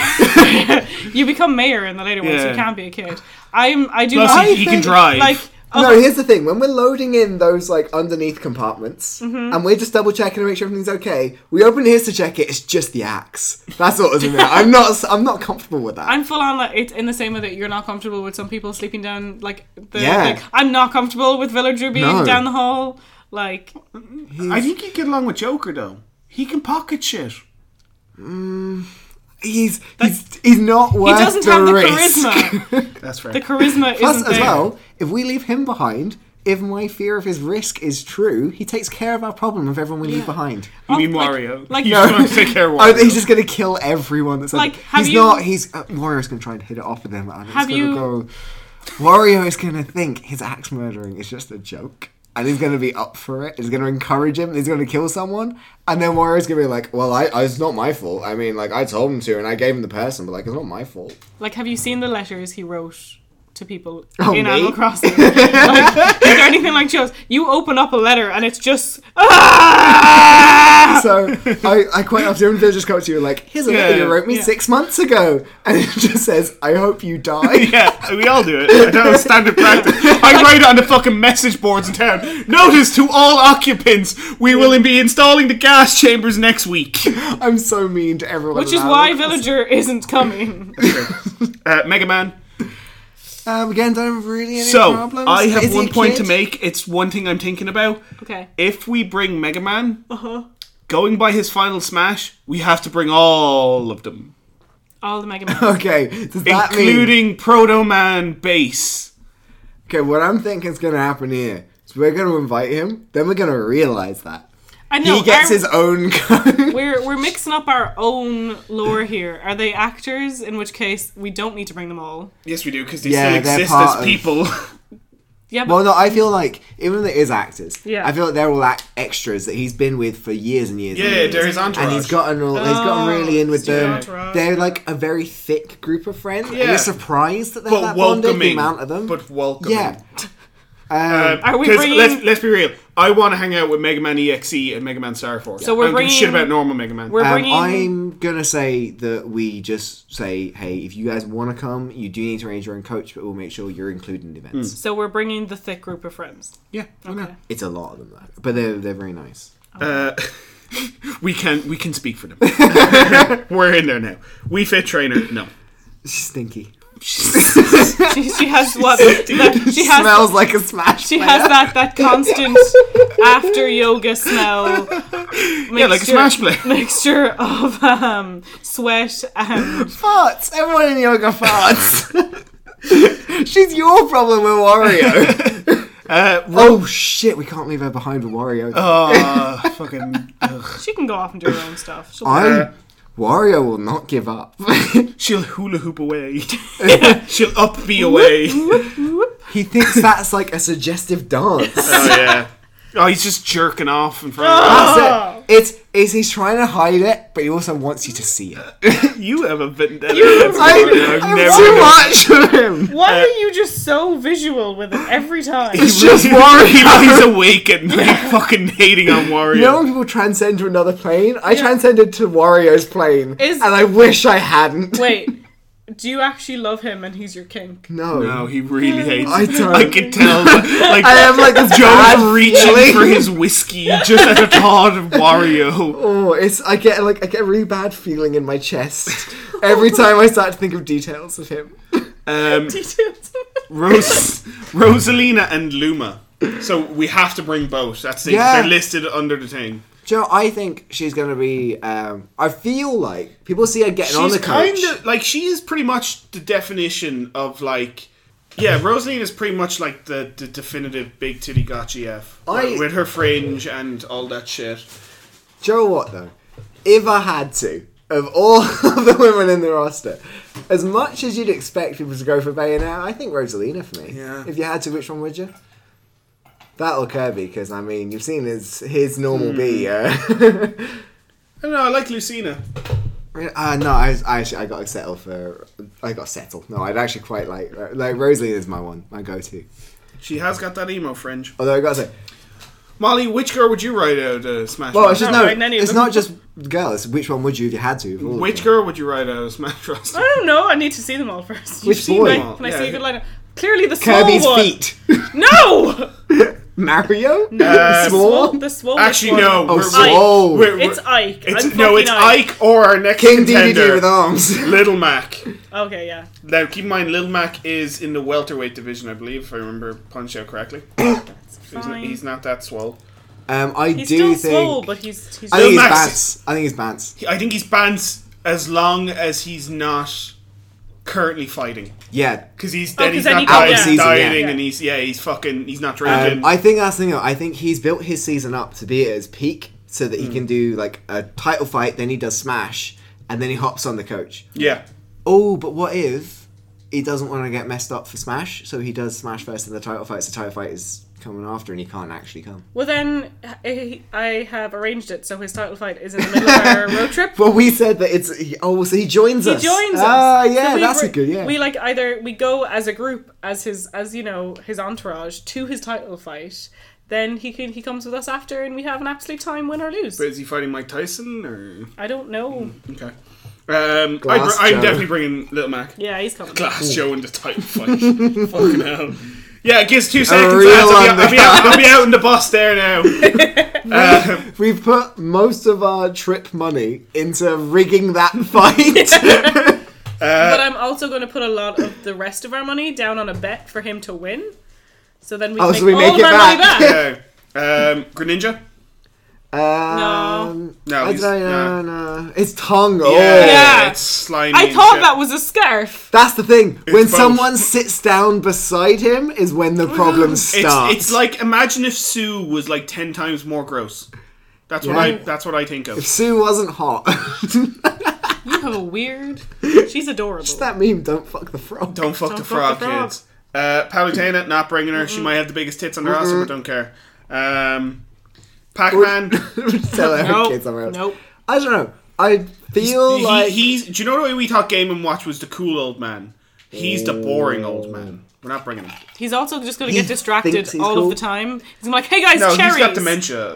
Speaker 2: You become mayor in the later ones.
Speaker 3: Yeah.
Speaker 2: You can't be a kid. I'm. I do.
Speaker 3: Plus,
Speaker 2: not,
Speaker 3: he- he can
Speaker 2: think,
Speaker 3: drive.
Speaker 2: Like.
Speaker 1: no, here's the thing. When we're loading in those like underneath compartments,
Speaker 2: Mm-hmm.
Speaker 1: and we're just double checking to make sure everything's okay, we open his to check it. It's just the axe. That's what was in there. I'm not. (laughs) I'm not comfortable with that.
Speaker 2: I'm full on like it's in the same way that you're not comfortable with some people sleeping down like the
Speaker 1: Yeah.
Speaker 2: like, I'm not comfortable with villager being
Speaker 1: No.
Speaker 2: down the hall. Like
Speaker 3: I think he'd get along with Joker though. He can pocket shit.
Speaker 1: he's he's he's not
Speaker 2: he
Speaker 1: worth
Speaker 2: doesn't
Speaker 1: the
Speaker 2: have the
Speaker 1: risk.
Speaker 2: charisma.
Speaker 3: That's right.
Speaker 2: The charisma
Speaker 1: (laughs) Plus,
Speaker 2: isn't
Speaker 1: as
Speaker 2: there.
Speaker 1: well, if we leave him behind, if my fear of his risk is true, he takes care of our problem of everyone we leave behind.
Speaker 3: you mean
Speaker 2: Like-
Speaker 3: Wario?
Speaker 2: like-
Speaker 3: you
Speaker 2: No.
Speaker 3: just want to
Speaker 1: (laughs)
Speaker 3: take care of
Speaker 1: Oh,
Speaker 3: Wario.
Speaker 1: he's just gonna kill everyone that's
Speaker 2: Like, have
Speaker 1: he's
Speaker 2: you-
Speaker 1: not. He's uh, Wario's gonna try and hit it off with him, and it's
Speaker 2: Have
Speaker 1: gonna
Speaker 2: you-
Speaker 1: go. Wario is gonna think his axe murdering is just a joke, and he's gonna be up for it. He's gonna encourage him. He's gonna kill someone, and then Wario's gonna be like, "Well, I, I it's not my fault. I mean, like, I told him to, and I gave him the person, but like, it's not my fault."
Speaker 2: Like, have you seen the letters he wrote to people
Speaker 1: Oh,
Speaker 2: in
Speaker 1: me? (laughs)
Speaker 2: Animal Crossing? like, is there anything like shows? You open up a letter and it's just ah!
Speaker 1: So
Speaker 2: (laughs)
Speaker 1: I, I quite often they just come up to you like, "Here's a letter
Speaker 3: Yeah,
Speaker 1: you wrote me
Speaker 2: yeah.
Speaker 1: six months ago," (laughs) and it just says, "I hope you
Speaker 2: (laughs)
Speaker 1: die."
Speaker 3: (laughs) yeah, we all do it. I know it's standard practice. I write it on the fucking message boards in town. Notice to all occupants, we will be installing the gas chambers next
Speaker 1: (laughs)
Speaker 3: week.
Speaker 1: I'm so mean to everyone.
Speaker 2: which is
Speaker 1: around.
Speaker 2: why Villager isn't coming. (laughs)
Speaker 3: Uh, Mega Man.
Speaker 1: Um, again, don't have really any
Speaker 3: So
Speaker 1: problems.
Speaker 3: I
Speaker 1: Is
Speaker 3: have
Speaker 1: he
Speaker 3: one
Speaker 1: a
Speaker 3: point to
Speaker 1: kid?
Speaker 3: make. It's one thing I'm thinking about.
Speaker 2: Okay.
Speaker 3: If we bring Mega Man, going by his final smash, we have to bring all of them,
Speaker 2: All the Mega Man.
Speaker 1: (laughs) Okay, does that mean?
Speaker 3: including Proto Man Base.
Speaker 1: Okay, what I'm thinking is going to happen here is we're going to invite him, then we're going to realize that
Speaker 2: I know.
Speaker 1: he gets
Speaker 2: are-
Speaker 1: his own (laughs) code.
Speaker 2: We're, we're mixing up our own lore here. Are they actors? In which case, we don't need to bring them all.
Speaker 3: Yes, we do because they
Speaker 1: Yeah,
Speaker 3: still
Speaker 1: they're
Speaker 3: exist
Speaker 1: part
Speaker 3: as
Speaker 1: of- (laughs)
Speaker 3: people. (laughs)
Speaker 2: Yeah, but
Speaker 1: well, no, I feel like even though it is actors,
Speaker 2: Yeah.
Speaker 1: I feel like they're all act- extras that he's been with for years and years. and
Speaker 3: yeah,
Speaker 1: years.
Speaker 3: there is entourage.
Speaker 1: And he's gotten all, he's gotten really in with
Speaker 2: Oh,
Speaker 1: them.
Speaker 2: entourage.
Speaker 1: They're like a very thick group of friends. and
Speaker 3: Yeah.
Speaker 1: you're surprised that they're
Speaker 3: but
Speaker 1: that bonded, the
Speaker 3: welcoming,
Speaker 1: amount of them.
Speaker 3: but welcoming.
Speaker 1: yeah. Um,
Speaker 3: Um,
Speaker 2: Are we
Speaker 3: 'cause
Speaker 2: bringing-
Speaker 3: Let's, let's be real. I want to hang out with Mega Man EXE and Mega Man Star Force.
Speaker 2: So we're
Speaker 3: I don't give a
Speaker 2: bringing-
Speaker 3: shit about normal Mega Man.
Speaker 2: we're
Speaker 1: Um,
Speaker 2: bringing.
Speaker 1: I'm gonna say that we just say, hey, if you guys want to come, you do need to arrange your own coach, but we'll make sure you're included in events.
Speaker 2: So we're bringing the thick group of friends.
Speaker 3: yeah, why not?
Speaker 1: It's a lot of them though, but they're they're very nice.
Speaker 3: Uh, (laughs) we can we can speak
Speaker 1: (laughs)
Speaker 3: for them. (laughs) we're in there now. We fit trainer. No.
Speaker 1: Stinky. (laughs)
Speaker 2: She, she has what? that- she has.
Speaker 1: Smells like a smash.
Speaker 2: she has that, that constant after yoga
Speaker 1: (laughs)
Speaker 2: smell.
Speaker 3: Yeah, like a Smash player. (laughs)
Speaker 2: Mixture of um, sweat and
Speaker 1: farts. Everyone in yoga farts. (laughs) She's your problem with
Speaker 2: (laughs)
Speaker 1: Wario.
Speaker 3: Uh,
Speaker 1: oh shit, we can't leave her behind with Wario.
Speaker 2: Oh,
Speaker 3: uh, fucking. Ugh.
Speaker 2: she can go off and do her own stuff. She'll-
Speaker 1: I Wario will not give up. (laughs)
Speaker 3: She'll hula hoop away. She'll up be away.
Speaker 1: he thinks that's like a suggestive dance.
Speaker 3: oh yeah. Oh, he's just jerking off in
Speaker 1: Ah.
Speaker 3: front
Speaker 1: That's
Speaker 2: Ah.
Speaker 1: it. It's, it's he's trying to hide it, but he also wants you to see it.
Speaker 3: of you. You have a vendetta. against Mario.
Speaker 1: I,
Speaker 3: I've
Speaker 1: I'm
Speaker 3: never
Speaker 1: too
Speaker 3: known.
Speaker 1: much of him.
Speaker 2: Why are you just so visual with it every time?
Speaker 1: It's just Wario.
Speaker 3: He's awakened,
Speaker 1: (laughs)
Speaker 3: like fucking hating on Wario.
Speaker 1: You know when people transcend to another plane? I transcended to Wario's plane,
Speaker 2: Is-
Speaker 1: and I wish I hadn't.
Speaker 2: Wait, do you actually love him and he's your (laughs) kink?
Speaker 1: No.
Speaker 3: No, he really hates.
Speaker 1: I
Speaker 3: I
Speaker 1: don't.
Speaker 3: I can tell. Like
Speaker 1: I am like (laughs) this
Speaker 3: Joe
Speaker 1: bad
Speaker 3: reaching
Speaker 1: feeling.
Speaker 3: for his whiskey just at the thought of Wario.
Speaker 1: (laughs) Oh, it's I get like I get a really bad feeling in my
Speaker 2: (laughs)
Speaker 1: chest every time I start to think of details of him.
Speaker 3: Um, Rose,
Speaker 1: (laughs)
Speaker 3: Rosalina and Luma. So we have to bring both. That's the
Speaker 1: Yeah.
Speaker 3: they're listed under the thing.
Speaker 1: Joe, I think she's gonna be. Um, I feel like people see her getting on
Speaker 3: She's
Speaker 1: the coach.
Speaker 3: kind of like she is pretty much the definition of like, yeah, Rosaline is pretty much like the, the definitive big titty gotcha f
Speaker 1: I-
Speaker 3: with her fringe and all that shit.
Speaker 1: Joe, what though? If I had to, of all (laughs) of the women in the roster, as much as you'd expect people to go for Bayonetta, I think Rosalina for me.
Speaker 3: Yeah.
Speaker 1: If you had to, which one would you? That or Kirby? Because I mean, you've seen his his normal B. Uh, (laughs)
Speaker 3: I don't know. I like Lucina.
Speaker 1: Uh, no, I, I actually I got to settle for I got to settle. No, I'd actually quite like like Rosalie is my one, my go-to.
Speaker 3: She has got that emo fringe.
Speaker 1: Although I gotta say,
Speaker 3: Molly, which girl would you write out of Smash?
Speaker 1: well,
Speaker 3: Bros?
Speaker 1: it's just
Speaker 2: not
Speaker 1: no,
Speaker 2: writing any of
Speaker 1: it's
Speaker 2: them.
Speaker 1: not just girls. Which one would you if you had to? of all of
Speaker 3: which
Speaker 1: them?
Speaker 3: girl would you write out of
Speaker 2: (laughs)
Speaker 3: Smash Bros?
Speaker 2: I don't know. I need to see them all first.
Speaker 1: Which
Speaker 2: You've seen
Speaker 1: boy?
Speaker 2: my- Can I
Speaker 3: Yeah.
Speaker 2: see a good lineup? Clearly the small
Speaker 1: Kirby's
Speaker 2: one.
Speaker 1: feet.
Speaker 2: No.
Speaker 1: (laughs) Mario.
Speaker 3: Uh,
Speaker 1: Small.
Speaker 2: The small.
Speaker 3: Actually,
Speaker 2: one.
Speaker 3: no.
Speaker 1: Oh,
Speaker 3: we're-
Speaker 1: swole.
Speaker 3: we're- we're-
Speaker 2: It's Ike.
Speaker 3: it's-
Speaker 2: I'm
Speaker 3: no,
Speaker 2: fucking
Speaker 3: it's
Speaker 2: Ike.
Speaker 3: Ike or our next
Speaker 1: King DDD
Speaker 3: contender,
Speaker 1: with
Speaker 3: (laughs)
Speaker 1: arms.
Speaker 3: Little Mac.
Speaker 2: Okay, yeah.
Speaker 3: Now, keep in mind, Little Mac is in the welterweight division, I believe, if I remember Punch Out correctly. He's not,
Speaker 2: Fine.
Speaker 3: he's not that swole.
Speaker 1: Um, I
Speaker 2: He's
Speaker 1: do
Speaker 2: still
Speaker 1: think
Speaker 2: small, but he's he's.
Speaker 1: I think
Speaker 3: Lil
Speaker 1: he's
Speaker 3: Max-
Speaker 1: Bance. I think he's Bance.
Speaker 3: He- I think he's bans as long as he's not currently fighting,
Speaker 1: Yeah.
Speaker 3: because he's
Speaker 2: Oh,
Speaker 3: then
Speaker 2: 'cause
Speaker 3: he's
Speaker 2: then
Speaker 3: not
Speaker 2: he
Speaker 1: can't- Out
Speaker 3: dieting,
Speaker 1: of season, yeah.
Speaker 3: dieting
Speaker 2: Yeah.
Speaker 3: and he's yeah he's fucking he's not drinking.
Speaker 1: Um, I think that's the thing. Though. I think he's built his season up to be at his peak, so that he
Speaker 3: Hmm.
Speaker 1: can do like a title fight, then he does Smash, and then he hops on the coach.
Speaker 3: yeah,
Speaker 1: Oh, but what if he doesn't want to get messed up for Smash, so he does Smash first in the title fight, so title fight is coming after and he can't actually come.
Speaker 2: Well, then I I have arranged it so his title fight is in the middle
Speaker 1: (laughs)
Speaker 2: of our road trip.
Speaker 1: But we said that it's he, oh, so he joins
Speaker 2: He
Speaker 1: us.
Speaker 2: joins us.
Speaker 1: Ah,
Speaker 2: So
Speaker 1: yeah,
Speaker 2: we
Speaker 1: that's
Speaker 2: were-
Speaker 1: a good yeah.
Speaker 2: We like either we go as a group, as his, as you know, his entourage to his title fight. Then he can he comes with us after, and we have an absolute time, win or lose.
Speaker 3: but is he fighting Mike Tyson or
Speaker 2: I don't know.
Speaker 3: okay? Um, I
Speaker 1: Glass
Speaker 3: am
Speaker 1: Joe.
Speaker 3: definitely bringing Little Mac.
Speaker 2: Yeah, he's coming.
Speaker 3: Glass Joe in the title fight. (laughs) fucking hell. Yeah, it gives two seconds.
Speaker 1: real
Speaker 3: lads, I'll, be, I'll, be out,
Speaker 1: underdog.
Speaker 3: I'll be out in the bus there now. (laughs) Um,
Speaker 1: We've put most of our trip money into rigging that (laughs)
Speaker 2: (laughs)
Speaker 1: fight.
Speaker 2: But I'm also going to put a lot of the rest of our money down on a bet for him to win. So then we
Speaker 1: Oh,
Speaker 2: make
Speaker 1: so we
Speaker 2: all
Speaker 1: make
Speaker 2: of
Speaker 1: it
Speaker 2: our
Speaker 1: back. (laughs)
Speaker 2: money back.
Speaker 3: Okay. Um, Greninja?
Speaker 1: um,
Speaker 3: No,
Speaker 1: I
Speaker 3: he's-
Speaker 1: don't know,
Speaker 3: no.
Speaker 1: no. It's tongue.
Speaker 3: Yeah,
Speaker 1: Oh,
Speaker 2: Yeah.
Speaker 3: it's slimy.
Speaker 2: I
Speaker 3: and
Speaker 2: thought
Speaker 3: shit.
Speaker 2: that was a scarf. (laughs)
Speaker 1: that's the thing. when
Speaker 3: both.
Speaker 1: someone sits down beside him, is when the problem starts.
Speaker 3: It's, it's like imagine if Sue was like ten times more gross. That's what
Speaker 1: Yeah.
Speaker 3: I. That's what I think of.
Speaker 1: Sue wasn't hot. (laughs)
Speaker 2: You have a Oh, weird. She's adorable.
Speaker 1: that meme, don't fuck the frog.
Speaker 3: Don't fuck, the,
Speaker 2: fuck
Speaker 3: frog,
Speaker 2: the frog. Mm-hmm.
Speaker 3: kids. Uh, Palutena, not bringing her. She might have the biggest tits on her roster,
Speaker 1: Mm-hmm.
Speaker 3: but don't care. Um,
Speaker 1: (laughs)
Speaker 3: Pac-Man.
Speaker 1: (laughs) Tell her
Speaker 2: Nope.
Speaker 1: kids somewhere else.
Speaker 2: Nope.
Speaker 1: I don't know. I feel
Speaker 3: he,
Speaker 1: like
Speaker 3: he's. Do you know the way we thought Game and Watch was the cool old man? He's the boring old man.
Speaker 1: Oh.
Speaker 3: We're not bringing him.
Speaker 2: He's also just going to
Speaker 1: He
Speaker 2: get distracted
Speaker 1: thinks he's
Speaker 2: all
Speaker 1: cool.
Speaker 2: of the time. He's like, "Hey guys,
Speaker 3: No,
Speaker 2: cherries."
Speaker 3: he's got dementia.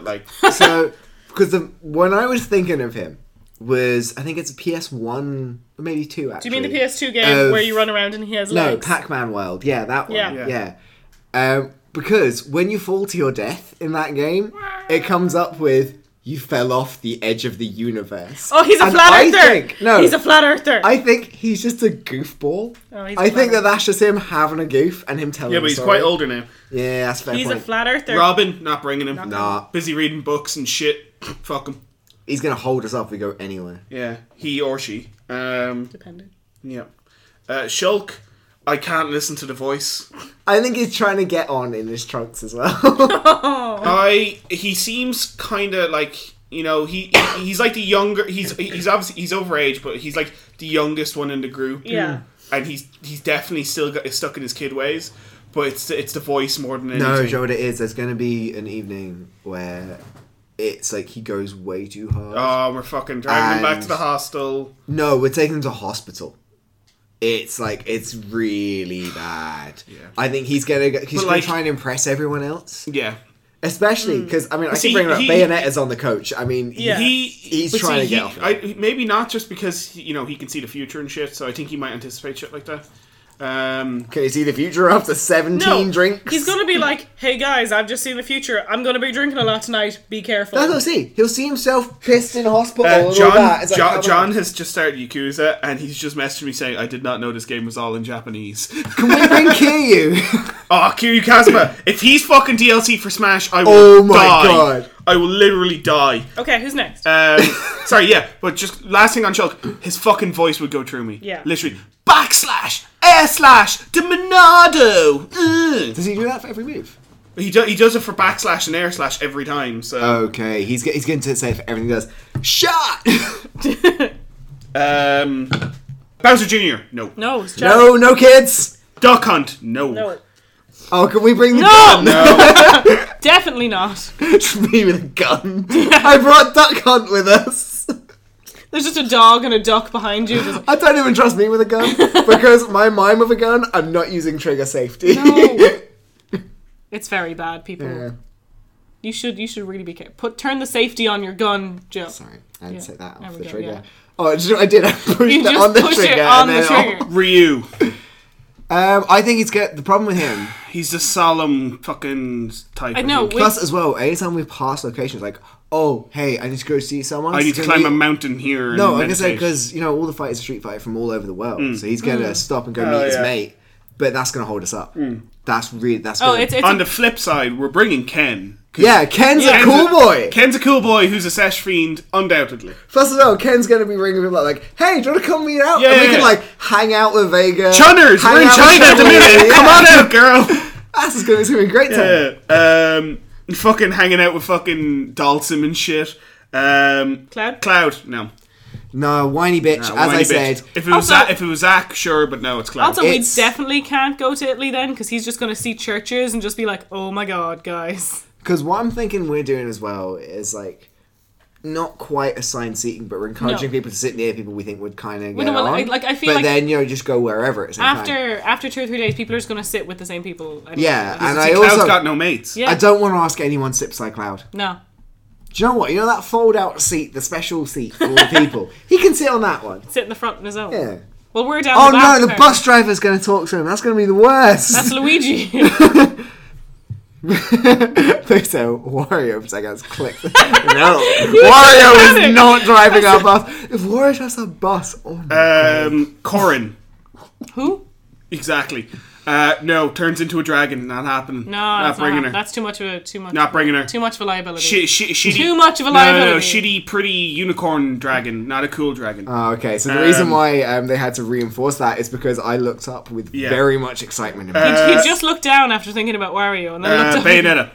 Speaker 2: (laughs)
Speaker 3: Like
Speaker 1: so because the when I was thinking of him was I think it's a PS one or maybe two.
Speaker 2: Do
Speaker 1: Actually,
Speaker 2: you mean the PS2 game
Speaker 1: Of-
Speaker 2: where you run around and he has
Speaker 1: No,
Speaker 2: legs?
Speaker 1: Pac Man World. Yeah, that one.
Speaker 2: Yeah.
Speaker 1: Yeah.
Speaker 3: Yeah.
Speaker 1: Um, because when you fall to your death in that game, it comes up with you fell off the edge of the universe.
Speaker 2: oh, he's a
Speaker 1: And
Speaker 2: flat
Speaker 1: I
Speaker 2: earther.
Speaker 1: think- no,
Speaker 2: he's a flat earther.
Speaker 1: I think he's just a goofball.
Speaker 2: Oh, he's a
Speaker 1: I think
Speaker 2: clown.
Speaker 1: that that's just him having a goof and him telling.
Speaker 3: yeah, but he's
Speaker 1: sorry.
Speaker 3: quite older now.
Speaker 1: Yeah, that's a fair
Speaker 2: he's
Speaker 1: point.
Speaker 2: a flat earther.
Speaker 3: Robin, not bringing him.
Speaker 1: Nah.
Speaker 3: Busy reading books and shit. (clears throat) Fuck him.
Speaker 1: he's gonna hold us up. if We go anywhere.
Speaker 3: Yeah, he or she. Um,
Speaker 2: Depending.
Speaker 3: yeah. Uh, Shulk, I can't listen to the voice.
Speaker 1: I think he's trying to get on in his trunks as
Speaker 2: (laughs)
Speaker 1: well.
Speaker 3: Uh-huh. I he seems kind of like you know he he's like the younger he's he's obviously he's overage but he's like the youngest one in the group.
Speaker 2: Yeah.
Speaker 3: and he's he's definitely still got, stuck in his kid ways. But it's the, it's the voice more than anything.
Speaker 1: no, Joe, it is. There's gonna be an evening where it's like he goes way too hard.
Speaker 3: Oh, we're fucking driving him back to the
Speaker 1: And-
Speaker 3: hostel.
Speaker 1: No, we're taking him to hospital. It's like it's really bad. I think he's gonna go, he's
Speaker 3: But,
Speaker 1: gonna
Speaker 3: like-
Speaker 1: try and impress everyone else,
Speaker 3: Yeah,
Speaker 1: especially because I mean I
Speaker 3: See,
Speaker 1: keep bringing up
Speaker 3: he-
Speaker 1: Bayonetta's on the coach. I mean, he-
Speaker 2: Yeah.
Speaker 3: he
Speaker 1: He's
Speaker 3: but
Speaker 1: trying to
Speaker 3: he-
Speaker 1: get off.
Speaker 3: I, maybe not just because you know he can see the future and shit. So I think he might anticipate shit like that. Um,
Speaker 1: can you see the future after seventeen
Speaker 2: No,
Speaker 1: drinks?
Speaker 2: he's going to be like, "Hey guys, I've just seen the future. I'm going to be drinking a lot tonight. Be careful."
Speaker 1: That's what I see. He'll see himself pissed in hospital. and
Speaker 3: Uh,
Speaker 1: all
Speaker 3: John,
Speaker 1: that. It's like,
Speaker 3: John,
Speaker 1: come
Speaker 3: John
Speaker 1: on.
Speaker 3: has just started Yakuza, and he's just messaged me saying, "I did not know this game was all in Japanese." (laughs)
Speaker 1: can we bring Kiryu? (laughs)
Speaker 3: oh, Kiryu Kazuma! If he's fucking DLC for Smash, I will.
Speaker 1: Oh my
Speaker 3: die.
Speaker 1: God.
Speaker 3: I will literally die.
Speaker 2: Okay, who's next?
Speaker 1: Uh,
Speaker 3: Um, (laughs) sorry, yeah, but just last thing on Shulk, his fucking voice would go through me.
Speaker 2: Yeah.
Speaker 3: literally backslash, air slash, demonado. Ugh.
Speaker 1: (laughs) Does he do that for every move?
Speaker 3: He do, he does it for backslash and air slash every time. So
Speaker 1: Okay, he's get- he's going to say for everything he does. Shot. (laughs)
Speaker 3: um, Bowser Jr. No.
Speaker 2: Oh, no, it's Jack.
Speaker 1: no, no kids.
Speaker 3: Duck Hunt. No.
Speaker 2: No.
Speaker 1: Oh, can we bring the (laughs)
Speaker 2: No!
Speaker 1: gun?
Speaker 2: (laughs) Definitely not.
Speaker 1: Me with a gun. I brought Duck Hunt with us.
Speaker 2: There's just a dog and a duck behind you. Just-
Speaker 1: I don't even trust me with a
Speaker 2: (laughs)
Speaker 1: gun because my mime with a gun. I'm not using trigger safety.
Speaker 2: No. it's very bad, people.
Speaker 1: (laughs) Yeah.
Speaker 2: You should you should really be careful. Put turn the safety on your gun, Joe.
Speaker 1: Sorry, I didn't
Speaker 2: Yeah.
Speaker 1: set that
Speaker 2: There
Speaker 1: off
Speaker 2: we
Speaker 1: the
Speaker 2: go,
Speaker 1: trigger.
Speaker 2: yeah.
Speaker 1: Oh, do you know what I
Speaker 2: (laughs)
Speaker 1: did. I pushed
Speaker 2: You
Speaker 1: it
Speaker 2: just
Speaker 1: on the
Speaker 2: push
Speaker 1: trigger.
Speaker 2: it on
Speaker 1: and
Speaker 2: the
Speaker 1: then oh. I'll-
Speaker 2: trigger.
Speaker 3: Ryu.
Speaker 1: Um, I think he's got the problem with him.
Speaker 3: He's a solemn fucking type.
Speaker 2: I know.
Speaker 3: think.
Speaker 2: We,
Speaker 1: Plus, as well, anytime we pass locations, like, oh, hey, I need to go see someone.
Speaker 3: I need
Speaker 1: so
Speaker 3: to climb
Speaker 1: we-
Speaker 3: a mountain here.
Speaker 1: No,
Speaker 3: and
Speaker 1: I'm gonna say
Speaker 3: meditate.
Speaker 1: because you know all the fighters are street fight from all over the world, so he's gonna
Speaker 2: Mm.
Speaker 1: stop and go
Speaker 3: Oh,
Speaker 1: meet his
Speaker 3: Mm. yeah. Mm.
Speaker 1: mate. But that's gonna hold us up. That's really that's.
Speaker 2: oh,
Speaker 1: gonna-
Speaker 2: it's it's
Speaker 3: on the flip side, we're bringing Ken.
Speaker 1: yeah, Ken's
Speaker 2: Yeah.
Speaker 1: a
Speaker 2: Ken's
Speaker 1: cool
Speaker 3: a-
Speaker 1: boy.
Speaker 3: Ken's a cool boy who's a sesh fiend, undoubtedly.
Speaker 1: Plus, as well, Ken's gonna be ringing people up like, "Hey, do you want to come meet out?"
Speaker 3: Yeah,
Speaker 1: and we
Speaker 3: yeah,
Speaker 1: can
Speaker 3: yeah.
Speaker 1: like hang out with Vega.
Speaker 3: Chunners,
Speaker 1: Uh, hang
Speaker 3: we're in
Speaker 1: out with
Speaker 3: China at the
Speaker 1: Chunner, (laughs)
Speaker 3: minute.
Speaker 1: yeah.
Speaker 3: Come on out, girl. (laughs)
Speaker 1: That's it's gonna, it's gonna be a great time.
Speaker 3: Yeah. Um, fucking hanging out with fucking Dalsim and shit. Um,
Speaker 2: Cloud?
Speaker 3: Cloud. No.
Speaker 1: No, whiny bitch.
Speaker 3: No,
Speaker 1: as
Speaker 3: whiny
Speaker 1: I
Speaker 3: bitch.
Speaker 1: said,
Speaker 3: if it was
Speaker 2: Also-
Speaker 3: Zach, if it was Zach, sure, but no, it's Cloud.
Speaker 2: also
Speaker 1: it's-
Speaker 2: we definitely can't go to Italy then because he's just going to see churches and just be like, oh my god, guys.
Speaker 1: Because what I'm thinking we're doing as well is like not quite assigned seating, but we're encouraging
Speaker 2: No.
Speaker 1: people to sit near people we think would kind of get
Speaker 2: no, well,
Speaker 1: on.
Speaker 2: I- like, I feel
Speaker 1: but
Speaker 2: like-
Speaker 1: then you know just go wherever it's
Speaker 2: After after two or three days, people are just going to sit with the same people. anyway.
Speaker 1: Yeah,
Speaker 2: Just-
Speaker 1: and I
Speaker 3: Cloud's
Speaker 1: also
Speaker 3: got no mates.
Speaker 2: Yeah.
Speaker 1: I don't want to ask anyone sips like cloud.
Speaker 2: no.
Speaker 1: Do you know what? You know that fold out seat, the special seat for all the people. he can sit on that one.
Speaker 2: Sit in the front on his own.
Speaker 1: Yeah.
Speaker 2: Well, we're down.
Speaker 1: Oh
Speaker 2: the back
Speaker 1: no, the
Speaker 2: there.
Speaker 1: bus driver's going to talk to him. That's going to be the worst. (laughs)
Speaker 2: That's Luigi.
Speaker 1: Please don't. Wario, because I guess click. (laughs) no, (laughs) Wario
Speaker 2: panic.
Speaker 1: is not driving our bus. If Wario drives our bus, oh my
Speaker 3: Um, Corin.
Speaker 2: Who?
Speaker 3: Exactly. Uh, no, turns into a dragon. Not happening.
Speaker 2: No,
Speaker 3: not
Speaker 2: that's
Speaker 3: bringing
Speaker 2: not,
Speaker 3: her.
Speaker 2: That's too much of a too much.
Speaker 3: Not bringing her.
Speaker 2: Too much of a liability.
Speaker 3: Shi- shi- shitty.
Speaker 2: Too much of a
Speaker 3: No, no, no,
Speaker 2: liability.
Speaker 3: shitty, pretty unicorn dragon, not a cool dragon.
Speaker 1: Oh, okay. So the
Speaker 3: Um,
Speaker 1: reason why um, they had to reinforce that is because I looked up with
Speaker 3: Yeah.
Speaker 1: very much excitement. In my
Speaker 2: He- he just looked down after thinking about Wario, and then
Speaker 3: uh,
Speaker 2: looked up.
Speaker 3: Bayonetta.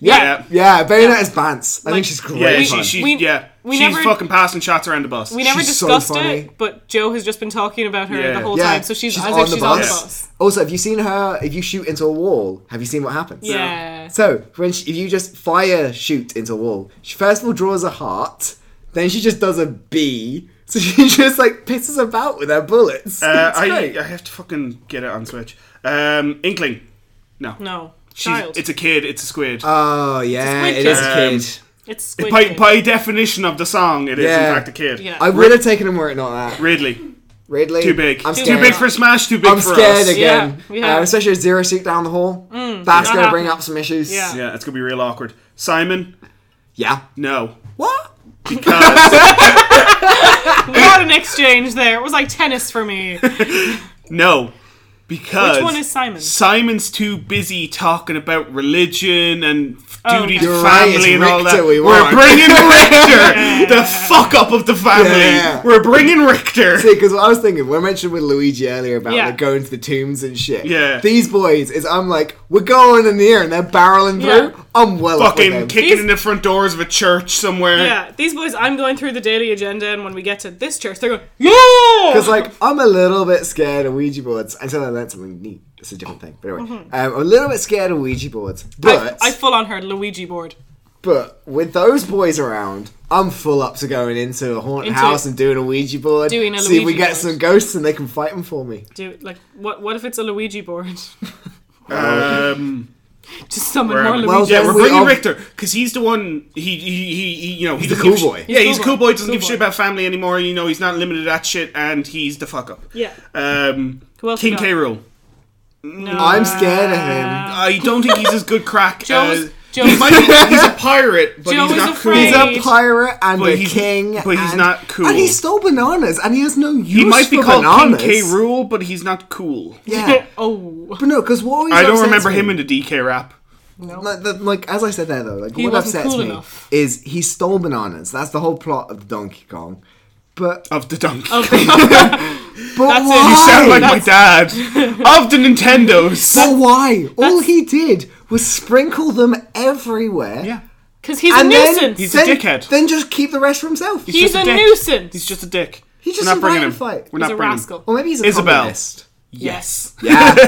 Speaker 2: Yeah.
Speaker 1: yeah, Bayonetta's Bance. I think she's great.
Speaker 3: Yeah,
Speaker 1: fun.
Speaker 3: she, she,
Speaker 2: We-
Speaker 3: yeah.
Speaker 2: we
Speaker 3: she's
Speaker 2: never-
Speaker 3: fucking passing shots around the bus.
Speaker 2: We never
Speaker 1: She's so
Speaker 2: discussed
Speaker 1: funny.
Speaker 2: it, but Joe has just been talking about her
Speaker 3: Yeah.
Speaker 2: the whole
Speaker 1: Yeah,
Speaker 2: time, so she's, as if she's on the bus.
Speaker 1: Also, have you seen her? If you shoot into a wall, have you seen what happens?
Speaker 2: Yeah.
Speaker 1: So when she, if you just fire shoot into a wall, she first of all draws a heart, then she just does a B. So (laughs) she just like pisses about with her bullets.
Speaker 3: Uh,
Speaker 1: It's
Speaker 3: I,
Speaker 1: great.
Speaker 3: I have to fucking get it on Switch. Um, Inkling. No.
Speaker 2: No.
Speaker 3: She's,
Speaker 2: Child.
Speaker 3: it's a kid. It's a squid.
Speaker 1: oh yeah,
Speaker 2: It's a
Speaker 1: it is a
Speaker 3: squid
Speaker 1: kid.
Speaker 2: It's Squid
Speaker 3: by,
Speaker 2: Game.
Speaker 3: by definition of the song, it is
Speaker 1: Yeah.
Speaker 3: in fact a kid.
Speaker 2: Yeah.
Speaker 1: I would have taken him were it not that.
Speaker 3: Ridley.
Speaker 1: Ridley,
Speaker 3: Too big.
Speaker 1: I'm
Speaker 2: Too
Speaker 1: scared.
Speaker 3: Too big for Smash. Too big
Speaker 1: I'm
Speaker 3: for
Speaker 1: scared
Speaker 3: us.
Speaker 1: again.
Speaker 2: Yeah, yeah.
Speaker 1: Um, especially with Zero Suit down the hall. That's
Speaker 2: Yeah.
Speaker 1: going to bring up some issues.
Speaker 2: Yeah.
Speaker 3: Yeah, it's gonna be real awkward. Simon.
Speaker 1: Yeah.
Speaker 3: No.
Speaker 1: What?
Speaker 3: Because
Speaker 2: What an exchange there. It was like tennis for me. Which
Speaker 3: no. Because
Speaker 2: one is Simon?
Speaker 3: Simon's too busy talking about religion and f-
Speaker 2: Oh,
Speaker 3: duty
Speaker 2: okay.
Speaker 3: to
Speaker 2: You're
Speaker 1: right,
Speaker 3: family
Speaker 1: it's
Speaker 3: and all
Speaker 1: Richter
Speaker 3: that.
Speaker 1: we
Speaker 3: We're
Speaker 1: want. (laughs)
Speaker 3: bringing Richter, the fuck up of the family.
Speaker 1: Yeah.
Speaker 3: We're bringing Richter.
Speaker 1: See, because what I was thinking, when I mentioned with Luigi earlier about
Speaker 2: Yeah.
Speaker 1: like going to the tombs and shit.
Speaker 3: Yeah.
Speaker 1: These boys is I'm like, we're going in the air and they're barreling
Speaker 2: Yeah.
Speaker 1: through. I'm well up with
Speaker 3: Fucking
Speaker 1: them.
Speaker 3: kicking
Speaker 2: These-
Speaker 3: in the front doors of a church somewhere.
Speaker 2: Yeah, these boys, I'm going through the daily agenda, and when we get to this church, they're going, yeah!
Speaker 1: Because like I'm a little bit scared of Ouija boards until I learned something neat. It's a different thing, but anyway, um, I'm a little bit scared of Ouija boards.
Speaker 2: Mm-hmm. I,
Speaker 1: But
Speaker 2: I full on heard Luigi board.
Speaker 1: but with those boys around, I'm full up to going into a haunted
Speaker 2: Into-
Speaker 1: house and doing a Ouija board.
Speaker 2: Doing a
Speaker 1: see if we
Speaker 2: Luigi
Speaker 1: get
Speaker 2: board.
Speaker 1: some ghosts and they can fight them for me.
Speaker 2: Do like what? What if it's a Luigi board? (laughs)
Speaker 3: Um,
Speaker 2: Just summon
Speaker 3: where
Speaker 2: more
Speaker 3: am I?
Speaker 2: Luigi.
Speaker 1: Well,
Speaker 3: yeah, we're
Speaker 1: then we
Speaker 3: bringing
Speaker 1: all-
Speaker 3: Richter because he's the one. He he he, he you know he's
Speaker 1: the cool boy.
Speaker 3: Yeah, he's a cool boy. Doesn't
Speaker 2: Cool
Speaker 3: give a
Speaker 2: boy.
Speaker 3: shit about family anymore. You know, he's not limited to that shit, and he's the fuck up.
Speaker 2: Yeah.
Speaker 3: Um,
Speaker 2: Who else
Speaker 3: King
Speaker 2: we got?
Speaker 3: K. Rule.
Speaker 2: (laughs)
Speaker 1: I'm
Speaker 2: Uh,
Speaker 1: scared of him.
Speaker 3: I don't think he's as good crack.
Speaker 2: Joe's,
Speaker 3: as,
Speaker 2: Joe's,
Speaker 3: he
Speaker 2: (laughs)
Speaker 3: might be, he's a pirate, but
Speaker 2: Joe
Speaker 3: he's
Speaker 2: is
Speaker 3: not cool.
Speaker 2: afraid.
Speaker 1: He's a pirate and
Speaker 3: But
Speaker 1: a
Speaker 3: he's-
Speaker 1: king.
Speaker 3: but he's
Speaker 1: and-
Speaker 3: not cool.
Speaker 1: And he stole bananas and he has no use
Speaker 3: He might be
Speaker 1: for
Speaker 3: called
Speaker 1: bananas.
Speaker 3: King K. Rule, but he's not cool.
Speaker 1: Yeah. (laughs)
Speaker 2: oh, (laughs)
Speaker 1: But no, because what always
Speaker 3: I don't
Speaker 1: upsets
Speaker 3: remember
Speaker 1: me-
Speaker 3: him in the DK rap.
Speaker 2: No.
Speaker 1: Like, the- like, as I said there though, like
Speaker 2: He
Speaker 1: what
Speaker 2: wasn't
Speaker 1: upsets
Speaker 2: cool
Speaker 1: me
Speaker 2: enough.
Speaker 1: is he stole bananas. That's the whole plot of Donkey Kong. But
Speaker 3: Of the donkey. (laughs)
Speaker 1: but
Speaker 2: That's it.
Speaker 1: why?
Speaker 2: You
Speaker 3: You sound like my
Speaker 2: That's- (laughs)
Speaker 3: dad. of the Nintendos.
Speaker 1: But why? All he did was sprinkle them everywhere.
Speaker 3: yeah.
Speaker 2: Because he's
Speaker 1: And
Speaker 2: a
Speaker 1: then-
Speaker 2: nuisance.
Speaker 3: He's
Speaker 2: He's,
Speaker 3: a
Speaker 1: then,
Speaker 3: dickhead.
Speaker 1: Then just keep the rest for himself.
Speaker 3: He's
Speaker 2: a,
Speaker 3: just dick.
Speaker 2: nuisance.
Speaker 3: He's just a dick.
Speaker 1: He just
Speaker 3: We're not bringing
Speaker 1: invited
Speaker 3: him.
Speaker 1: a fight.
Speaker 3: We're
Speaker 2: He's
Speaker 3: not
Speaker 2: a
Speaker 3: bringing him.
Speaker 2: rascal.
Speaker 1: or maybe he's a
Speaker 3: Isabel.
Speaker 1: communist.
Speaker 2: Yes.
Speaker 1: Yeah.
Speaker 2: (laughs) I need,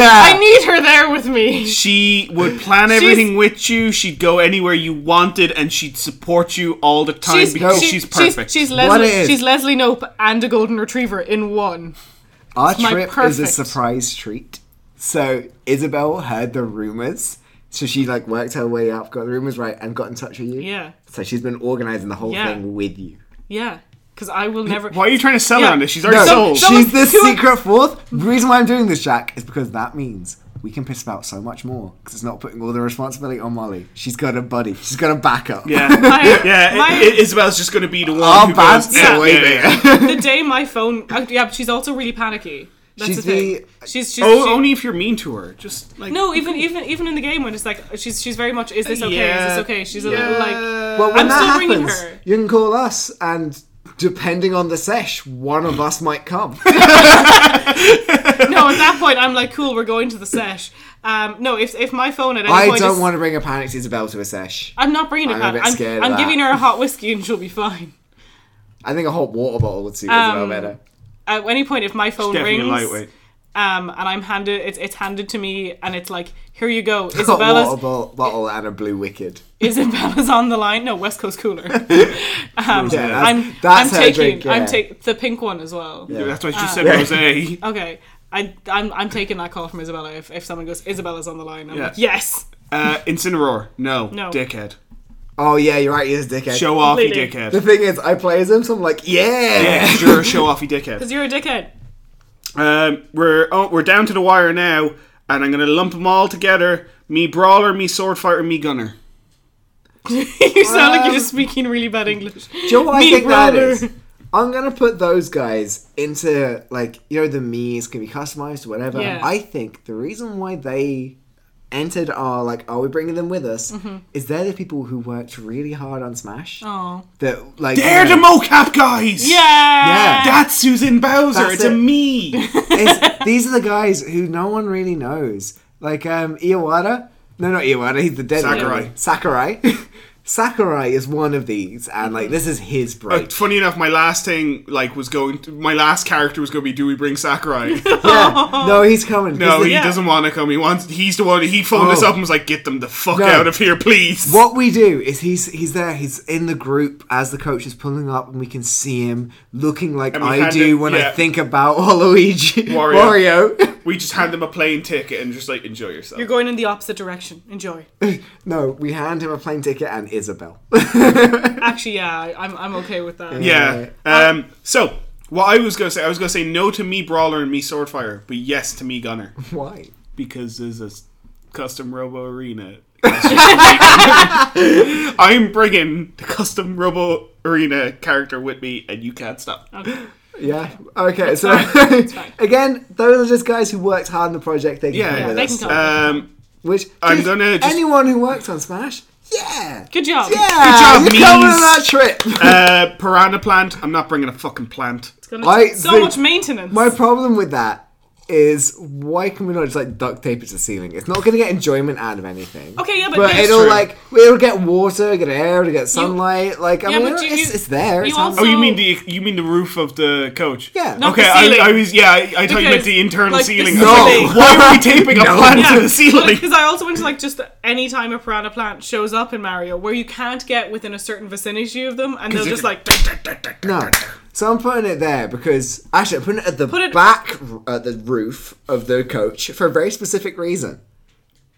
Speaker 2: I need her there with me.
Speaker 3: She would plan everything with you. She'd go anywhere you wanted, and she'd support you all the time because
Speaker 2: she-
Speaker 3: she's perfect.
Speaker 2: She's,
Speaker 1: What it
Speaker 2: Leslie.
Speaker 1: is.
Speaker 2: She's Leslie Nope and a golden retriever in one.
Speaker 1: Our
Speaker 2: my
Speaker 1: trip is a
Speaker 2: perfect.
Speaker 1: surprise treat. So Isabel heard the rumors. So she like worked her way up, got the rumors right, and got in touch with you.
Speaker 2: Yeah.
Speaker 1: So she's been organizing the whole
Speaker 2: Yeah.
Speaker 1: thing with you.
Speaker 2: Yeah. Because I will never.
Speaker 3: Why are you trying to sell her
Speaker 2: Yeah.
Speaker 3: on this? She's already
Speaker 1: No,
Speaker 3: sold.
Speaker 2: so-
Speaker 1: she's the
Speaker 2: Someone-
Speaker 1: secret fourth. The reason why I'm doing this, Jack, is because that means we can piss about so much more because it's not putting all the responsibility on Molly. She's got a buddy. She's got a backup.
Speaker 2: (laughs)
Speaker 3: yeah.
Speaker 2: My-
Speaker 3: (laughs) Yeah,
Speaker 2: my-
Speaker 3: I- I- Isabel's just going to be the one
Speaker 1: Our
Speaker 3: who goes,
Speaker 1: band's
Speaker 3: "Yeah,
Speaker 1: so way
Speaker 3: yeah, yeah, yeah."
Speaker 1: bigger.
Speaker 2: the day my phone. oh, Yeah, but she's also really panicky. That's
Speaker 1: She's
Speaker 2: the thing.
Speaker 1: the-
Speaker 2: she's she's. (laughs)
Speaker 3: Oh,
Speaker 2: she-
Speaker 3: only if you're mean to her. Just like
Speaker 2: no, even even even in the game when it's like she's she's very much is this okay?
Speaker 3: Yeah,
Speaker 2: Is this okay? She's a
Speaker 3: yeah.
Speaker 2: little like
Speaker 1: Well, (laughs) when
Speaker 2: I'm
Speaker 1: that
Speaker 2: still ringing
Speaker 1: happens,
Speaker 2: her.
Speaker 1: you can call us, and depending on the sesh, one of us might come.
Speaker 2: (laughs) no. At that point, I'm like cool. We're going to the sesh. Um, no, if if my phone at any
Speaker 1: I
Speaker 2: point
Speaker 1: don't
Speaker 2: is,
Speaker 1: want to bring a panic Isabel to a sesh.
Speaker 2: I'm not bringing it
Speaker 1: I'm a
Speaker 2: back.
Speaker 1: bit
Speaker 2: I'm,
Speaker 1: scared of
Speaker 2: I'm
Speaker 1: that.
Speaker 2: giving her a hot whiskey and she'll be fine.
Speaker 1: I think a hot water bottle would suit Isabel
Speaker 2: Um,
Speaker 1: better.
Speaker 2: At any point, if my phone
Speaker 3: definitely a
Speaker 2: rings,
Speaker 3: lightweight.
Speaker 2: um, and I'm handed, it's it's handed to me, and it's like, here
Speaker 1: (laughs)
Speaker 2: you go, Isabella's
Speaker 1: hot water bo- bottle and a blue wicked.
Speaker 2: Isabella's on the line. No, West Coast cooler.
Speaker 1: (laughs)
Speaker 2: Um,
Speaker 1: Yeah, that's-
Speaker 2: I'm
Speaker 1: that's
Speaker 2: I'm
Speaker 1: her
Speaker 2: taking
Speaker 1: drink, yeah.
Speaker 2: I'm take the pink one as well.
Speaker 3: That's why she
Speaker 2: Ah.
Speaker 3: said Rosé.
Speaker 2: Okay. I, I'm, I'm taking that call from Isabella if, if someone goes, Isabella's on the line. I'm
Speaker 3: Yeah.
Speaker 2: like, yes!
Speaker 3: Uh, Incineroar, no,
Speaker 2: No.
Speaker 3: dickhead.
Speaker 1: Oh yeah, you're right. He is a dickhead.
Speaker 3: Show off, you
Speaker 2: Completely.
Speaker 1: The
Speaker 3: (laughs) dickhead.
Speaker 1: thing is, I play as him, so I'm like, yeah.
Speaker 3: Yeah, you're a show off,
Speaker 2: (laughs)
Speaker 3: you dickhead.
Speaker 2: Because you're a dickhead.
Speaker 3: Um, we're oh, we're down to the wire now, and I'm gonna lump them all together. Me brawler, me swordfighter, me gunner.
Speaker 2: you sound
Speaker 1: um,
Speaker 2: like you're just speaking really
Speaker 1: (laughs)
Speaker 2: bad English.
Speaker 1: Do you know what I
Speaker 2: Me
Speaker 1: think that
Speaker 2: brother.
Speaker 1: is? I'm gonna put those guys into like you know the me's can be customized, whatever.
Speaker 2: Yeah.
Speaker 1: I think the reason why they entered our like are we bringing them with us
Speaker 2: Mm-hmm.
Speaker 1: is they're the people who worked really hard on Smash.
Speaker 2: Oh.
Speaker 1: That like
Speaker 3: They're
Speaker 1: you
Speaker 3: the
Speaker 1: know,
Speaker 3: mocap guys.
Speaker 2: Yeah!
Speaker 3: That's Susan Bowser.
Speaker 1: That's
Speaker 3: it's
Speaker 1: it.
Speaker 3: a me.
Speaker 1: it's, these are the guys who no one really knows. Like um Iwata. No, not Iwata. He's the dead one.
Speaker 3: Sakurai.
Speaker 1: Sakurai. (laughs) Sakurai is one of these, and like this is his break.
Speaker 3: (laughs) (laughs) But funny enough, my last thing like was going. To, my last character was going to be Do we bring
Speaker 2: (laughs)
Speaker 3: Sakurai?
Speaker 1: Yeah. No, he's coming.
Speaker 3: No,
Speaker 1: He's the-
Speaker 3: he doesn't want to come. He wants. He's the one. He phoned us
Speaker 1: Oh.
Speaker 3: up and was like, "Get them the fuck
Speaker 1: No.
Speaker 3: out of here, please."
Speaker 1: What we do is he's he's there, he's in the group as the coach is pulling up, and we can see him looking like
Speaker 3: we
Speaker 1: I
Speaker 3: had
Speaker 1: do
Speaker 3: him-
Speaker 1: when I
Speaker 3: yeah.
Speaker 1: think about (laughs) Waluigi,
Speaker 3: Wario.
Speaker 1: Wario. (laughs)
Speaker 3: We just hand them a plane ticket and just like enjoy yourself.
Speaker 2: You're going in the opposite direction.
Speaker 1: (laughs)
Speaker 2: Enjoy.
Speaker 1: no, we hand him a plane ticket and Isabel. (laughs)
Speaker 2: Actually, yeah, I- I'm, I'm okay with that.
Speaker 3: yeah.
Speaker 2: Uh,
Speaker 3: Um. So what I was gonna say, I was gonna say no to me brawler and me swordfire, but yes to me gunner
Speaker 1: Why?
Speaker 3: because there's a s- custom Robo
Speaker 1: (laughs)
Speaker 3: Arena. I'm bringing the custom Robo Arena character with me, and you can't stop.
Speaker 1: Oh, Yeah. Okay. So
Speaker 2: fine.
Speaker 1: (laughs) again, those are just guys who worked hard on the project. They can
Speaker 3: Yeah,
Speaker 1: come
Speaker 3: yeah,
Speaker 1: with
Speaker 2: they
Speaker 1: us.
Speaker 2: can come.
Speaker 1: (laughs)
Speaker 3: Um.
Speaker 1: Which
Speaker 3: I'm
Speaker 1: just
Speaker 3: gonna just-
Speaker 1: anyone who worked on Smash. Yeah.
Speaker 2: Good job.
Speaker 1: Yeah.
Speaker 3: Good job,
Speaker 1: you're coming
Speaker 3: Mies.
Speaker 1: on that trip.
Speaker 3: Uh, piranha plant. I'm not bringing a fucking plant.
Speaker 2: It's gonna
Speaker 1: I
Speaker 2: take so
Speaker 1: think-
Speaker 2: much maintenance.
Speaker 1: (laughs) My problem with that is why can we not just like duct tape it to the ceiling? It's not going to get enjoyment out of anything.
Speaker 2: Okay, yeah, but
Speaker 1: but
Speaker 2: there's-
Speaker 1: it'll
Speaker 3: True.
Speaker 1: like it'll get water, get air, it'll get sunlight. like I
Speaker 2: Yeah,
Speaker 1: mean,
Speaker 2: but you-
Speaker 1: it's,
Speaker 2: you-
Speaker 1: it's there.
Speaker 2: you
Speaker 1: it's on-
Speaker 2: also-
Speaker 3: Oh, you
Speaker 2: So-
Speaker 3: mean the you mean the roof of the coach?
Speaker 1: yeah.
Speaker 2: No.
Speaker 3: Okay,
Speaker 2: The ceiling.
Speaker 3: I, I was yeah. I, I thought you meant
Speaker 2: Because,
Speaker 3: the internal
Speaker 2: like, the
Speaker 3: ceiling.
Speaker 2: ceiling.
Speaker 3: I
Speaker 2: (laughs)
Speaker 3: was like,
Speaker 1: No.
Speaker 3: Why are we taping a
Speaker 1: No.
Speaker 3: plant (laughs) to the ceiling?
Speaker 2: Because I also went to like just any time a piranha plant shows up in Mario where you can't get within a certain vicinity of them and they'll
Speaker 3: you
Speaker 2: just
Speaker 3: can-
Speaker 2: like
Speaker 1: No. So I'm putting it there because actually I'm putting it at the
Speaker 2: it-
Speaker 1: back at the roof of the coach for a very specific reason.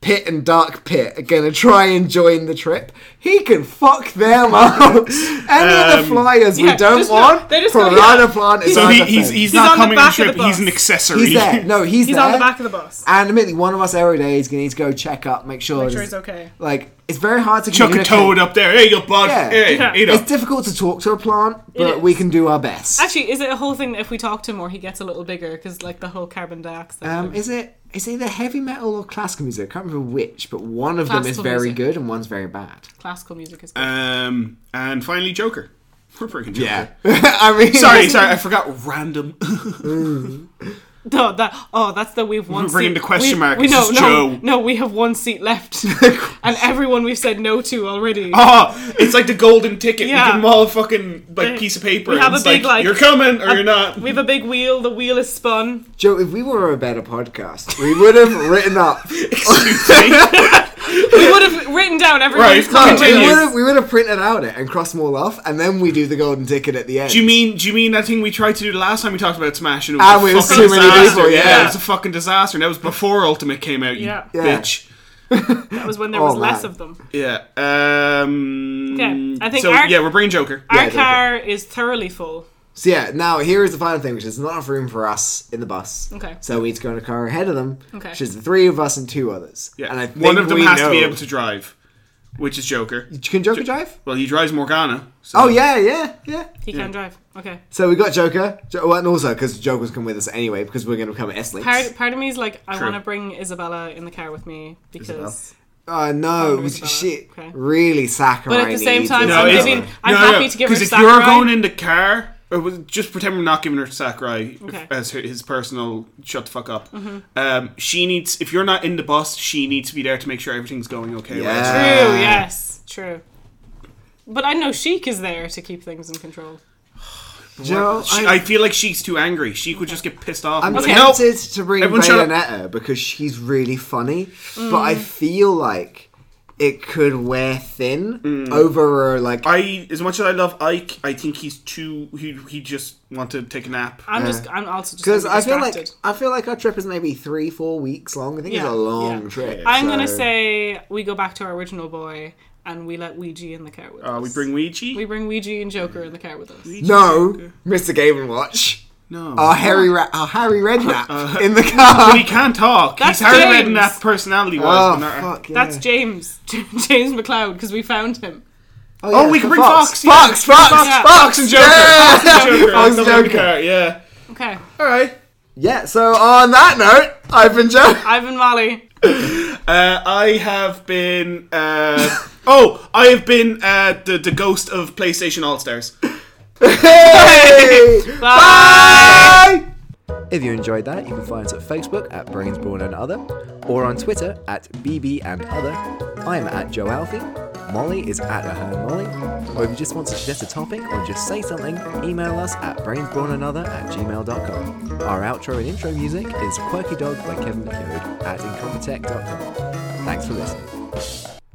Speaker 1: Pit and Dark Pit are gonna try and join the trip. He can fuck
Speaker 2: (laughs)
Speaker 1: them up. Any of the
Speaker 3: Um,
Speaker 1: flyers we
Speaker 2: yeah,
Speaker 1: don't
Speaker 2: just no,
Speaker 1: want,
Speaker 2: they're just gonna-
Speaker 1: Piranha Plant is
Speaker 3: So
Speaker 1: on
Speaker 3: he,
Speaker 1: the
Speaker 3: he's,
Speaker 1: thing.
Speaker 3: he's
Speaker 2: He's on
Speaker 3: not
Speaker 2: the
Speaker 3: coming on
Speaker 2: back
Speaker 3: the
Speaker 2: of the
Speaker 3: trip. He's an
Speaker 2: bus.
Speaker 3: accessory.
Speaker 1: He's there. No, he's,
Speaker 2: he's
Speaker 1: there.
Speaker 2: on the back of the bus.
Speaker 1: And admittedly, one of us every day is going to need to go check up, make sure,
Speaker 2: Make sure
Speaker 1: it's-
Speaker 2: he's okay.
Speaker 1: Like, it's very hard to
Speaker 3: Chuck a
Speaker 1: communicate.
Speaker 3: toad up there. Hey, you bud.
Speaker 1: Yeah.
Speaker 3: Hey,
Speaker 2: Yeah.
Speaker 3: eat
Speaker 1: It's
Speaker 3: up.
Speaker 1: difficult to talk to a plant, but
Speaker 2: is.
Speaker 1: we can do our best.
Speaker 2: Actually, is it a whole thing that if we talk to him more, he gets a little bigger? Because like the whole carbon dioxide.
Speaker 1: Um,
Speaker 2: thing.
Speaker 1: is it is either heavy metal or classical music? I can't remember which, but one of them is
Speaker 2: Classical
Speaker 1: very
Speaker 2: music.
Speaker 1: good and one's very
Speaker 3: (laughs)
Speaker 1: bad.
Speaker 2: Classical music is.
Speaker 3: Um, and finally, Joker. (laughs) We're freaking Joker.
Speaker 1: I mean, (laughs)
Speaker 3: (laughs) Sorry, sorry, I forgot random. (laughs)
Speaker 2: No, that oh, that's the we've
Speaker 3: (laughs)
Speaker 2: one.
Speaker 3: We're bringing
Speaker 2: seat-
Speaker 3: the question
Speaker 2: we-
Speaker 3: mark.
Speaker 2: We,
Speaker 3: It's
Speaker 2: no,
Speaker 3: just
Speaker 2: no,
Speaker 3: Joe.
Speaker 2: no. We have one seat
Speaker 3: (laughs)
Speaker 2: left, and everyone we've said no to already.
Speaker 3: oh, it's like the golden ticket.
Speaker 2: Yeah.
Speaker 3: You give them all a fucking like
Speaker 2: They-
Speaker 3: piece of paper.
Speaker 2: we have
Speaker 3: and
Speaker 2: a
Speaker 3: it's
Speaker 2: big, like-
Speaker 3: you're coming or
Speaker 2: (laughs)
Speaker 3: you're not.
Speaker 2: We have a big wheel. The wheel is spun.
Speaker 1: Joe, if we were a better podcast, we would have written
Speaker 3: (laughs)
Speaker 1: up.
Speaker 3: Excuse me.
Speaker 2: We would have written down everybody's
Speaker 3: Right,
Speaker 1: No, we
Speaker 3: Continue.
Speaker 1: would have, we would have printed out it and crossed them all off, and then we do the golden ticket at the end.
Speaker 3: Do you mean? Do you mean that thing we tried to do the last time we talked about Smash and it was
Speaker 1: Ah,
Speaker 3: a
Speaker 1: we was
Speaker 3: fucking
Speaker 1: too many
Speaker 3: disaster?
Speaker 1: people, yeah.
Speaker 3: it was a fucking disaster. And that was before Ultimate came out. You
Speaker 2: Yeah.
Speaker 1: Yeah.
Speaker 3: bitch.
Speaker 2: That was when there
Speaker 1: Oh,
Speaker 2: was less
Speaker 1: man.
Speaker 2: of them.
Speaker 3: Yeah. Um,
Speaker 2: Okay, I think
Speaker 3: so.
Speaker 2: our-
Speaker 3: yeah, we're bringing Joker.
Speaker 1: Yeah,
Speaker 2: Our
Speaker 1: okay.
Speaker 2: car is thoroughly full.
Speaker 1: So yeah, now here is the final thing, which is not enough room for us in the bus.
Speaker 2: Okay.
Speaker 1: So we need to go in a car ahead of them,
Speaker 2: Okay.
Speaker 1: which is the three of us and two others.
Speaker 3: Yeah.
Speaker 1: And I think
Speaker 3: one of them
Speaker 1: we
Speaker 3: has
Speaker 1: know.
Speaker 3: to be able to drive, which is Joker.
Speaker 1: Can Joker drive?
Speaker 3: Well, he drives Morgana. So.
Speaker 1: Oh yeah, yeah, yeah.
Speaker 2: He can drive. Okay.
Speaker 1: So we got Joker. Jo- well, and also because Joker's come with us anyway, because we're going to become S links.
Speaker 2: Part, part of me is like, I
Speaker 3: True.
Speaker 2: want to bring Isabella in the car with me because.
Speaker 1: Oh
Speaker 2: Oh,
Speaker 1: no,
Speaker 2: there's about
Speaker 1: shit!
Speaker 2: that. Okay.
Speaker 1: Really saccharine.
Speaker 2: But at the same time,
Speaker 3: No,
Speaker 2: I'm
Speaker 3: it's-
Speaker 2: giving. I'm
Speaker 3: no,
Speaker 2: happy
Speaker 3: no,
Speaker 2: to give her
Speaker 3: Because if
Speaker 2: Sakurai.
Speaker 3: you're going in the car, or was- just pretend we're not giving her Sakurai
Speaker 2: Okay. Mm-hmm.
Speaker 3: as her, his personal shut the fuck up. Um, she needs. If you're not in the bus, she needs to be there to make sure everything's going okay.
Speaker 1: Yeah.
Speaker 2: True.
Speaker 1: Ah.
Speaker 2: Yes. True. But I know Sheik is there to keep things in control.
Speaker 1: Joe,
Speaker 3: Right? She- I,
Speaker 1: I,
Speaker 3: feel like she's too angry. She could just get pissed off.
Speaker 1: I'm
Speaker 3: and be
Speaker 2: Okay.
Speaker 3: like, nope.
Speaker 1: tempted to bring
Speaker 3: Everyone shut up.
Speaker 1: Bayonetta because she's really funny, but I feel like it could wear thin over her. Like,
Speaker 3: Mm. I as much as I love Ike, I think he's too. He he just want to take a nap.
Speaker 2: I'm just. I'm also just.
Speaker 1: because
Speaker 2: Because
Speaker 1: I feel like
Speaker 2: distracted.
Speaker 1: I feel like our trip is maybe three, four weeks long. I think
Speaker 2: Yeah,
Speaker 1: it's a long
Speaker 2: yeah.
Speaker 1: trip.
Speaker 2: I'm gonna
Speaker 1: so-
Speaker 2: say we go back to our original boy and we let Ouija in the car with
Speaker 3: Uh,
Speaker 2: us.
Speaker 3: we bring Ouija.
Speaker 2: We bring Ouija and Joker in the car with us.
Speaker 1: no, Mr. Game and Watch.
Speaker 3: no.
Speaker 1: Our Harry, Ra- our Harry
Speaker 3: (laughs)
Speaker 1: Redknapp
Speaker 3: Uh,
Speaker 1: in the car.
Speaker 3: but he can talk.
Speaker 2: That's
Speaker 3: he's Harry
Speaker 2: James.
Speaker 3: Redknapp personality wise.
Speaker 1: Oh fuck! Yeah.
Speaker 2: That's James, (laughs) James McLeod, because we found him.
Speaker 1: yeah,
Speaker 3: Oh, we
Speaker 1: for
Speaker 3: can bring Fox, yeah.
Speaker 1: Fox, Fox, Fox,
Speaker 2: Yeah.
Speaker 1: Fox,
Speaker 3: and Joker.
Speaker 1: Yeah. (laughs) Fox
Speaker 3: Joker.
Speaker 1: and
Speaker 3: Something in the
Speaker 1: Joker.
Speaker 3: car, Yeah.
Speaker 2: Okay,
Speaker 3: All right.
Speaker 1: Yeah, so on that note, I've been Joe.
Speaker 2: Ivan Molly.
Speaker 3: Uh, I have been. Uh, (laughs) oh, I have been uh, the the ghost of PlayStation All Stars.
Speaker 1: Hey!
Speaker 2: Bye!
Speaker 1: If you enjoyed that, you can find us at Facebook at Brainsborn and Other, or on Twitter at BB and Other. I'm at Joe Alfie. Molly is at her Molly. Or if you just want to suggest a topic or just say something, email us at brainsbornanother at gmail.com. Our outro and intro music is Quirky Dog by Kevin McLeod at incompetech.com. Thanks for listening.